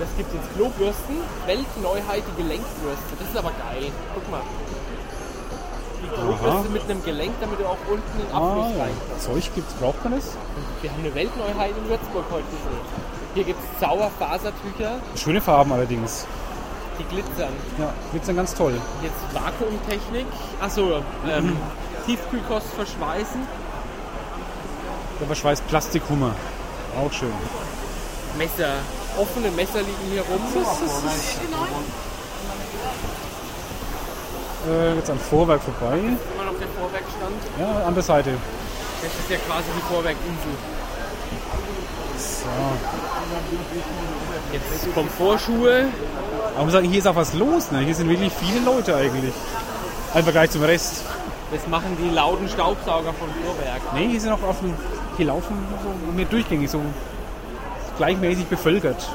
S2: Das gibt jetzt Klobürsten, Weltneuheit, die Gelenkbürste. Das ist aber geil. Guck mal. Die Klobürste mit einem Gelenk, damit du auch unten den Abfluss
S1: Ah,
S2: reinkommst.
S1: Zeug gibt's, braucht man das?
S2: Wir haben eine Weltneuheit in Würzburg heute gesehen. Hier gibt es Sauerfasertücher,
S1: Schöne Farben allerdings.
S2: die glitzern.
S1: Ja, wird's dann ganz toll.
S2: Jetzt Vakuumtechnik. Achso, ähm, Tiefkühlkost verschweißen.
S1: Der Verschweiß Plastikhummer. Auch schön.
S2: Messer. Offene Messer liegen hier rum.
S1: Äh, jetzt am Vorwerk vorbei.
S2: Immer noch der Vorwerkstand.
S1: Ja, andere Seite.
S2: Das ist ja quasi die Vorwerkinsel.
S1: So.
S2: Jetzt Komfortschuhe.
S1: Aber ich muss sagen, hier ist auch was los. Ne? Hier sind wirklich viele Leute eigentlich. Im Vergleich zum Rest.
S2: Das machen die lauten Staubsauger von Vorwerk.
S1: Nee, hier sind auch offen. Hier laufen so mehr durchgängig, so gleichmäßig bevölkert.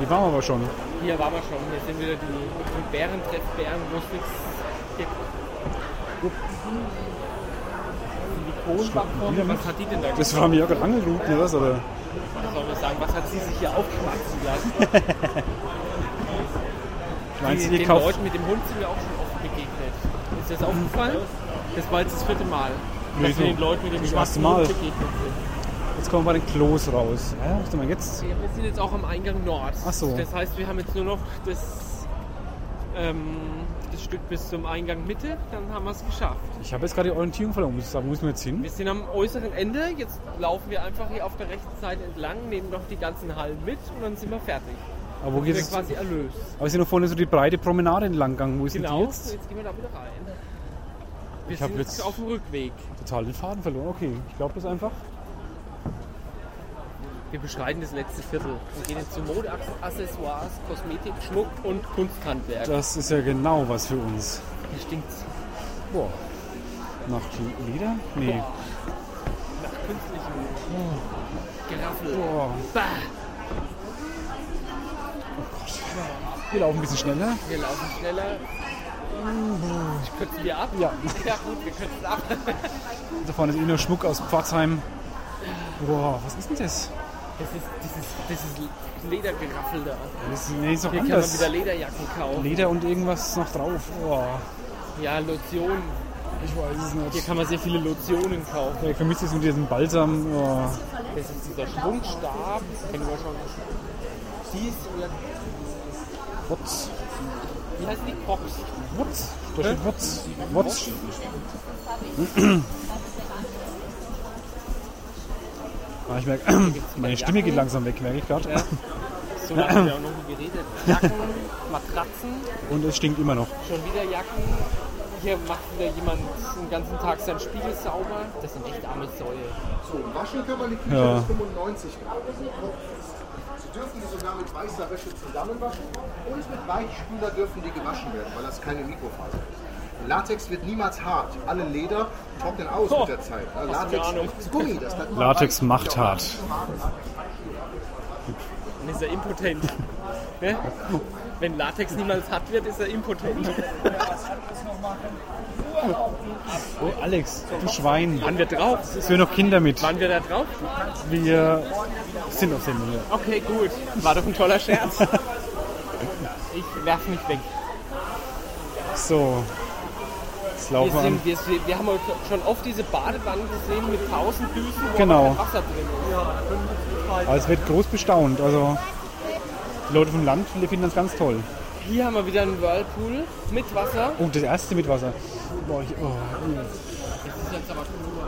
S1: Die waren wir aber schon.
S2: Hier waren wir schon. Hier sind wieder die, die Bärentreff-Bären, wo es nichts gibt. Silikonbackform. Was hat die denn da gemacht?
S1: Das war mir ja gerade angerufen, oder was? Oder?
S2: Soll man sagen, was hat sie sich hier aufschwatzen lassen?
S1: Meinst du,
S2: Die-
S1: die
S2: den
S1: kauft?
S2: Leuten mit dem Hund sind wir auch schon oft begegnet. Ist dir das aufgefallen? Das war jetzt das vierte Mal,
S1: Hm? Nee,
S2: dass
S1: so.
S2: wir den Leuten mit dem
S1: Das erste
S2: schwarzen
S1: Mal.
S2: Hund begegnet sind.
S1: Jetzt kommen wir bei den Klos raus. Ja, was denn mal jetzt?
S2: Wir sind jetzt auch am Eingang Nord.
S1: Ach so.
S2: Das heißt, wir haben jetzt nur noch das, ähm, das Stück bis zum Eingang Mitte, dann haben wir es geschafft.
S1: Ich habe jetzt gerade die Orientierung verloren, muss ich sagen. Wo müssen wir jetzt hin?
S2: Wir sind am äußeren Ende, jetzt laufen wir einfach hier auf der rechten Seite entlang, nehmen noch die ganzen Hallen mit und dann sind wir fertig.
S1: Aber wo
S2: Wir
S1: geht
S2: sind
S1: es?
S2: quasi erlöst.
S1: Aber wir sind noch vorne so die breite Promenade entlang gegangen. Wo ist denn die
S2: Genau, jetzt?
S1: jetzt?
S2: gehen wir da wieder rein. Wir
S1: hab
S2: sind jetzt
S1: jetzt-
S2: auf dem Rückweg.
S1: Total den Faden verloren. Okay, ich glaube das einfach.
S2: Wir beschreiten das letzte Viertel und gehen jetzt zu Mode, Accessoires, Kosmetik, Schmuck und Kunsthandwerk.
S1: Das ist ja genau was für uns.
S2: Hier stinkt's
S1: Boah. Nach Leder? Nee.
S2: nach künstlichem Geraffel.
S1: Boah.
S2: Oh. Bah!
S1: Wir laufen ein bisschen schneller.
S2: Wir laufen schneller. Ich kürze wir ab.
S1: Mm. Ja.
S2: <laughs> ja gut, wir kürzen ab.
S1: Da vorne ist eh nur Schmuck aus Pforzheim. Boah, was ist denn das?
S2: Das ist dieses, dieses Ledergeraffel da.
S1: Das ist, nee, ist doch
S2: Hier kann man
S1: anders.
S2: wieder Lederjacken kaufen.
S1: Leder und irgendwas noch drauf. Boah,
S2: ja, Lotionen.
S1: ich weiß es
S2: Hier
S1: nicht.
S2: kann man sehr viele Lotionen kaufen.
S1: Ja, Ich vermisse es mit diesem Balsam. Oh.
S2: Das ist dieser Schwungstab. Kennen wir schon. Dies oder
S1: Wotz.
S2: wie heißen die? Box.
S1: Wotz? Da steht Wotz. Wotz. Ah, ich merke, <clears throat> meine Stimme geht langsam weg, merke ich gerade.
S2: So lange haben wir auch noch nie geredet. Jacken, Matratzen,
S1: Und es stinkt immer noch.
S2: schon wieder Jacken, Hier macht wieder jemand den ganzen Tag seinen Spiegel sauber. Das sind echt arme Säue.
S3: So, waschen kann man die Küche
S1: Ja.
S3: bis 95 Grad. Also Sie dürfen die sogar mit weißer Wäsche zusammenwaschen und mit Weichspüler dürfen die gewaschen werden, weil das keine Mikrofaser ist. Latex wird niemals hart. Alle Leder trocknen aus
S2: Oh,
S3: mit der Zeit. Also
S2: hast du
S3: Latex
S2: eine Ahnung.
S3: ist Gummi, das bleibt immer
S1: Latex
S3: weich.
S1: macht hart.
S2: Dann ist er impotent. Ne? Wenn Latex niemals hart wird, ist er impotent.
S1: Oh, Alex, du Schwein.
S2: Waren wir drauf?
S1: Es hören noch Kinder mit.
S2: Waren wir da drauf?
S1: Wir sind auf Sendung. ja.
S2: Okay, gut. War doch ein toller Scherz. Ich werf mich weg.
S1: So. Jetzt
S2: Wir,
S1: laufen wir an.
S2: sind, wir, sind- wir haben heute schon oft diese Badewanne gesehen mit tausend Düsen, wo
S1: Genau.
S2: kein Wasser drin ist.
S1: Aber es wird groß bestaunt. Also, die Leute vom Land die finden das ganz toll.
S2: Hier haben wir wieder einen Whirlpool mit Wasser.
S1: Oh, das erste mit Wasser. Boah, ich, oh,
S2: Jetzt ist jetzt aber cool.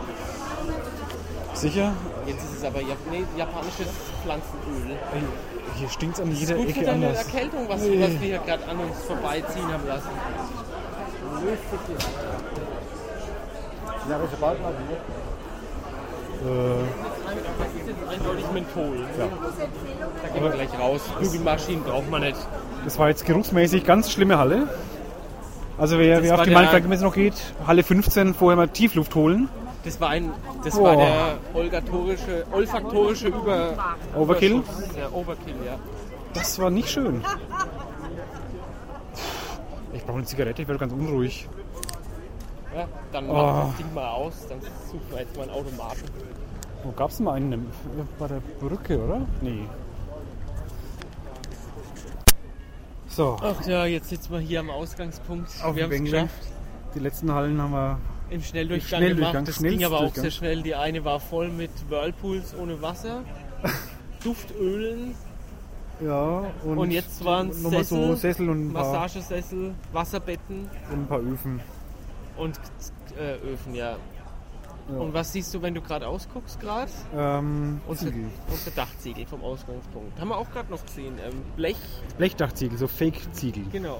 S1: sicher?
S2: Jetzt ist es aber Jap nee, japanisches Pflanzenöl.
S1: Ey, Hier stinkt es an jeder
S2: Gut für
S1: Ecke
S2: deine
S1: anders.
S2: Erkältung, was, was wir hier gerade an uns vorbeiziehen haben lassen.
S1: Äh,
S2: Das ist jetzt Äh, eindeutig Menthol.
S1: Ja.
S2: Da gehen wir gleich raus. Bügelmaschinen braucht man nicht.
S1: Das war jetzt geruchsmäßig ganz schlimme Halle. Also wer, wer
S2: war
S1: auf die
S2: der-
S1: Mainfragmesse noch geht, Halle 15, vorher mal Tiefluft holen.
S2: Das war ein, das
S1: Oh.
S2: war der olgatorische, olfaktorische Über
S1: Overkill?
S2: Überschuss. Ja, Overkill, ja.
S1: Das war nicht
S2: <laughs>
S1: schön. Ich brauche eine Zigarette, ich werde ganz unruhig.
S2: ja dann
S1: Oh.
S2: macht das Ding mal aus, dann suchen wir jetzt mal einen Automaten.
S1: Wo gab es denn mal einen? Bei der Brücke, oder? Nee. So,
S2: Ach ja, jetzt sitzen wir hier am Ausgangspunkt.
S1: auf
S2: wir
S1: die
S2: haben es
S1: Bänke.
S2: geschafft.
S1: Die letzten Hallen haben wir...
S2: Im Schnelldurchgang,
S1: Schnelldurchgang,
S2: gemacht. Das ging aber auch
S1: Schnellstdurchgang.
S2: sehr schnell. Die eine war voll mit Whirlpools ohne
S1: <laughs>
S2: Wasser, Duftölen,
S1: Ja, und,
S2: Und jetzt waren's
S1: nochmal so
S2: Sessel,
S1: Sessel und ein, paar,
S2: Massagesessel, Wasserbetten
S1: und ein paar Öfen.
S2: und äh, Öfen, ja.
S1: Ja.
S2: Und was siehst du, wenn du gerade ausguckst gerade?
S1: Ähm,
S2: Unsere,
S1: Ziegel.
S2: unsere Dachziegel vom Ausgangspunkt. Haben wir auch gerade noch gesehen. Ähm, Blech,
S1: Blechdachziegel, so Fake-Ziegel.
S2: genau.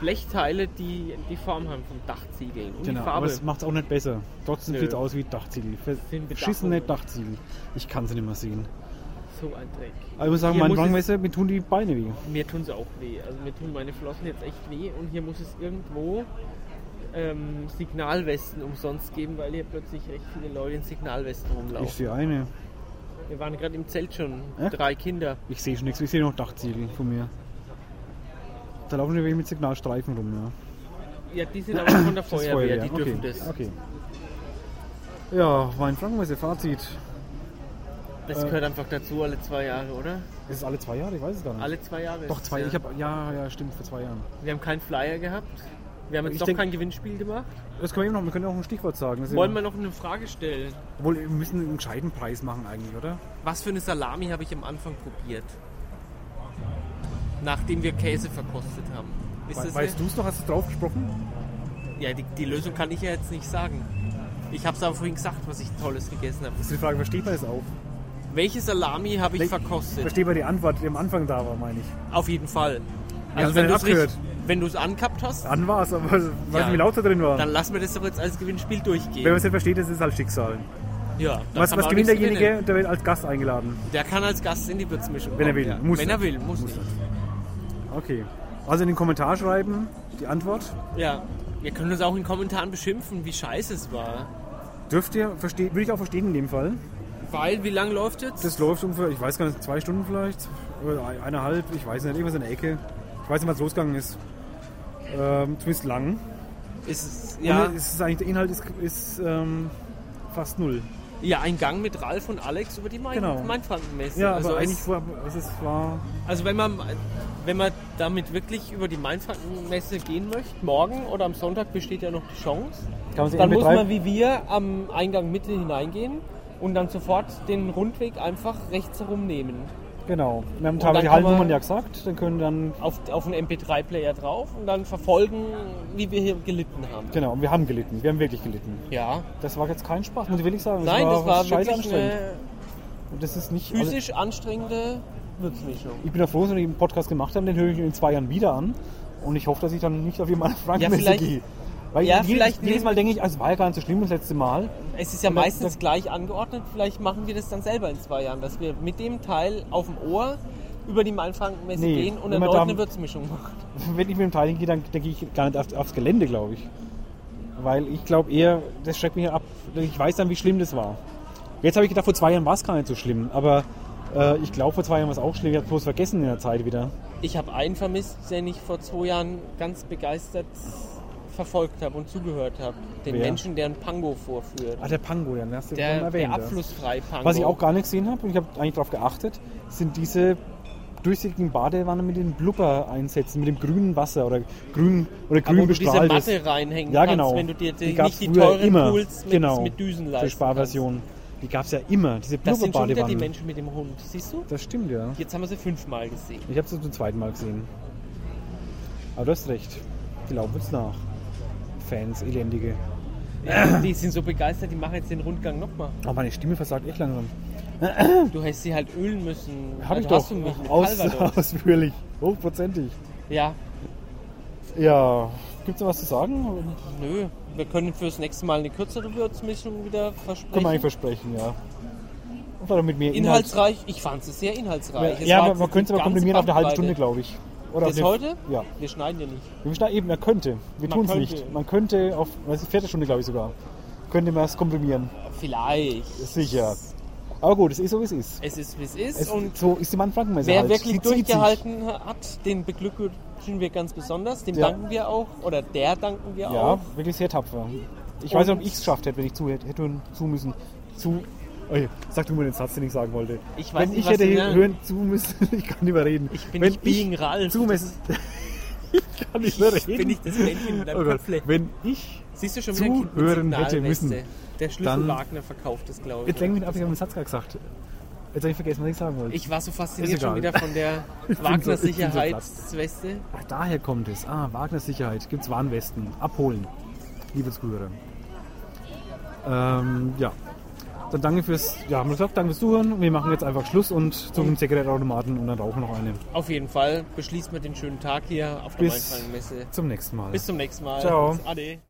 S2: Blechteile, die die Form haben vom Dachziegel. Und
S1: Genau,
S2: die
S1: aber
S2: Farbe.
S1: es macht es auch nicht besser. Trotzdem
S2: Nö.
S1: sieht es aus wie Dachziegel.
S2: Sind
S1: Verschissene
S2: Bedachungen.
S1: Dachziegel. Ich kann sie nicht mehr sehen.
S2: So ein Dreck.
S1: Aber ich muss sagen,
S2: Hier
S1: meine
S2: muss es-
S1: Wangmesser, mir tun die Beine weh.
S2: Mir tun sie auch weh. Also mir tun meine Flossen jetzt echt weh und hier muss es irgendwo ähm, Signalwesten umsonst geben, weil hier plötzlich recht viele Leute in Signalwesten
S1: Ich
S2: rumlaufen.
S1: sehe eine.
S2: Wir waren gerade im Zelt schon,
S1: Ja?
S2: drei Kinder.
S1: Ich sehe schon nichts. Ich sehe noch Dachziegel von mir. Da laufen wir mit Signalstreifen rum. Ja.
S2: Ja,
S1: <clears throat>
S2: die sind aber von der
S1: Das ist
S2: Feuerwehr, die dürfen
S1: okay.
S2: das.
S1: Okay. Ja, mein Frankenmesser, Fazit. Äh.
S2: Das gehört einfach dazu alle zwei Jahre, oder?
S1: Ist es alle zwei Jahre? Ich weiß es gar nicht.
S2: Alle zwei Jahre.
S1: Doch,
S2: ist es,
S1: zwei.
S2: ja.
S1: Ich hab, ja, ja, stimmt, vor zwei Jahren.
S2: Wir haben keinen Flyer gehabt. Wir haben jetzt
S1: Ich
S2: doch
S1: denk-
S2: kein Gewinnspiel gemacht.
S1: Das können wir eben noch, wir können auch ein Stichwort sagen. Das ist
S2: Wollen
S1: ja,
S2: wir noch eine Frage stellen?
S1: obwohl, wir müssen einen gescheiten Preis machen eigentlich, oder?
S2: Was für eine Salami habe ich am Anfang probiert? Nachdem wir Käse verkostet haben. Ist
S1: We
S2: das
S1: weißt du es noch? Hast du es drauf gesprochen?
S2: eine- Ja, die, die Lösung kann ich ja jetzt nicht sagen. Ich habe es aber vorhin gesagt, was ich Tolles gegessen habe.
S1: Das ist die Frage, versteht man es auch?
S2: Welche Salami habe ich verkostet?
S1: Versteht man die Antwort, die am Anfang da war, meine ich.
S2: Auf jeden Fall.
S1: hast
S2: Also,
S1: ja
S2: wenn
S1: nicht
S2: du's richtig- wenn du es angekappt hast,
S1: An war es, aber weiß
S2: Ja.
S1: nicht, wie laut da drin war.
S2: dann lassen wir das doch jetzt als Gewinnspiel durchgehen.
S1: Wenn man es nicht versteht, das ist halt Schicksal.
S2: ja, da
S1: Was,
S2: kann
S1: was
S2: man auch
S1: gewinnt
S2: nichts
S1: derjenige?
S2: gewinnen.
S1: Der wird als Gast eingeladen.
S2: Der kann als Gast in die Würzmischung
S1: Wenn er
S2: kommen,
S1: will.
S2: Ja.
S1: Muss
S2: wenn
S1: nicht.
S2: er will, muss, nicht.
S1: Okay. Also in den Kommentar schreiben, die Antwort.
S2: Ja, wir können uns auch in den Kommentaren beschimpfen, wie scheiße es war.
S1: Dürft ihr verstehen, würde ich auch verstehen in dem Fall.
S2: Weil, wie lang läuft jetzt?
S1: Das läuft ungefähr, ich weiß gar nicht, zwei Stunden vielleicht, oder ein- eineinhalb, ich weiß nicht, irgendwas in der Ecke. Ich weiß nicht, wann es losgegangen ist. Ähm, zumindest lang.
S2: ist, es-
S1: Und
S2: ja,
S1: es ist eigentlich, der Inhalt ist, ist ähm, fast null.
S2: ja, ein Gang mit Ralf und Alex über die Main
S1: Genau.
S2: Mainfrankenmesse.
S1: Ja,
S2: also,
S1: aber
S2: es-
S1: eigentlich war es ist, war
S2: also wenn man wenn man damit wirklich über die Mainfrankenmesse gehen möchte, morgen oder am Sonntag besteht ja noch die Chance.
S1: Kann man sich
S2: Dann
S1: eben
S2: muss
S1: drei-
S2: man wie wir am Eingang Mitte hineingehen und dann sofort den Rundweg einfach rechts herum nehmen.
S1: Genau. Wir haben
S2: dann
S1: teilweise die
S2: kann
S1: Hallennummern
S2: man-
S1: ja gesagt, dann können dann.
S2: Auf, auf einen MP3-Player drauf und dann verfolgen, wie wir hier gelitten haben.
S1: Genau, und wir haben gelitten. Wir haben wirklich gelitten.
S2: Ja.
S1: Das war jetzt kein Spaß, muss ich wirklich sagen.
S2: Nein, das war
S1: scheiße
S2: wirklich
S1: anstrengend.
S2: eine
S1: Und das ist nicht. Also,
S2: physisch anstrengende Würzmischung.
S1: ich bin ja froh, dass wir den Podcast gemacht haben, den höre ich in zwei Jahren wieder an. Und ich hoffe, dass ich dann nicht auf jemanden <laughs> Frank
S2: Ja, vielleicht,
S1: gehe. Weil
S2: Ja,
S1: jedes,
S2: vielleicht
S1: jedes
S2: nicht.
S1: Mal denke ich, "Ah, es war ja gar nicht so schlimm das letzte Mal.
S2: Es ist ja
S1: Und das-
S2: meistens
S1: das-
S2: gleich angeordnet. Vielleicht machen wir das dann selber in zwei Jahren, dass wir mit dem Teil auf dem Ohr über die Mainfrankenmesse
S1: Nee,
S2: gehen und
S1: wenn wir
S2: erneut
S1: da-
S2: eine Würzmischung machen.
S1: Wenn ich mit dem Teil hingehe, dann denke ich gar nicht auf, aufs Gelände, glaube ich. Weil ich glaube eher, das schreckt mich ab. Ich weiß dann, wie schlimm das war. Jetzt habe ich gedacht, vor zwei Jahren war es gar nicht so schlimm. Aber äh, ich glaube, vor zwei Jahren war es auch schlimm. Ich habe bloß vergessen in der Zeit wieder.
S2: Ich habe einen vermisst, den ich vor zwei Jahren ganz begeistert verfolgt habe und zugehört habe. Den
S1: Wer?
S2: Menschen, der einen Pango vorführt.
S1: Ah, der Pango, ja, den hast du schon
S2: Der,
S1: erwähnt.
S2: der
S1: ja.
S2: abflussfrei Pango.
S1: Was ich auch gar nicht gesehen habe, und ich habe eigentlich darauf geachtet, sind diese durchsichtigen Badewannen mit den Blubber-Einsätzen, mit dem grünen Wasser oder grün oder
S2: Aber wo
S1: grün
S2: du diese
S1: bestrahltes.
S2: Matte reinhängen
S1: Ja,
S2: kannst,
S1: genau.
S2: wenn du dir die,
S1: gab's
S2: nicht die
S1: früher
S2: teuren
S1: immer.
S2: Pools mit,
S1: genau.
S2: mit Düsen
S1: Die
S2: leisten
S1: Sparversion. Die gab es ja immer, diese
S2: kannst. Das sind schon wieder die
S1: Blubber-Badewannen.
S2: Menschen mit dem Hund, siehst du?
S1: Das stimmt, ja.
S2: Jetzt haben wir sie fünfmal gesehen.
S1: Ich habe es zum zweiten Mal gesehen. Aber du hast recht. Die laufen uns nach. Fans, elendige.
S2: Die sind so begeistert, die machen jetzt den Rundgang nochmal.
S1: Oh, meine Stimme versagt echt langsam.
S2: Du hättest sie halt ölen müssen.
S1: Habe Hm. ich
S2: Also hast
S1: doch.
S2: du mich mit
S1: Aus,
S2: Calvador.
S1: <laughs> ausführlich. Hochprozentig.
S2: Ja,
S1: Ja, gibt's noch was zu sagen?
S2: nö. Wir können fürs nächste Mal eine kürzere Würzmischung wieder versprechen.
S1: Können wir eigentlich versprechen, ja. Und war doch mit mir Inhalts-
S2: inhaltsreich. Ich fand es sehr inhaltsreich. Es
S1: Ja,
S2: war
S1: aber
S2: jetzt
S1: man
S2: die
S1: könnte es aber
S2: ganze
S1: komprimieren auf eine halbe Stunde,
S2: Bandbreite.
S1: glaube ich. Oder
S2: Bis
S1: auf eine-
S2: heute?
S1: Ja.
S2: Wir schneiden ja nicht.
S1: Wir müssen da eben, man könnte. Wir
S2: Man
S1: tun es
S2: könnte.
S1: nicht. Man könnte auf, weiß ich, vierte Stunde, glaube ich sogar. Könnte man es komprimieren.
S2: Vielleicht.
S1: Sicher. Aber gut, es ist so, wie es ist.
S2: Es ist, wie es ist.
S1: Es,
S2: und
S1: so ist die Mannfrankenmesse
S2: Wer
S1: halt.
S2: wirklich
S1: Sie zieht sich.
S2: durchgehalten hat, den beglückwünschen wir ganz besonders. Dem
S1: Ja.
S2: danken wir auch. Oder der danken wir auch.
S1: Ja, wirklich sehr tapfer. Ich
S2: Und-
S1: weiß nicht, ob ich es geschafft hätte, wenn ich zu hätte, hätte hören zu müssen. Zu. Oh je, sag du mal den Satz, den ich sagen wollte.
S2: Ich weiß
S1: wenn
S2: nicht,
S1: ich
S2: was
S1: hätte
S2: du sagen-
S1: hören zu müssen, <laughs> ich kann nicht mehr reden.
S2: Ich bin
S1: wenn
S2: nicht Being Ralf.
S1: Zu müssen, <laughs> ich kann nicht mehr reden.
S2: Bin ich das Männchen mit einem
S1: oh Gott.
S2: Köpfle?
S1: Wenn ich.
S2: Siehst du schon wieder ein Kind mit
S1: zuhören hätte
S2: Signalweste.
S1: müssen,
S2: Der Schlüssel
S1: dann-
S2: Wagner verkauft es, glaube
S1: Jetzt
S2: ich.
S1: denke ich mir, ab, ich habe den Satz gerade gesagt. Jetzt habe ich vergessen, was ich sagen wollte.
S2: Ich war so fasziniert
S1: Ist egal.
S2: schon wieder von der
S1: <laughs> Ich bin so- ich bin so platt.
S2: Wagner-Sicherheitsweste.
S1: Ach, daher kommt es. Ah, Wagner Sicherheit. Gibt's Warnwesten. Abholen. Liebe Zuhörer. Ähm, ja. Dann danke fürs, ja, haben wir gesagt, danke fürs Zuhören. Wir machen jetzt einfach Schluss und zum Zigarettenautomaten und dann rauchen noch eine.
S2: Auf jeden Fall beschließen wir den schönen Tag hier auf der
S1: Bis
S2: Mainfrankenmesse.
S1: zum nächsten Mal.
S2: Bis zum nächsten Mal.
S1: Ciao.
S2: Ade.